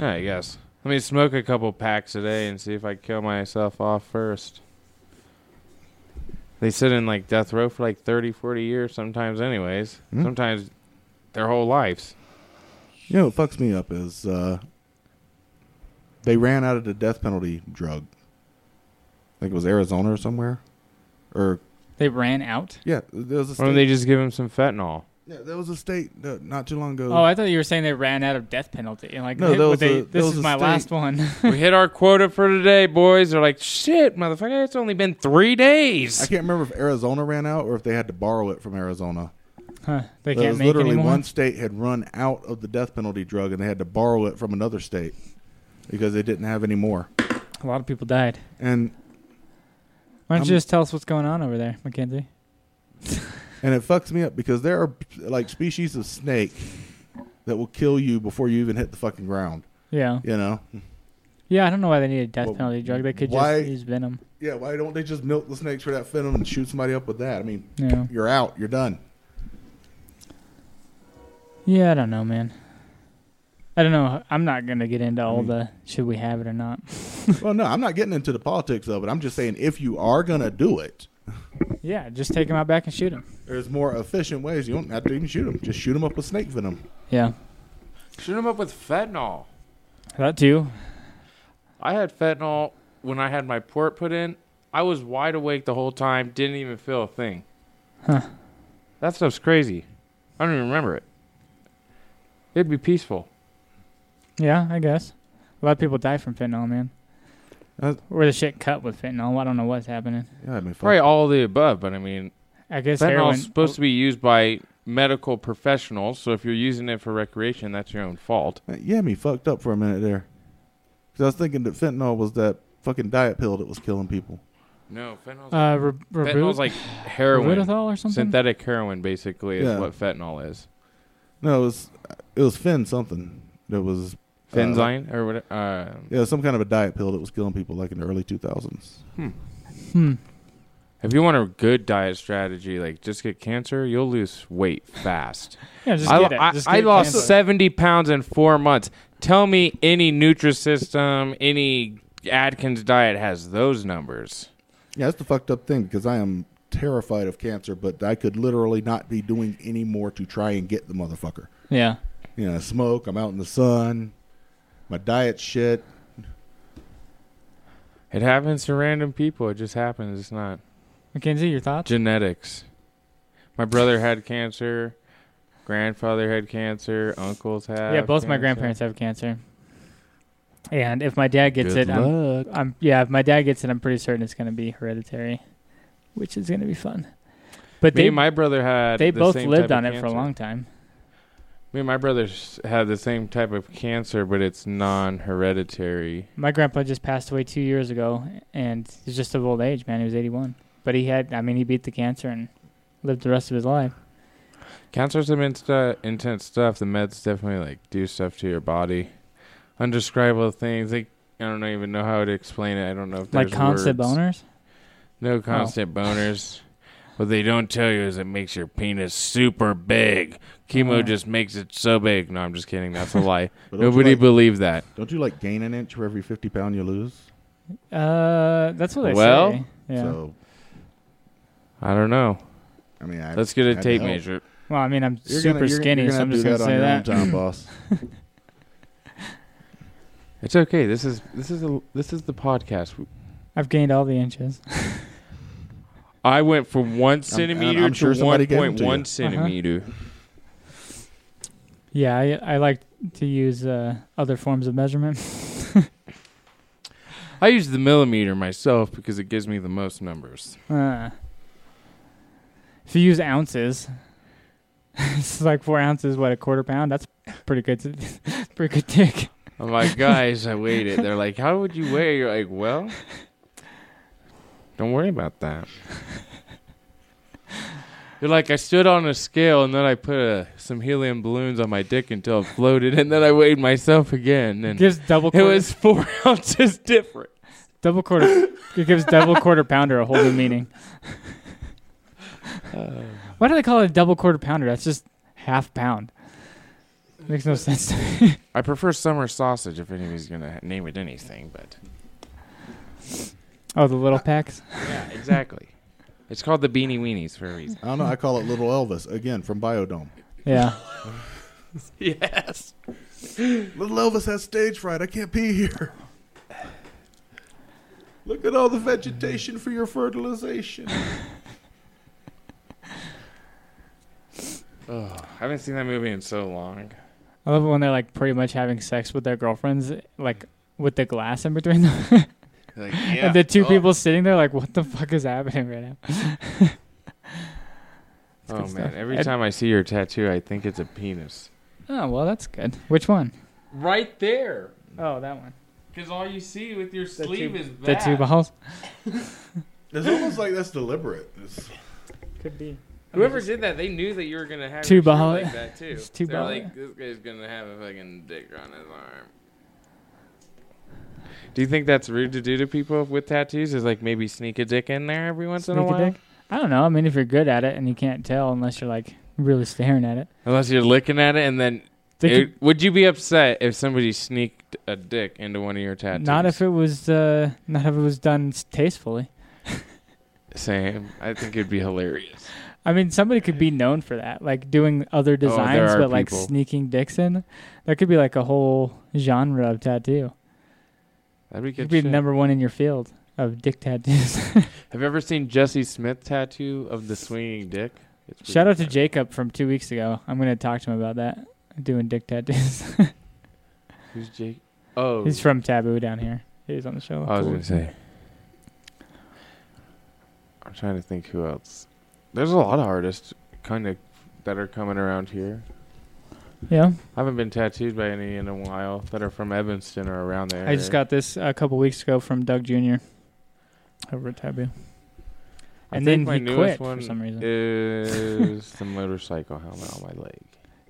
[SPEAKER 5] I guess. Let me smoke a couple packs a day and see if I kill myself off first. They sit in like death row for like 30, 40 years sometimes, anyways.
[SPEAKER 4] Hmm.
[SPEAKER 5] Sometimes their whole lives.
[SPEAKER 4] You know what fucks me up is uh, they ran out of the death penalty drug. I think it was Arizona or somewhere, or
[SPEAKER 3] They ran out.
[SPEAKER 4] yeah, there was a state.
[SPEAKER 5] Or they just give him some fentanyl.
[SPEAKER 4] yeah, there was a state uh, not too long ago.
[SPEAKER 3] Oh, I thought you were saying they ran out of death penalty. And like,
[SPEAKER 4] No,
[SPEAKER 3] they-
[SPEAKER 4] that was
[SPEAKER 3] they-
[SPEAKER 4] a- that
[SPEAKER 3] this
[SPEAKER 4] was
[SPEAKER 3] is
[SPEAKER 4] a
[SPEAKER 3] my last
[SPEAKER 4] state-
[SPEAKER 3] one.
[SPEAKER 5] we hit our quota for today, boys. They're like, shit, motherfucker, it's only been three
[SPEAKER 4] I
[SPEAKER 5] days.
[SPEAKER 4] can't remember if Arizona ran out or if they had to borrow it from Arizona.
[SPEAKER 3] Huh, they
[SPEAKER 4] there
[SPEAKER 3] can't
[SPEAKER 4] was
[SPEAKER 3] make
[SPEAKER 4] literally
[SPEAKER 3] anymore.
[SPEAKER 4] one state had run out of the death penalty drug and they had to borrow it from another state because they didn't have any more.
[SPEAKER 3] A lot of people died.
[SPEAKER 4] And
[SPEAKER 3] Why don't you
[SPEAKER 4] I'm-
[SPEAKER 3] just tell us what's going on over there, Mackenzie?
[SPEAKER 4] and it fucks me up because there are like species of snake that will kill you before you even hit the fucking ground.
[SPEAKER 3] Yeah,
[SPEAKER 4] You know?
[SPEAKER 3] yeah. I don't know why they need a death
[SPEAKER 4] Well,
[SPEAKER 3] penalty drug. They could
[SPEAKER 4] why-
[SPEAKER 3] just use venom.
[SPEAKER 4] Yeah, why don't they just milk the snakes for that venom and shoot somebody up with that? I mean,
[SPEAKER 3] Yeah,
[SPEAKER 4] you're out. You're done.
[SPEAKER 3] yeah. I don't know, man. I don't know. I'm not gonna get into all
[SPEAKER 4] mean-
[SPEAKER 3] the should we have it or not.
[SPEAKER 4] well, no, I'm not getting into the politics of it. I'm just saying if you are going to do it,
[SPEAKER 3] Yeah, just take him out back and shoot him.
[SPEAKER 4] there's more efficient ways. You don't have to even shoot them. Just shoot them up with snake venom.
[SPEAKER 3] Yeah,
[SPEAKER 5] Shoot him up with fentanyl.
[SPEAKER 3] that too.
[SPEAKER 5] I had fentanyl when I had my port put in. I was wide awake the whole time, didn't even feel a thing.
[SPEAKER 3] Huh.
[SPEAKER 5] That stuff's crazy. I don't even remember it. It'd be peaceful.
[SPEAKER 3] Yeah, I guess. A lot of people die from fentanyl, man.
[SPEAKER 4] Uh,
[SPEAKER 3] or the shit cut with fentanyl. I don't know what's happening.
[SPEAKER 4] Yeah, I mean, fuck.
[SPEAKER 5] Probably all of the above, but I mean,
[SPEAKER 3] I guess heroin.
[SPEAKER 5] fentanyl's supposed to be used by medical professionals, so if you're using it for recreation, that's your own fault.
[SPEAKER 4] Yeah, me fucked up for a minute there. Because I was thinking that fentanyl was that fucking diet pill that was killing people.
[SPEAKER 5] No, fentanyl's,
[SPEAKER 3] uh, re-
[SPEAKER 5] fentanyl's
[SPEAKER 3] reboot,
[SPEAKER 5] like heroin.
[SPEAKER 3] Ribitol or something.
[SPEAKER 5] Synthetic heroin, basically, is
[SPEAKER 4] Yeah.
[SPEAKER 5] what fentanyl is.
[SPEAKER 4] No, it was it was fen something. It was uh,
[SPEAKER 5] Fenzyme or what? Uh,
[SPEAKER 4] yeah, some kind of a diet pill that was killing people like in the early 2000s.
[SPEAKER 3] hmm.
[SPEAKER 5] If you want a good diet strategy, like just get cancer, you'll lose weight fast.
[SPEAKER 3] Yeah, just
[SPEAKER 5] I,
[SPEAKER 3] get it.
[SPEAKER 5] I-
[SPEAKER 3] Just
[SPEAKER 5] I
[SPEAKER 3] get
[SPEAKER 5] lost
[SPEAKER 3] cancer.
[SPEAKER 5] 70 pounds in four months. Tell me any Nutrisystem, any Atkins diet has those numbers.
[SPEAKER 4] Yeah, that's the fucked up thing because I am terrified of cancer, but I could literally not be doing any more to try and get the motherfucker.
[SPEAKER 3] Yeah.
[SPEAKER 4] You know, I smoke, I'm out in the sun, my diet shit.
[SPEAKER 5] It happens to random people. It just happens. It's not
[SPEAKER 3] Mackenzie, your thoughts?
[SPEAKER 5] genetics. My brother had cancer. Grandfather had cancer. Uncles had.
[SPEAKER 3] yeah, both my
[SPEAKER 5] cancer.
[SPEAKER 3] grandparents have cancer. And if my dad gets
[SPEAKER 5] Good
[SPEAKER 3] it, um, I'm,
[SPEAKER 5] luck.
[SPEAKER 3] I'm yeah, if my dad gets it, I'm pretty certain it's going to be hereditary, which is going to be fun. But
[SPEAKER 5] Me
[SPEAKER 3] they
[SPEAKER 5] and my brother had.
[SPEAKER 3] they
[SPEAKER 5] the
[SPEAKER 3] both
[SPEAKER 5] same
[SPEAKER 3] lived
[SPEAKER 5] type
[SPEAKER 3] on
[SPEAKER 5] of
[SPEAKER 3] it for a
[SPEAKER 5] cancer.
[SPEAKER 3] long time.
[SPEAKER 5] Me and my brother s- had the same type of cancer, but it's non-hereditary.
[SPEAKER 3] My grandpa just passed away two years ago, and he's just of old age, man. He was 81, but he had I mean he beat the cancer and lived the rest of his life.
[SPEAKER 5] Cancer's some insta- intense stuff. The meds definitely like do stuff to your body, undescribable things. Like I don't even know how to explain it. I don't know if
[SPEAKER 3] like
[SPEAKER 5] there's
[SPEAKER 3] constant Oh.
[SPEAKER 5] words.
[SPEAKER 3] boners.
[SPEAKER 5] No constant boners. What they don't tell you is it makes your penis super big. Chemo
[SPEAKER 3] Oh.
[SPEAKER 5] just makes it so big. No, I'm just kidding. That's a lie.
[SPEAKER 4] But don't you
[SPEAKER 5] Nobody
[SPEAKER 4] like-
[SPEAKER 5] believed that.
[SPEAKER 4] Don't you like gain an inch for every 50 pound you lose?
[SPEAKER 3] Uh, that's what they
[SPEAKER 5] Well,
[SPEAKER 3] say. Yeah.
[SPEAKER 4] So,
[SPEAKER 5] I don't know.
[SPEAKER 4] I mean, I,
[SPEAKER 5] Let's get a
[SPEAKER 4] That
[SPEAKER 5] tape
[SPEAKER 4] helps.
[SPEAKER 5] measure.
[SPEAKER 3] well, I mean I'm
[SPEAKER 4] you're
[SPEAKER 3] super
[SPEAKER 4] gonna- you're-
[SPEAKER 3] skinny,
[SPEAKER 4] you're
[SPEAKER 3] so I'm
[SPEAKER 4] have
[SPEAKER 3] just going to
[SPEAKER 4] do
[SPEAKER 3] say
[SPEAKER 4] that
[SPEAKER 3] that.
[SPEAKER 4] on your own time, boss.
[SPEAKER 5] It's okay. This is this is a, this is the podcast.
[SPEAKER 3] I've gained all the inches.
[SPEAKER 5] I went from one
[SPEAKER 4] I'm
[SPEAKER 5] centimeter
[SPEAKER 4] sure
[SPEAKER 5] to
[SPEAKER 4] somebody
[SPEAKER 5] one
[SPEAKER 4] gave them
[SPEAKER 5] point
[SPEAKER 4] to you.
[SPEAKER 5] one
[SPEAKER 3] Uh-huh.
[SPEAKER 5] centimeter.
[SPEAKER 3] Yeah, I, I like to use uh, other forms of measurement.
[SPEAKER 5] I use the millimeter myself because it gives me the most numbers.
[SPEAKER 3] Uh, if you use ounces, it's like four ounces, what a quarter pound. That's pretty good. To, pretty good dick.
[SPEAKER 5] I'm like, guys, I weighed it. They're like, how would you weigh? You're like, well, don't worry about that. You're like, I stood on a scale and then I put uh some helium balloons on my dick until it floated, and then I weighed myself again, and
[SPEAKER 3] Gives double.
[SPEAKER 5] it
[SPEAKER 3] Quarter,
[SPEAKER 5] was four ounces different.
[SPEAKER 3] double quarter. it gives double quarter pounder a whole new meaning.
[SPEAKER 5] Uh.
[SPEAKER 3] Why do they call it a double quarter pounder? That's just half pound. Makes no sense to me.
[SPEAKER 5] I prefer summer sausage if anybody's gonna ha- name it anything, but
[SPEAKER 3] Oh, the little packs.
[SPEAKER 5] yeah, exactly. It's called the beanie weenies for a reason.
[SPEAKER 4] I don't know. I call it Little Elvis again from Biodome.
[SPEAKER 3] Yeah.
[SPEAKER 5] yes.
[SPEAKER 4] Little Elvis has stage fright. I can't pee here. Look at all the vegetation for your fertilization.
[SPEAKER 5] Oh, I haven't seen that movie in so long.
[SPEAKER 3] I love it when they're like pretty much having sex with their girlfriends, like with the glass in between them,
[SPEAKER 5] Like, yeah.
[SPEAKER 3] and the two
[SPEAKER 5] oh.
[SPEAKER 3] people sitting there like, "What the fuck is happening right now?"
[SPEAKER 5] Oh
[SPEAKER 3] good
[SPEAKER 5] man!
[SPEAKER 3] stuff.
[SPEAKER 5] Every
[SPEAKER 3] Ed-
[SPEAKER 5] time I see your tattoo, I think it's a penis.
[SPEAKER 3] Oh well, that's good. Which one?
[SPEAKER 5] Right there,
[SPEAKER 3] Oh, that one.
[SPEAKER 5] because all you see with your
[SPEAKER 3] two- sleeve
[SPEAKER 5] is
[SPEAKER 3] The two balls.
[SPEAKER 4] It's almost like that's deliberate. It's,
[SPEAKER 3] Could be.
[SPEAKER 5] Whoever did that, they knew that you were gonna have
[SPEAKER 3] Two
[SPEAKER 5] your shirt
[SPEAKER 3] ball-
[SPEAKER 5] like that too.
[SPEAKER 3] It's two
[SPEAKER 5] They're
[SPEAKER 3] ball-
[SPEAKER 5] like, this guy's gonna have a fucking dick on his arm. Do you think that's rude to do to people with tattoos? Is like maybe sneak a dick in there every once in a
[SPEAKER 3] Sneak a
[SPEAKER 5] while,
[SPEAKER 3] dick? I don't know. I mean, if you're good at it and you can't tell unless you're like really staring at it,
[SPEAKER 5] unless you're looking at it and then.
[SPEAKER 3] They
[SPEAKER 5] it- would you be upset if somebody sneaked a dick into one of your
[SPEAKER 3] could-
[SPEAKER 5] tattoos?
[SPEAKER 3] not if it was uh, not if it was done s- tastefully.
[SPEAKER 5] Same. I think it'd be hilarious.
[SPEAKER 3] I mean, somebody could be known for that, like doing other
[SPEAKER 5] Oh, there
[SPEAKER 3] designs,
[SPEAKER 5] are
[SPEAKER 3] but like
[SPEAKER 5] people.
[SPEAKER 3] sneaking dicks in. That could be like a whole genre of tattoo.
[SPEAKER 5] That'd be
[SPEAKER 3] You could
[SPEAKER 5] good.
[SPEAKER 3] be
[SPEAKER 5] shit.
[SPEAKER 3] number one in your field of dick tattoos.
[SPEAKER 5] Have you ever seen Jesse Smith tattoo of the swinging dick? It's
[SPEAKER 3] Shout
[SPEAKER 5] pretty
[SPEAKER 3] out to
[SPEAKER 5] funny.
[SPEAKER 3] Jacob from two weeks ago. I'm gonna talk to him about that. Doing dick tattoos.
[SPEAKER 5] Who's Jake? Oh,
[SPEAKER 3] He's from Taboo down here. He was on the show.
[SPEAKER 5] I was gonna say. I'm trying to think who else. There's a lot of artists kind of that are coming around here.
[SPEAKER 3] Yeah,
[SPEAKER 5] I haven't been tattooed by any in a while that are from Evanston or around there.
[SPEAKER 3] I just got this a couple weeks ago from Doug Jr. over at Taboo.
[SPEAKER 5] I
[SPEAKER 3] and
[SPEAKER 5] think
[SPEAKER 3] then
[SPEAKER 5] my
[SPEAKER 3] he
[SPEAKER 5] newest
[SPEAKER 3] quit for
[SPEAKER 5] one
[SPEAKER 3] some reason.
[SPEAKER 5] Is the motorcycle helmet on my leg?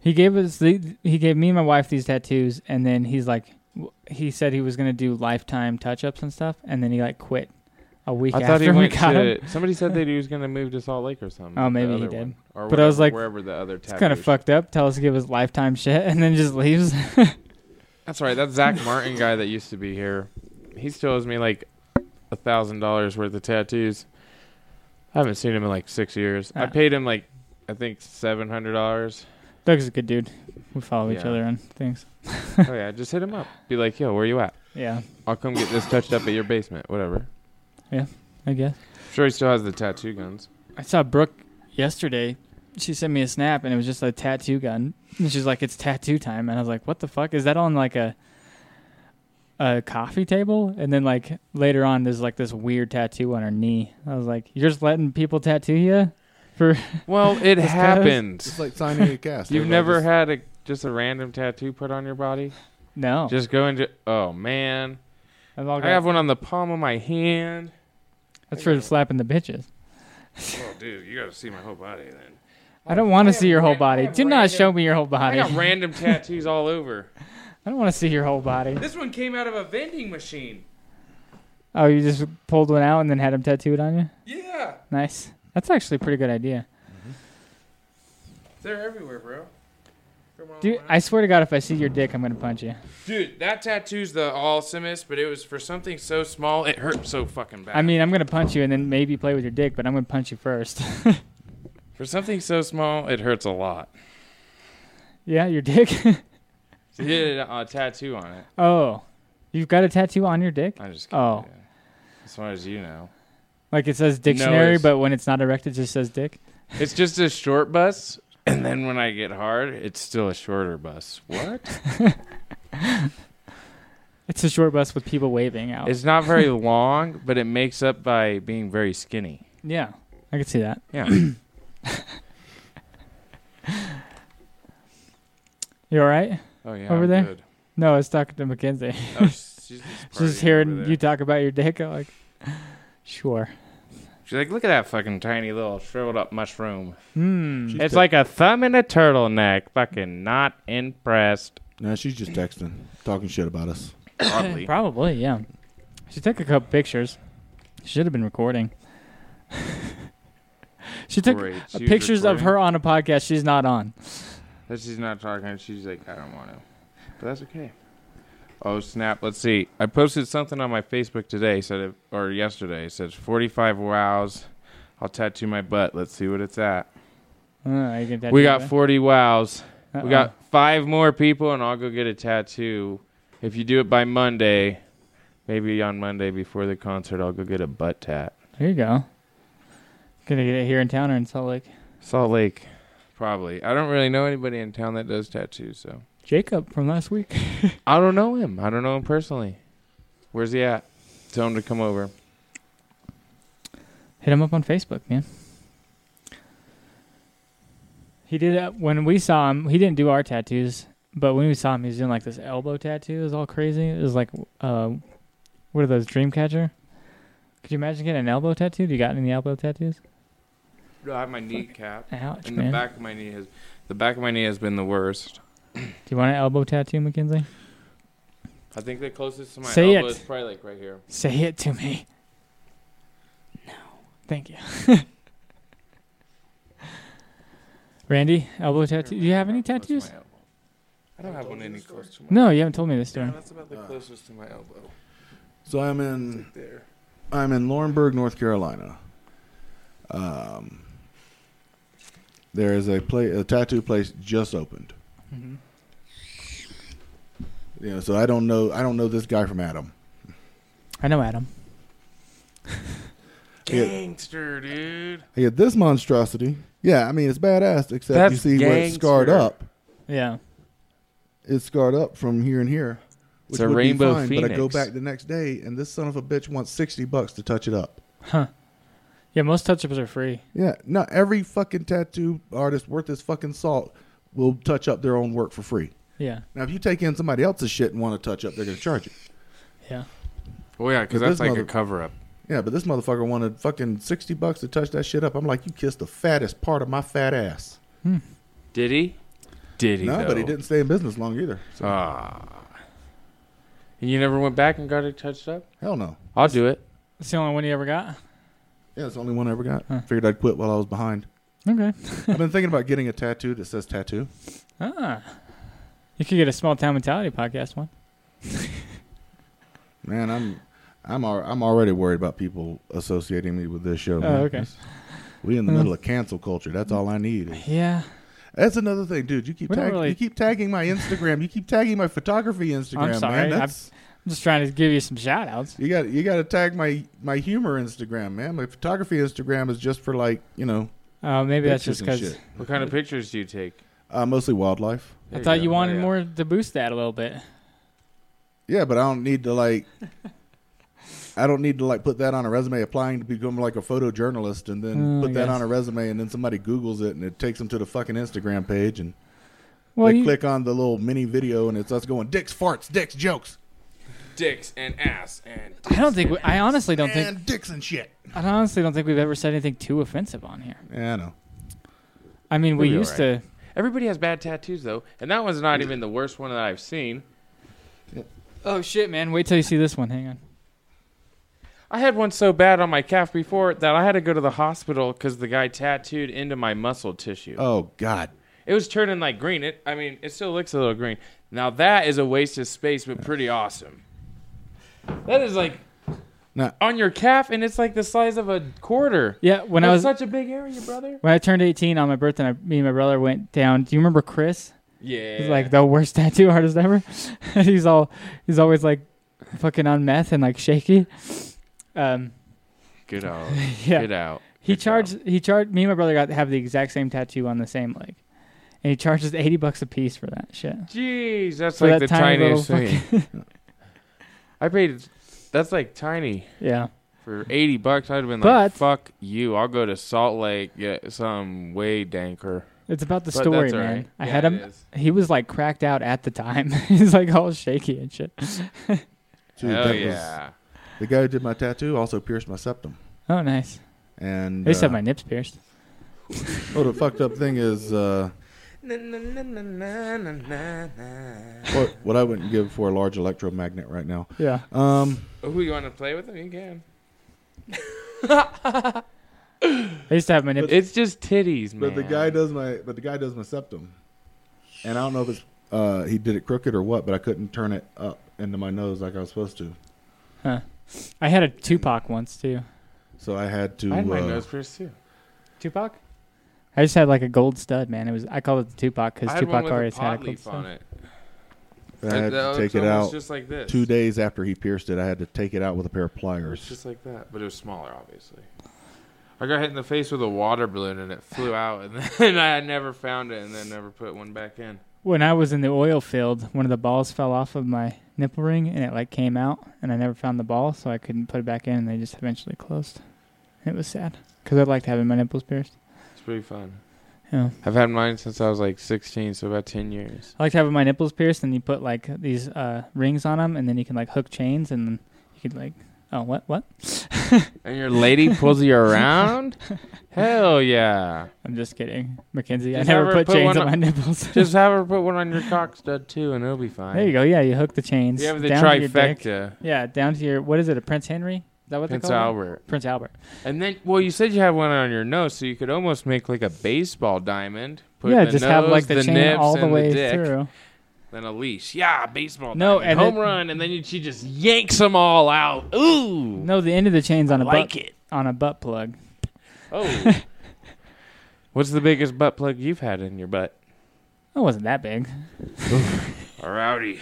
[SPEAKER 3] He gave us the, he gave me and my wife these tattoos, and then he's like, w- he said he was gonna do lifetime touch ups and stuff, and then he like quit a week
[SPEAKER 5] I
[SPEAKER 3] after
[SPEAKER 5] thought he
[SPEAKER 3] we
[SPEAKER 5] went
[SPEAKER 3] got
[SPEAKER 5] to.
[SPEAKER 3] him.
[SPEAKER 5] Somebody said that he was gonna move to Salt Lake or something.
[SPEAKER 3] Oh,
[SPEAKER 5] the
[SPEAKER 3] maybe he
[SPEAKER 5] other
[SPEAKER 3] did.
[SPEAKER 5] one, or
[SPEAKER 3] But I was
[SPEAKER 5] whatever-
[SPEAKER 3] like,
[SPEAKER 5] wherever the other.
[SPEAKER 3] It's kind of fucked up. Tell us to give us lifetime shit, and then just leaves.
[SPEAKER 5] That's right. That Zach Martin guy that used to be here, he still owes me like a thousand dollars worth of tattoos. I haven't seen him in like six years. I
[SPEAKER 3] Ah.
[SPEAKER 5] paid him like I think seven hundred dollars.
[SPEAKER 3] Doug's a good dude. We follow each
[SPEAKER 5] Yeah.
[SPEAKER 3] other on things.
[SPEAKER 5] oh yeah, just hit him up. Be like, yo, where you at?
[SPEAKER 3] Yeah,
[SPEAKER 5] I'll come get this touched up at your basement. Whatever.
[SPEAKER 3] I guess.
[SPEAKER 5] I'm sure he still has the tattoo guns.
[SPEAKER 3] I saw Brooke yesterday. She sent me a snap and it was just a tattoo gun. And she's like, "It's tattoo time," and I was like, "What the fuck is that on like a a coffee table?" And then like later on, there's like this weird tattoo on her knee. I was like, "You're just letting people tattoo you?"
[SPEAKER 5] Well,
[SPEAKER 3] This
[SPEAKER 5] it
[SPEAKER 3] guy was-
[SPEAKER 5] happens.
[SPEAKER 4] it's like signing a cast.
[SPEAKER 5] You've
[SPEAKER 4] Everybody
[SPEAKER 5] never
[SPEAKER 4] just-
[SPEAKER 5] had a just a random tattoo put on your body.
[SPEAKER 3] No,
[SPEAKER 5] Just go into. Oh man,
[SPEAKER 3] That's all
[SPEAKER 5] I
[SPEAKER 3] good.
[SPEAKER 5] have one on the palm of my hand.
[SPEAKER 3] that's for slapping the bitches.
[SPEAKER 5] Well, Oh, dude, you gotta see my whole body then.
[SPEAKER 3] I don't want to
[SPEAKER 5] have
[SPEAKER 3] see your whole
[SPEAKER 5] ran- I
[SPEAKER 3] body.
[SPEAKER 5] have
[SPEAKER 3] Do not
[SPEAKER 5] random-
[SPEAKER 3] show me your whole
[SPEAKER 5] I
[SPEAKER 3] body.
[SPEAKER 5] got random tattoos all over.
[SPEAKER 3] I don't want to see your whole body.
[SPEAKER 5] This one came out of a vending machine.
[SPEAKER 3] Oh, you just pulled one out and then had him tattooed on you?
[SPEAKER 5] Yeah,
[SPEAKER 3] Nice. That's actually a pretty good idea.
[SPEAKER 5] they're everywhere, bro. Come on,
[SPEAKER 3] Dude,
[SPEAKER 5] man.
[SPEAKER 3] I swear to God, if I see your dick, I'm going to punch you.
[SPEAKER 5] Dude, that tattoo's the awesomest, but it was for something so small it hurt so fucking bad.
[SPEAKER 3] I mean, I'm going to punch you and then maybe play with your dick, but I'm going to punch you first.
[SPEAKER 5] for something so small, it hurts a lot.
[SPEAKER 3] yeah, your dick?
[SPEAKER 5] It did a tattoo on it.
[SPEAKER 3] oh. You've got a tattoo on your dick?
[SPEAKER 5] I'm just kidding.
[SPEAKER 3] Oh.
[SPEAKER 5] yeah. As far as you know,
[SPEAKER 3] Like it says dictionary,
[SPEAKER 5] it's-
[SPEAKER 3] but when it's not erect, it just says dick?
[SPEAKER 5] it's just a short bus, and then when I get hard, it's still a shorter bus. What?
[SPEAKER 3] It's a short bus with people waving out.
[SPEAKER 5] It's not very long, but it makes up by being very skinny.
[SPEAKER 3] yeah, I can see that.
[SPEAKER 5] Yeah.
[SPEAKER 3] You all right?
[SPEAKER 5] Oh yeah.
[SPEAKER 3] Over
[SPEAKER 5] I'm
[SPEAKER 3] there?
[SPEAKER 5] Good.
[SPEAKER 3] No, I was talking to Mackenzie.
[SPEAKER 5] Oh, she's just
[SPEAKER 3] Just
[SPEAKER 5] partying over
[SPEAKER 3] hearing
[SPEAKER 5] there.
[SPEAKER 3] you talk about your dick, I'm like, sure.
[SPEAKER 5] She's like, look at that fucking tiny little shriveled up mushroom.
[SPEAKER 3] Hmm.
[SPEAKER 4] She's
[SPEAKER 5] It's
[SPEAKER 4] te-
[SPEAKER 5] like a thumb in a turtleneck. Fucking not impressed.
[SPEAKER 4] Nah, she's just texting, talking shit about us.
[SPEAKER 5] Probably.
[SPEAKER 3] Probably, yeah. She took a couple pictures. Should have been recording. she took
[SPEAKER 5] Great. She was
[SPEAKER 3] pictures of
[SPEAKER 5] recording.
[SPEAKER 3] her on a podcast she's not on.
[SPEAKER 5] That she's not talking. She's like, I don't want to. But that's okay. Oh snap! Let's see. I posted something on my Facebook today. Said it, or yesterday. It says 45 wows. I'll tattoo my butt. Let's see what it's at.
[SPEAKER 3] Uh, are you gonna tattoo
[SPEAKER 5] we
[SPEAKER 3] your
[SPEAKER 5] got
[SPEAKER 3] butt?
[SPEAKER 5] 40 wows.
[SPEAKER 3] Uh-oh.
[SPEAKER 5] We got five more people, and I'll go get a tattoo. If you do it by Monday, maybe on Monday before the concert, I'll go get a butt tat.
[SPEAKER 3] There you go. Gonna get it here in town or in Salt Lake.
[SPEAKER 5] Salt Lake, probably. I don't really know anybody in town that does tattoos, so
[SPEAKER 3] Jacob from last week.
[SPEAKER 5] I don't know him. I don't know him personally. Where's he at? Tell him to come over.
[SPEAKER 3] Hit him up on Facebook, man. He did it when we saw him. He didn't do our tattoos, but when we saw him, he was doing like this elbow tattoo. It was all crazy. It was like, uh, what are those Dreamcatcher? Could you imagine getting an elbow tattoo? Do you got any elbow tattoos?
[SPEAKER 5] I have my kneecap,
[SPEAKER 3] Ouch,
[SPEAKER 5] and
[SPEAKER 3] man.
[SPEAKER 5] the back of my knee has the back of my knee has been the worst.
[SPEAKER 3] Do you want an elbow tattoo, Mackenzie?
[SPEAKER 5] I think the closest to my
[SPEAKER 3] Say
[SPEAKER 5] elbow
[SPEAKER 3] it.
[SPEAKER 5] is probably like right here.
[SPEAKER 3] Say it to me. No. Thank you. Randy, elbow tattoo. Do you have any
[SPEAKER 5] Close to my
[SPEAKER 3] tattoos?
[SPEAKER 5] elbow. I don't have one any close to my.
[SPEAKER 3] No, you haven't told me this story.
[SPEAKER 5] Yeah, that's about the closest to my elbow.
[SPEAKER 4] So I'm
[SPEAKER 5] It's
[SPEAKER 4] in
[SPEAKER 5] like there.
[SPEAKER 4] I'm in Laurinburg, North Carolina. Um, there is a play a tattoo place just opened.
[SPEAKER 3] Mhm.
[SPEAKER 4] You know, so I don't know I don't know this guy from Adam.
[SPEAKER 3] I know Adam.
[SPEAKER 4] Yeah.
[SPEAKER 5] Gangster, dude.
[SPEAKER 4] I get this monstrosity. Yeah, I mean it's badass, except you
[SPEAKER 5] That's
[SPEAKER 4] see where it's scarred
[SPEAKER 5] gangster.
[SPEAKER 4] up.
[SPEAKER 3] Yeah.
[SPEAKER 4] It's scarred up from here and here.
[SPEAKER 5] It's a rainbow
[SPEAKER 4] But I go
[SPEAKER 5] phoenix.
[SPEAKER 4] back the next day, and this son of a bitch wants sixty bucks to touch it up.
[SPEAKER 3] Yeah, most touch-ups are free.
[SPEAKER 4] Yeah, not every fucking tattoo artist worth his fucking salt will touch up their own work for free.
[SPEAKER 3] Yeah.
[SPEAKER 4] Now, if you take in somebody else's shit and want to touch up, they're going to charge you.
[SPEAKER 3] Yeah.
[SPEAKER 5] Oh yeah, because
[SPEAKER 4] But this
[SPEAKER 5] that's like
[SPEAKER 4] mother-
[SPEAKER 5] a cover up.
[SPEAKER 4] Yeah, but this motherfucker wanted fucking sixty bucks to touch that shit up. I'm like, you kissed the fattest part of my fat ass.
[SPEAKER 5] Did he? Did he?
[SPEAKER 4] no, but he
[SPEAKER 5] though?
[SPEAKER 4] didn't stay in business long either. So
[SPEAKER 5] Ah. And you never went back and got it touched up?
[SPEAKER 4] hell no.
[SPEAKER 5] I'll do it.
[SPEAKER 3] That's the only one you ever got?
[SPEAKER 4] Yeah, it's the only one I ever got.
[SPEAKER 3] Huh.
[SPEAKER 4] Figured I'd quit while I was behind.
[SPEAKER 3] Okay.
[SPEAKER 4] I've been thinking about getting a tattoo that says tattoo.
[SPEAKER 3] Ah. You could get a Small Town Mentality podcast one.
[SPEAKER 4] Man, I'm, I'm, al- I'm already worried about people associating me with this show.
[SPEAKER 3] Oh,
[SPEAKER 4] man.
[SPEAKER 3] okay. Uh-huh.
[SPEAKER 4] It's- We in the
[SPEAKER 3] Huh.
[SPEAKER 4] middle of cancel culture. That's all I need.
[SPEAKER 3] Yeah.
[SPEAKER 4] That's another thing, dude. You keep
[SPEAKER 3] We don't
[SPEAKER 4] tag-
[SPEAKER 3] really-
[SPEAKER 4] you keep tagging my Instagram. You keep tagging my photography Instagram.
[SPEAKER 3] sorry.
[SPEAKER 4] Man.
[SPEAKER 3] I've-
[SPEAKER 4] That's,
[SPEAKER 3] I'm just trying to give you some shout-outs.
[SPEAKER 4] You got you got to tag my my humor Instagram, man. My photography Instagram is just for like you know
[SPEAKER 3] Uh, maybe that's
[SPEAKER 4] pictures
[SPEAKER 3] just
[SPEAKER 4] and
[SPEAKER 3] because
[SPEAKER 4] shit.
[SPEAKER 5] What kind of pictures do you take?
[SPEAKER 4] Uh, mostly wildlife.
[SPEAKER 3] I
[SPEAKER 5] There
[SPEAKER 3] thought
[SPEAKER 5] go.
[SPEAKER 3] you wanted
[SPEAKER 5] Oh, yeah.
[SPEAKER 3] more to boost that a little bit.
[SPEAKER 4] Yeah, but I don't need to like. I don't need to like put that on a resume applying to become like a photojournalist and then
[SPEAKER 3] Oh, I
[SPEAKER 4] put that
[SPEAKER 3] guess.
[SPEAKER 4] on a resume and then somebody Googles it and it takes them to the fucking Instagram page and
[SPEAKER 3] Well,
[SPEAKER 4] they
[SPEAKER 3] you,
[SPEAKER 4] click on the little mini video and it's us going dicks farts dicks jokes
[SPEAKER 5] Dicks and ass and.
[SPEAKER 3] I don't think... We, I honestly don't think...
[SPEAKER 4] and dicks and shit.
[SPEAKER 3] I honestly don't think we've ever said anything too offensive on here.
[SPEAKER 4] Yeah, I know.
[SPEAKER 3] I mean, we
[SPEAKER 5] We'll be
[SPEAKER 3] used to...
[SPEAKER 5] Everybody has bad tattoos though, and that one's not even the worst one that I've seen.
[SPEAKER 3] Oh, shit, man. Wait till you see this one. Hang on.
[SPEAKER 5] I had one so bad on my calf before that I had to go to the hospital because the guy tattooed into my muscle tissue.
[SPEAKER 4] Oh God,
[SPEAKER 5] It was turning like green. It, I mean, it still looks a little green. Now that is a waste of space, but pretty awesome. That is like
[SPEAKER 4] Now-
[SPEAKER 5] on your calf, and it's like the size of a quarter.
[SPEAKER 3] Yeah, when I
[SPEAKER 5] That's
[SPEAKER 3] was...
[SPEAKER 5] such a big area, brother.
[SPEAKER 3] When I turned 18 on my birthday, I, me and my brother went down. Do you remember Chris?
[SPEAKER 5] Yeah,
[SPEAKER 3] He's like the worst tattoo artist ever. he's all he's always like fucking on meth and like shaky. Um,
[SPEAKER 5] get out,
[SPEAKER 3] yeah.
[SPEAKER 5] get out.
[SPEAKER 3] He
[SPEAKER 5] Good job.
[SPEAKER 3] charged he charged me and my brother got to have the exact same tattoo on the same leg. And he charges 80 bucks a piece for that shit.
[SPEAKER 5] Jeez, that's
[SPEAKER 3] For
[SPEAKER 5] like
[SPEAKER 3] that
[SPEAKER 5] the
[SPEAKER 3] tiny
[SPEAKER 5] tiniest
[SPEAKER 3] little
[SPEAKER 5] thing. I paid. That's like tiny
[SPEAKER 3] Yeah.
[SPEAKER 5] for eighty bucks. I'd have been
[SPEAKER 3] But-
[SPEAKER 5] like, "Fuck you! I'll go to Salt Lake get some way danker."
[SPEAKER 3] It's about the
[SPEAKER 5] But
[SPEAKER 3] story,
[SPEAKER 5] that's all
[SPEAKER 3] man.
[SPEAKER 5] right.
[SPEAKER 3] I
[SPEAKER 5] Yeah,
[SPEAKER 3] had
[SPEAKER 5] it
[SPEAKER 3] him
[SPEAKER 5] is.
[SPEAKER 3] he was like cracked out at the time. he's like all shaky and shit.
[SPEAKER 4] Dude,
[SPEAKER 5] Hell
[SPEAKER 4] that was-
[SPEAKER 5] yeah!
[SPEAKER 4] the guy who did my tattoo also pierced my septum.
[SPEAKER 3] Oh, nice.
[SPEAKER 4] And
[SPEAKER 3] At least
[SPEAKER 4] uh,
[SPEAKER 3] have my nips pierced.
[SPEAKER 4] Oh, the fucked up thing is uh, what, what I wouldn't give for a large electromagnet right now.
[SPEAKER 3] Yeah.
[SPEAKER 4] Um,
[SPEAKER 5] Who you want to play with them? You can.
[SPEAKER 3] I used to have my nips
[SPEAKER 5] It's just titties, man.
[SPEAKER 4] but the guy does my but the guy does my septum. and I don't know if it's uh, he did it crooked or what, but I couldn't turn it up into my nose like I was supposed to.
[SPEAKER 3] I had a Tupac once too.
[SPEAKER 4] So I had to.
[SPEAKER 5] I had my
[SPEAKER 4] uh,
[SPEAKER 5] nose pierced too.
[SPEAKER 3] Tupac? I just had like a gold stud, man. It was I called it the Tupac
[SPEAKER 5] I
[SPEAKER 3] because
[SPEAKER 5] had
[SPEAKER 3] Tupac
[SPEAKER 5] one
[SPEAKER 3] already
[SPEAKER 5] with a
[SPEAKER 3] had a
[SPEAKER 5] pot
[SPEAKER 3] gold
[SPEAKER 5] leaf
[SPEAKER 3] stud.
[SPEAKER 5] on it.
[SPEAKER 4] I had
[SPEAKER 5] That
[SPEAKER 4] to
[SPEAKER 5] was
[SPEAKER 4] take it
[SPEAKER 5] almost
[SPEAKER 4] out
[SPEAKER 5] just like this.
[SPEAKER 4] two days after he pierced it. I had to take it out with a pair of
[SPEAKER 5] It was
[SPEAKER 4] pliers.
[SPEAKER 5] just like that, but it was smaller, obviously. I got hit in the face with a water balloon and it flew out, and then I never found it, and then never put one back in.
[SPEAKER 3] When I was in the oil field, one of the balls fell off of my nipple ring and it like came out, and I never found the ball, so I couldn't put it back in, and they just eventually closed. It was sad because I liked having my nipples pierced.
[SPEAKER 5] It's pretty fun.
[SPEAKER 3] Yeah.
[SPEAKER 5] I've had mine since I was like 16, so about 10 years.
[SPEAKER 3] I liked having my nipples pierced, and you put like these uh, rings on them, and then you can like hook chains, and then you could like, oh what what?
[SPEAKER 5] And your lady pulls you around? Hell yeah.
[SPEAKER 3] I'm just kidding, Mackenzie.
[SPEAKER 5] Just
[SPEAKER 3] I never
[SPEAKER 5] never
[SPEAKER 3] put,
[SPEAKER 5] put
[SPEAKER 3] chains
[SPEAKER 5] one
[SPEAKER 3] on my
[SPEAKER 5] on-
[SPEAKER 3] nipples.
[SPEAKER 5] Just have her put one on your cock stud too, and it'll be fine.
[SPEAKER 3] there you go. Yeah, you hook the chains.
[SPEAKER 5] You have the
[SPEAKER 3] down to your dick.
[SPEAKER 5] trifecta,
[SPEAKER 3] Yeah, down to your what is it? A Prince Henry? Is that what
[SPEAKER 5] Prince
[SPEAKER 3] they call it?
[SPEAKER 5] Albert.
[SPEAKER 3] Prince Albert.
[SPEAKER 5] And then, well, you said you had one on your nose, so you could almost make like a baseball diamond. Put
[SPEAKER 3] yeah,
[SPEAKER 5] the
[SPEAKER 3] just have
[SPEAKER 5] nose,
[SPEAKER 3] like the, chain
[SPEAKER 5] nips,
[SPEAKER 3] all the
[SPEAKER 5] and
[SPEAKER 3] way
[SPEAKER 5] dick,
[SPEAKER 3] through.
[SPEAKER 5] Then a leash. Yeah, baseball
[SPEAKER 3] No,
[SPEAKER 5] diamond.
[SPEAKER 3] and
[SPEAKER 5] home
[SPEAKER 3] it-
[SPEAKER 5] run, and then you, she just yanks them all out. Ooh,
[SPEAKER 3] No, the end of the chain's on a
[SPEAKER 5] like
[SPEAKER 3] butt
[SPEAKER 5] it.
[SPEAKER 3] on a butt plug.
[SPEAKER 5] Oh. What's the biggest butt plug you've had in your butt?
[SPEAKER 3] That wasn't that big.
[SPEAKER 5] Rowdy.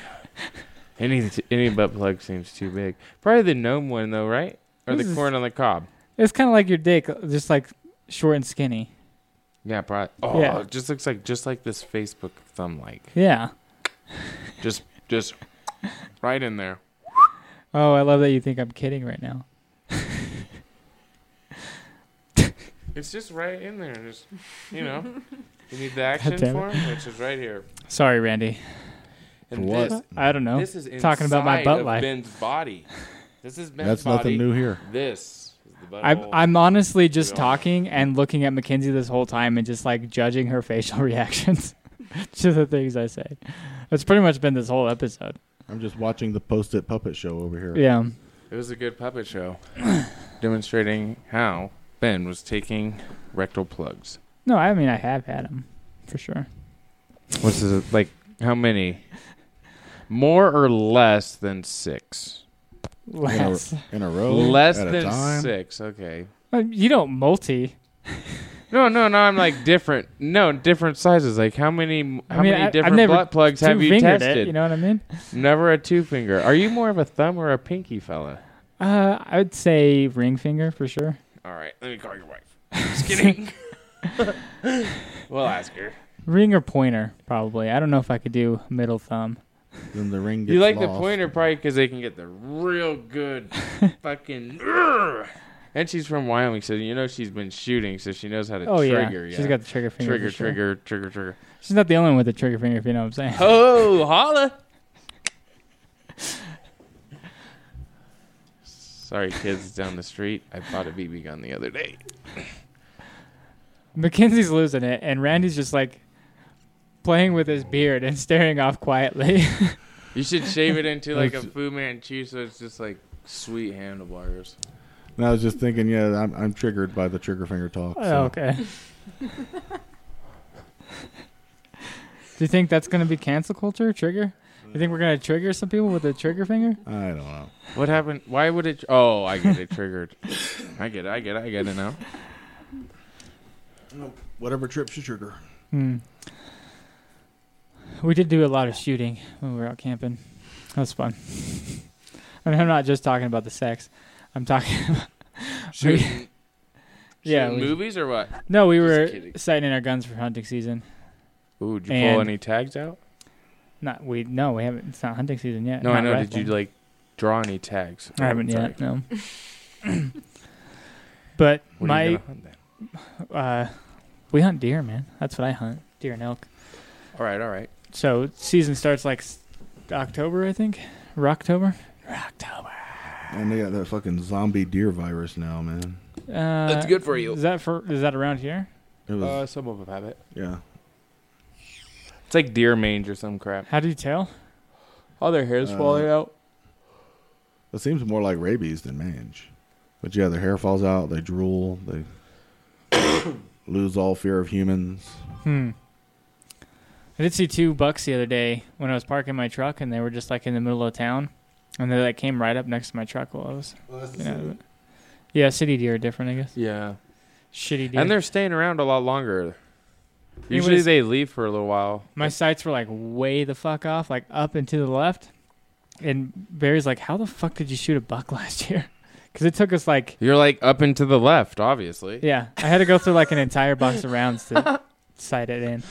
[SPEAKER 5] Any any butt plug seems too big. Probably the gnome one though, right? Or
[SPEAKER 3] This
[SPEAKER 5] the
[SPEAKER 3] is-
[SPEAKER 5] corn on the cob.
[SPEAKER 3] It's kind of like your dick, just like short and skinny.
[SPEAKER 5] Yeah, probably. Oh,
[SPEAKER 3] Yeah.
[SPEAKER 5] it just looks like just like this Facebook thumb like.
[SPEAKER 3] Yeah.
[SPEAKER 5] Just just right in there.
[SPEAKER 3] Oh, I love that you think I'm kidding right now.
[SPEAKER 5] It's just right in there. Just you know, you need the action
[SPEAKER 3] damn it.
[SPEAKER 5] form, which is right here.
[SPEAKER 3] Sorry, Randy.
[SPEAKER 5] And
[SPEAKER 4] What?
[SPEAKER 5] this
[SPEAKER 3] I don't know.
[SPEAKER 5] this is
[SPEAKER 3] Talking about my
[SPEAKER 5] inside
[SPEAKER 3] butt
[SPEAKER 5] of
[SPEAKER 3] life.
[SPEAKER 5] Ben's body. This is Ben's
[SPEAKER 4] That's
[SPEAKER 5] body.
[SPEAKER 4] nothing new here.
[SPEAKER 5] This is the butt
[SPEAKER 3] I'm
[SPEAKER 5] hole.
[SPEAKER 3] I'm honestly just
[SPEAKER 5] Yeah.
[SPEAKER 3] talking and looking at Mackenzie this whole time and just like judging her facial reactions to the things I say. That's pretty much been this whole episode.
[SPEAKER 4] I'm just watching the post-it puppet show over here.
[SPEAKER 3] Yeah.
[SPEAKER 5] It was a good puppet show demonstrating how Ben was taking rectal plugs.
[SPEAKER 3] No, I mean I have had them for sure.
[SPEAKER 5] What's is like how many? More or less than six.
[SPEAKER 3] Less.
[SPEAKER 4] In a row,
[SPEAKER 5] less
[SPEAKER 4] at a
[SPEAKER 5] than
[SPEAKER 4] time.
[SPEAKER 5] six. Okay.
[SPEAKER 3] Uh, You don't multi.
[SPEAKER 5] No, no, no. I'm like different. No, different sizes. Like how many?
[SPEAKER 3] I
[SPEAKER 5] How
[SPEAKER 3] mean, I-
[SPEAKER 5] many
[SPEAKER 3] I've
[SPEAKER 5] different
[SPEAKER 3] never
[SPEAKER 5] butt plugs have you
[SPEAKER 3] Two-fingered
[SPEAKER 5] tested?
[SPEAKER 3] It, you know what I mean?
[SPEAKER 5] Never a two finger. Are you more of a thumb or a pinky fella?
[SPEAKER 3] Uh, I would say ring finger for sure.
[SPEAKER 5] All right, let me call your wife. Just kidding. we'll ask her.
[SPEAKER 3] Ring or pointer probably. I don't know if I could do middle thumb.
[SPEAKER 4] Then the ring gets
[SPEAKER 5] You like the
[SPEAKER 4] lost.
[SPEAKER 5] pointer probably because they can get the real good fucking. And she's from Wyoming, so you know she's been shooting, so she knows how to
[SPEAKER 3] Oh
[SPEAKER 5] trigger.
[SPEAKER 3] yeah.
[SPEAKER 5] Yeah,
[SPEAKER 3] she's got the trigger finger.
[SPEAKER 5] trigger,
[SPEAKER 3] for sure.
[SPEAKER 5] trigger, trigger, trigger.
[SPEAKER 3] She's not the only one with the trigger finger, if you know what I'm saying.
[SPEAKER 5] Oh, holla! Sorry, kids down the street. I bought a BB gun the other day.
[SPEAKER 3] Mackenzie's losing it, and Randy's just like playing with his beard and staring off quietly.
[SPEAKER 5] You should shave it into like a Fu Manchu, so it's just like sweet handlebars.
[SPEAKER 4] And I was just thinking, yeah, I'm, I'm triggered by the trigger finger talk. so.
[SPEAKER 3] okay. Do you think that's going to be cancel culture? Trigger? You think we're going to trigger some people with a trigger finger?
[SPEAKER 4] I don't know.
[SPEAKER 5] What happened? Why would it? Oh, I get it triggered. I get it. I get it. I get it now.
[SPEAKER 4] Whatever trips your trigger.
[SPEAKER 3] Hmm. We did do a lot of shooting when we were out camping. That was fun. I mean, I'm not just talking about the sex. I'm talking.
[SPEAKER 5] Shooting,
[SPEAKER 3] Yeah,
[SPEAKER 5] shooting
[SPEAKER 3] we-
[SPEAKER 5] movies or what?
[SPEAKER 3] No, we
[SPEAKER 5] Just
[SPEAKER 3] were
[SPEAKER 5] kidding.
[SPEAKER 3] sighting our guns for hunting season.
[SPEAKER 5] Ooh, did you
[SPEAKER 3] And-
[SPEAKER 5] pull any tags out?
[SPEAKER 3] Not we. No, we haven't. It's not hunting season yet.
[SPEAKER 5] No, I
[SPEAKER 3] not
[SPEAKER 5] know.
[SPEAKER 3] rifle.
[SPEAKER 5] Did you like draw any tags?
[SPEAKER 3] I haven't
[SPEAKER 5] Sorry.
[SPEAKER 3] yet. No. but
[SPEAKER 5] What are
[SPEAKER 3] my
[SPEAKER 5] you gonna hunt then?
[SPEAKER 3] uh, we hunt deer, man. That's what I hunt: deer and elk.
[SPEAKER 5] All right, all right.
[SPEAKER 3] So season starts like s- October, I think. Rocktober. Rocktober.
[SPEAKER 4] And they got that fucking zombie deer virus now, man.
[SPEAKER 3] Uh,
[SPEAKER 5] That's good for you.
[SPEAKER 3] Is that for? Is that around here?
[SPEAKER 4] It was
[SPEAKER 5] Uh, some of them have it.
[SPEAKER 4] yeah.
[SPEAKER 5] It's like deer mange or some crap.
[SPEAKER 3] How do you tell?
[SPEAKER 5] All their hair's
[SPEAKER 4] Uh,
[SPEAKER 5] falling out.
[SPEAKER 4] It seems more like rabies than mange. But yeah, their hair falls out. They drool. They lose all fear of humans.
[SPEAKER 3] Hmm. I did see two bucks the other day when I was parking my truck, and they were just like in the middle of town, and they like came right up next to my truck while I was. You know, yeah, city deer are different, I guess.
[SPEAKER 5] Yeah.
[SPEAKER 3] Shitty deer.
[SPEAKER 5] And they're staying around a lot longer. Usually
[SPEAKER 3] Anyways-
[SPEAKER 5] they leave for a little while.
[SPEAKER 3] my sights were like way the fuck off, like up and to the left. And Barry's like, "How the fuck did you shoot a buck last year?" Because it took us like
[SPEAKER 5] You're like up and to the left, obviously.
[SPEAKER 3] Yeah, I had to go through like an entire box of rounds to sight it in.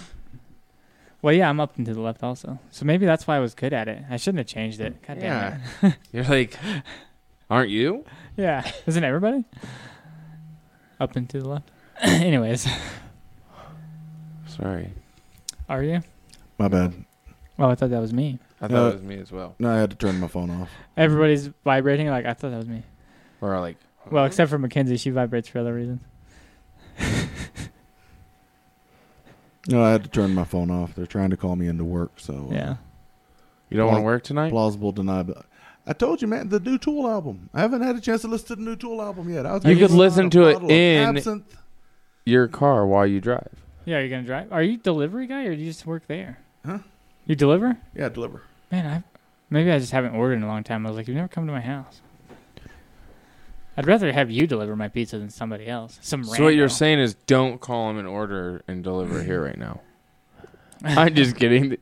[SPEAKER 3] Well, yeah, I'm up and to the left also, so maybe that's why I was good at it. I shouldn't have changed it. God damn it.
[SPEAKER 5] You're like, aren't you?
[SPEAKER 3] Yeah, isn't everybody up and to the left? Anyways,
[SPEAKER 5] Sorry.
[SPEAKER 3] are you?
[SPEAKER 4] My bad.
[SPEAKER 3] Oh, I thought that was me.
[SPEAKER 5] I thought
[SPEAKER 4] No.
[SPEAKER 5] it was me as well.
[SPEAKER 4] No, I had to turn my phone off.
[SPEAKER 3] Everybody's vibrating like I thought that was me.
[SPEAKER 5] Or like,
[SPEAKER 3] Well, except for Mackenzie, she vibrates for other reasons.
[SPEAKER 4] No, I had to turn my phone off. They're trying to call me into work, so uh,
[SPEAKER 3] Yeah.
[SPEAKER 5] you don't want
[SPEAKER 4] Well,
[SPEAKER 5] to work tonight?
[SPEAKER 4] plausible deniability. I told you, man, the new Tool album. I haven't had a chance to listen to the new Tool album yet. I was
[SPEAKER 5] You
[SPEAKER 4] gonna
[SPEAKER 5] could
[SPEAKER 4] go
[SPEAKER 5] listen
[SPEAKER 4] on a
[SPEAKER 5] to it
[SPEAKER 4] bottle of
[SPEAKER 5] in-
[SPEAKER 4] absinthe.
[SPEAKER 5] Your car while you drive.
[SPEAKER 3] Yeah, are you gonna drive? Are you delivery guy or do you just work there?
[SPEAKER 4] Huh?
[SPEAKER 3] You deliver?
[SPEAKER 4] Yeah, deliver.
[SPEAKER 3] Man, I maybe I just haven't ordered in a long time. I was like, you've never come to my house. I'd rather have you deliver my pizza than somebody else. Some
[SPEAKER 5] So what you're
[SPEAKER 3] rando.
[SPEAKER 5] saying is don't call him and order and deliver here right now. I'm just kidding.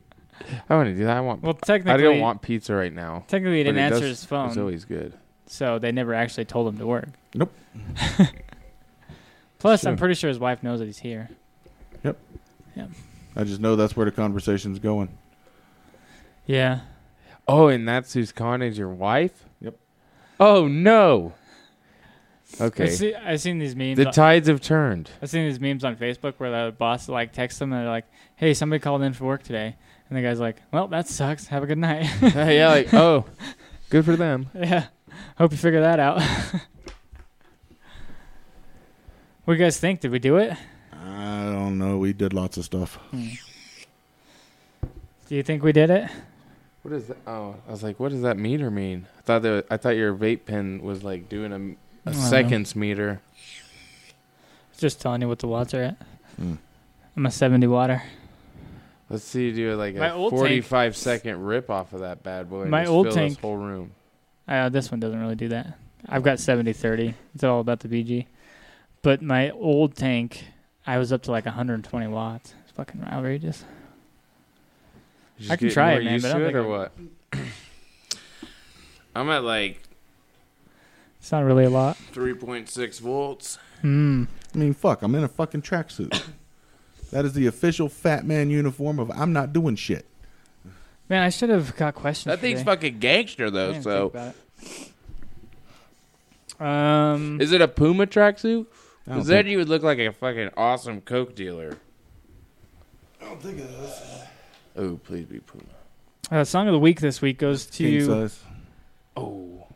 [SPEAKER 5] I want to do that. I want.
[SPEAKER 3] Well,
[SPEAKER 5] I
[SPEAKER 3] technically,
[SPEAKER 5] don't want pizza right now.
[SPEAKER 3] technically, he
[SPEAKER 5] But
[SPEAKER 3] didn't
[SPEAKER 5] it does-
[SPEAKER 3] answer his
[SPEAKER 5] It's
[SPEAKER 3] phone,
[SPEAKER 5] always good.
[SPEAKER 3] so they never actually told him to work.
[SPEAKER 4] Nope.
[SPEAKER 3] Plus, I'm
[SPEAKER 4] Sure.
[SPEAKER 3] pretty sure his wife knows that he's here.
[SPEAKER 4] I just know that's where the conversation's going.
[SPEAKER 3] Yeah.
[SPEAKER 5] Oh, and that's who's con is your wife?
[SPEAKER 4] Yep.
[SPEAKER 5] Oh no.
[SPEAKER 3] I
[SPEAKER 5] Okay.
[SPEAKER 3] see, I've seen these memes.
[SPEAKER 5] The tides have turned.
[SPEAKER 3] I've seen these memes on Facebook where the boss like texts them and they're like, "Hey, somebody called in for work today," and the guy's like, "Well, that sucks. Have a good night."
[SPEAKER 5] yeah, like oh, good for them.
[SPEAKER 3] yeah, hope you figure that out. what do you guys think? Did we do it? Hmm.
[SPEAKER 4] I don't know. We did lots of stuff.
[SPEAKER 3] Do you think we did it?
[SPEAKER 5] What is that? Oh, I was like, what does that meter mean? I thought that I thought your vape pen was like doing a,
[SPEAKER 3] I
[SPEAKER 5] a
[SPEAKER 3] don't know.
[SPEAKER 5] seconds meter.
[SPEAKER 3] Just telling you what the watts are at.
[SPEAKER 4] Mm.
[SPEAKER 3] I'm a 70 water.
[SPEAKER 5] Let's see you do like
[SPEAKER 3] My
[SPEAKER 5] a
[SPEAKER 3] old tank-
[SPEAKER 5] forty-five second rip off of that bad boy. And
[SPEAKER 3] My
[SPEAKER 5] just
[SPEAKER 3] old
[SPEAKER 5] fill
[SPEAKER 3] tank-
[SPEAKER 5] This whole room.
[SPEAKER 3] Uh, this one doesn't really do that. I've got 70 30. It's all about the BG. But my old tank, I was up to like 120 watts. It's fucking outrageous. I
[SPEAKER 5] You just
[SPEAKER 3] can
[SPEAKER 5] get
[SPEAKER 3] try it,
[SPEAKER 5] more
[SPEAKER 3] man,
[SPEAKER 5] used
[SPEAKER 3] but I
[SPEAKER 5] to
[SPEAKER 3] don't
[SPEAKER 5] it
[SPEAKER 3] think
[SPEAKER 5] or what? I'm at like
[SPEAKER 3] It's not really a lot.
[SPEAKER 5] three point six volts.
[SPEAKER 3] Mm.
[SPEAKER 4] I mean, fuck, I'm in a fucking tracksuit. that is the official fat man uniform of I'm not doing shit.
[SPEAKER 3] Man, I should have got questions.
[SPEAKER 5] That thing's
[SPEAKER 3] today.
[SPEAKER 5] fucking gangster
[SPEAKER 3] I
[SPEAKER 5] though.
[SPEAKER 3] didn't
[SPEAKER 5] so
[SPEAKER 3] think about it. Um,
[SPEAKER 5] Is it a Puma
[SPEAKER 4] I
[SPEAKER 5] tracksuit?
[SPEAKER 4] don't
[SPEAKER 5] Because then
[SPEAKER 4] think-
[SPEAKER 5] you would look like a fucking awesome Coke dealer. I don't think it is. Oh, please be Puma.
[SPEAKER 3] uh, song of the week this week goes
[SPEAKER 4] king
[SPEAKER 3] to
[SPEAKER 4] size.
[SPEAKER 5] Oh.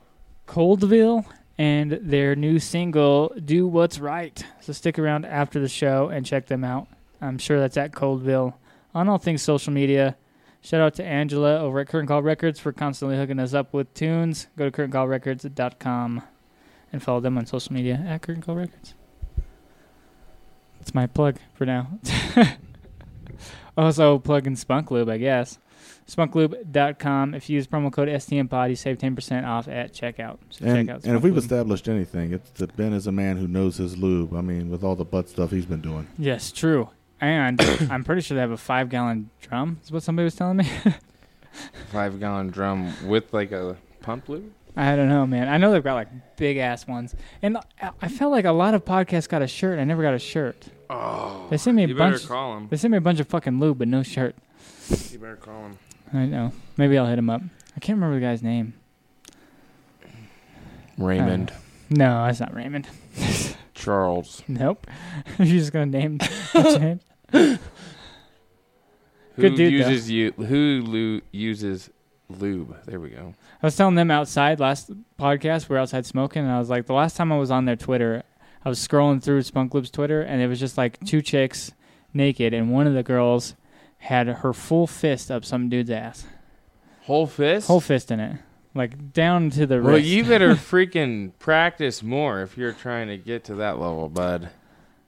[SPEAKER 3] Coldville and their new single "Do What's Right." So stick around after the show and check them out. I'm sure that's at Coldville on all things social media. Shout out to Angela over at Current Call Records for constantly hooking us up with tunes. Go to currentcallrecords.com and follow them on social media at Current Call Records. That's my plug for now. also, plug in Spunk Lube, I guess. SpunkLube.com. If you use promo code STMPOD, you save 10% off at checkout. So
[SPEAKER 4] And,
[SPEAKER 3] check out
[SPEAKER 4] and if we've
[SPEAKER 3] Spunk Lube.
[SPEAKER 4] established anything, it's that Ben is a man who knows his lube. I mean, with all the butt stuff he's been doing.
[SPEAKER 3] Yes, true. And I'm pretty sure they have a five gallon drum, is what somebody was telling me.
[SPEAKER 5] Five gallon drum with like a pump loop?
[SPEAKER 3] I don't know, man. I know they've got like big ass ones. And I- I felt like a lot of podcasts got a shirt. I never got a shirt.
[SPEAKER 5] Oh.
[SPEAKER 3] They sent me a
[SPEAKER 5] you
[SPEAKER 3] bunch.
[SPEAKER 5] better call him.
[SPEAKER 3] They sent me a bunch of fucking lube, but no shirt.
[SPEAKER 5] You better call him.
[SPEAKER 3] I know. Maybe I'll hit him up. I can't remember the guy's name.
[SPEAKER 5] Raymond.
[SPEAKER 3] No, that's not Raymond.
[SPEAKER 5] Charles.
[SPEAKER 3] Nope. You're just gonna name. change?
[SPEAKER 5] Who
[SPEAKER 3] Good dude, though.
[SPEAKER 5] uses you who lu- uses lube? There we go.
[SPEAKER 3] I was telling them outside last podcast, we were outside smoking, and I was like, the last time I was on their Twitter, I was scrolling through Spunk Lub's Twitter, and it was just like two chicks naked, and one of the girls had her full fist up some dude's ass,
[SPEAKER 5] Whole fist?
[SPEAKER 3] whole fist in it, like down to the
[SPEAKER 5] Well,
[SPEAKER 3] wrist.
[SPEAKER 5] you better freaking practice more if you're trying to get to that level, bud.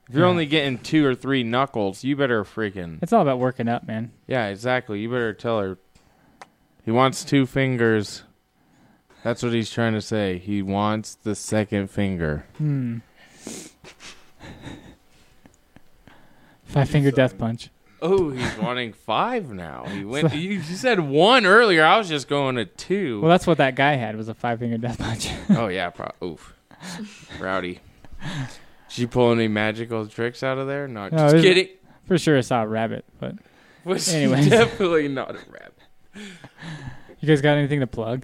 [SPEAKER 5] If you're
[SPEAKER 3] Yeah.
[SPEAKER 5] only getting two or three knuckles, you better freaking.
[SPEAKER 3] It's all about working up, man.
[SPEAKER 5] Yeah, exactly. You better tell her. He wants two fingers. That's what he's trying to say. He wants the second finger.
[SPEAKER 3] Hmm. Five finger death punch.
[SPEAKER 5] Oh, he's wanting five now. He went. you, you said one earlier. I was just going to two.
[SPEAKER 3] Well, that's what that guy had was a five finger death punch.
[SPEAKER 5] oh yeah, pro- oof, rowdy. Did you pull any magical tricks out of there? No,
[SPEAKER 3] No,
[SPEAKER 5] just
[SPEAKER 3] it was-
[SPEAKER 5] kidding.
[SPEAKER 3] For sure, I saw a rabbit. But
[SPEAKER 5] Was
[SPEAKER 3] Anyways.
[SPEAKER 5] definitely not a rabbit.
[SPEAKER 3] you guys got anything to plug?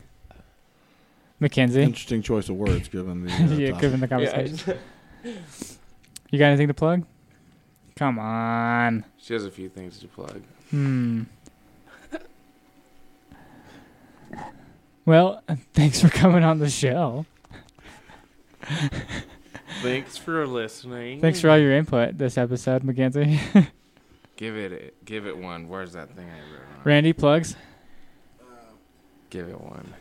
[SPEAKER 3] Mackenzie,
[SPEAKER 4] Interesting choice of words given the. Uh,
[SPEAKER 3] yeah,
[SPEAKER 4] topic.
[SPEAKER 3] given the conversation, you got anything to plug? Come on.
[SPEAKER 5] She has a few things to plug.
[SPEAKER 3] Hmm. Well, thanks for coming on the show.
[SPEAKER 5] Thanks for listening.
[SPEAKER 3] Thanks for all your input this episode, Mackenzie.
[SPEAKER 5] Give it, a, give it one. Where's that thing I wrote on?
[SPEAKER 3] Randy plugs.
[SPEAKER 5] Give it one.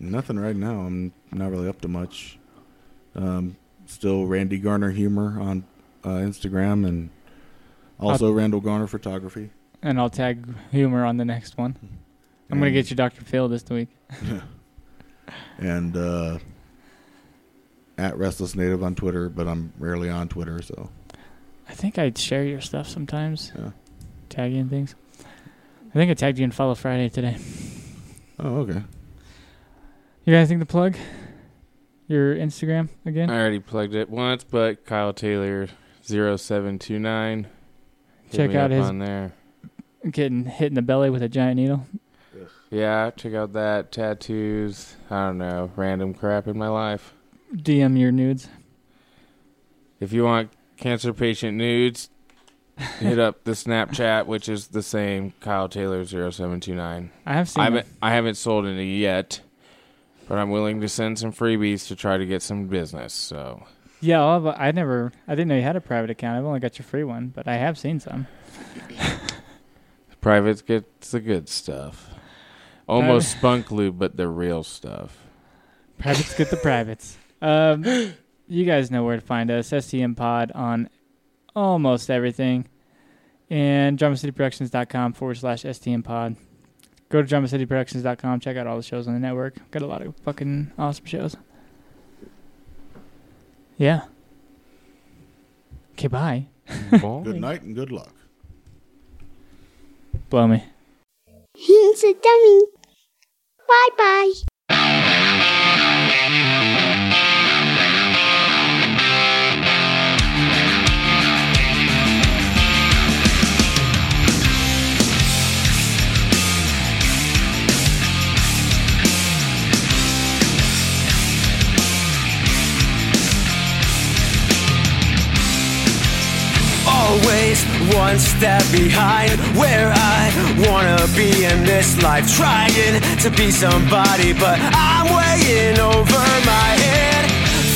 [SPEAKER 4] Nothing right now. I'm not really up to much. Um, still Randy Garner humor on uh, Instagram and also Randall Garner photography.
[SPEAKER 3] And I'll tag humor on the next one. I'm gonna get you Dr. Phil this week.
[SPEAKER 4] and uh, at Restless Native on Twitter, but I'm rarely on Twitter, so
[SPEAKER 3] I think I share your stuff sometimes.
[SPEAKER 4] Yeah.
[SPEAKER 3] Tag you in things. I think I tagged you in Follow Friday today.
[SPEAKER 4] oh okay.
[SPEAKER 3] You got anything to plug? Your Instagram
[SPEAKER 5] I
[SPEAKER 3] again?
[SPEAKER 5] already plugged it once, but Kyle Taylor 0729. Hit
[SPEAKER 3] Check
[SPEAKER 5] me
[SPEAKER 3] out
[SPEAKER 5] up
[SPEAKER 3] his-
[SPEAKER 5] on there.
[SPEAKER 3] Getting hit in the belly with a giant needle.
[SPEAKER 5] Yeah, check out that tattoos. I don't know, random crap in my life.
[SPEAKER 3] DM your nudes.
[SPEAKER 5] If you want cancer patient nudes, hit up the Snapchat, which is the same Kyle Taylor 0729.
[SPEAKER 3] I have
[SPEAKER 5] I
[SPEAKER 3] seen
[SPEAKER 5] haven't
[SPEAKER 3] that.
[SPEAKER 5] I haven't sold any yet, but I'm willing to send some freebies to try to get some business. So
[SPEAKER 3] Yeah, I'll have a- I never I didn't know you had a private account. I've only got your free one, but I have seen some.
[SPEAKER 5] privates gets the good stuff. Almost spunk lube, but the real stuff.
[SPEAKER 3] Privates get the privates. Um, you guys know where to find us. STM Pod on almost everything. And dramacityproductions.com forward slash STM Pod. Go to dramacityproductions.com. Check out all the shows on the network. Got a lot of fucking awesome shows. Yeah. Okay, bye.
[SPEAKER 4] Good night and good luck.
[SPEAKER 3] Blow me.
[SPEAKER 6] He's a dummy. Bye bye.
[SPEAKER 7] Always one step behind where I wanna be in this life. Trying to be somebody, but I'm weighing over my head.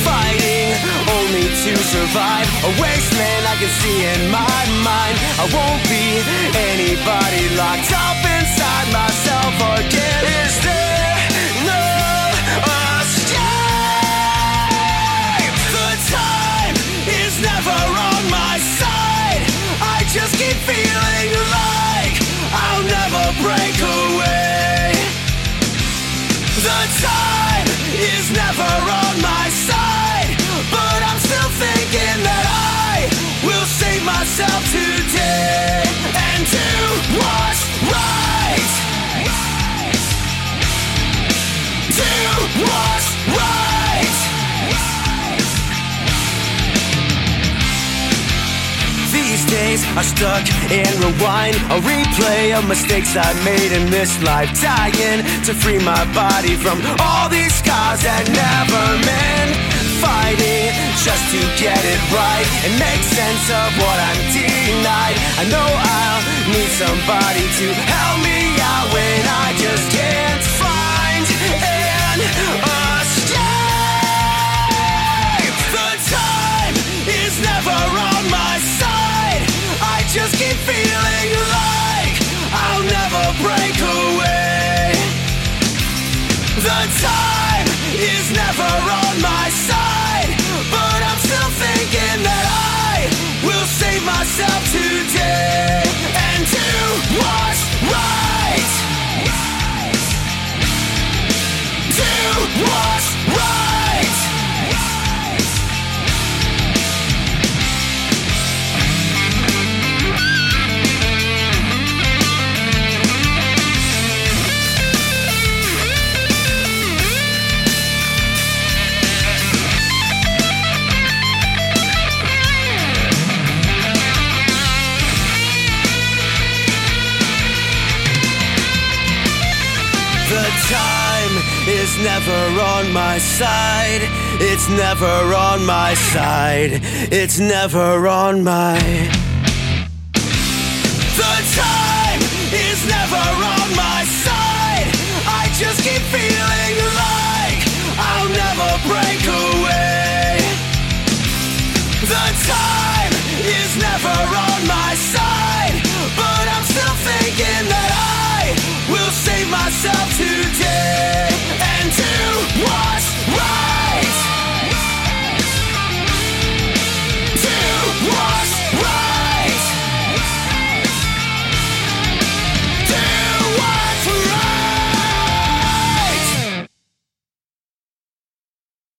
[SPEAKER 7] Fighting only to survive. A wasteland I can see in my mind. I won't be anybody locked up inside myself again. Is there no escape? The time is never on my side. I just keep feeling like I'll never break away. The time is never on my side, but I'm still thinking that I will save myself today and do what's right. Do what's right. These days are stuck in rewind, a replay of mistakes I made in this life, dying to free my body from all these scars that never meant. Fighting just to get it right and make sense of what I'm denied. I know I'll need somebody to help me out when I just can't find an escape. The time is never on my side. I just keep feeling like I'll never break away. The time is never on my side, but I'm still thinking that on my side. It's never on my side. It's never on my. The time is never on my side. I just keep feeling like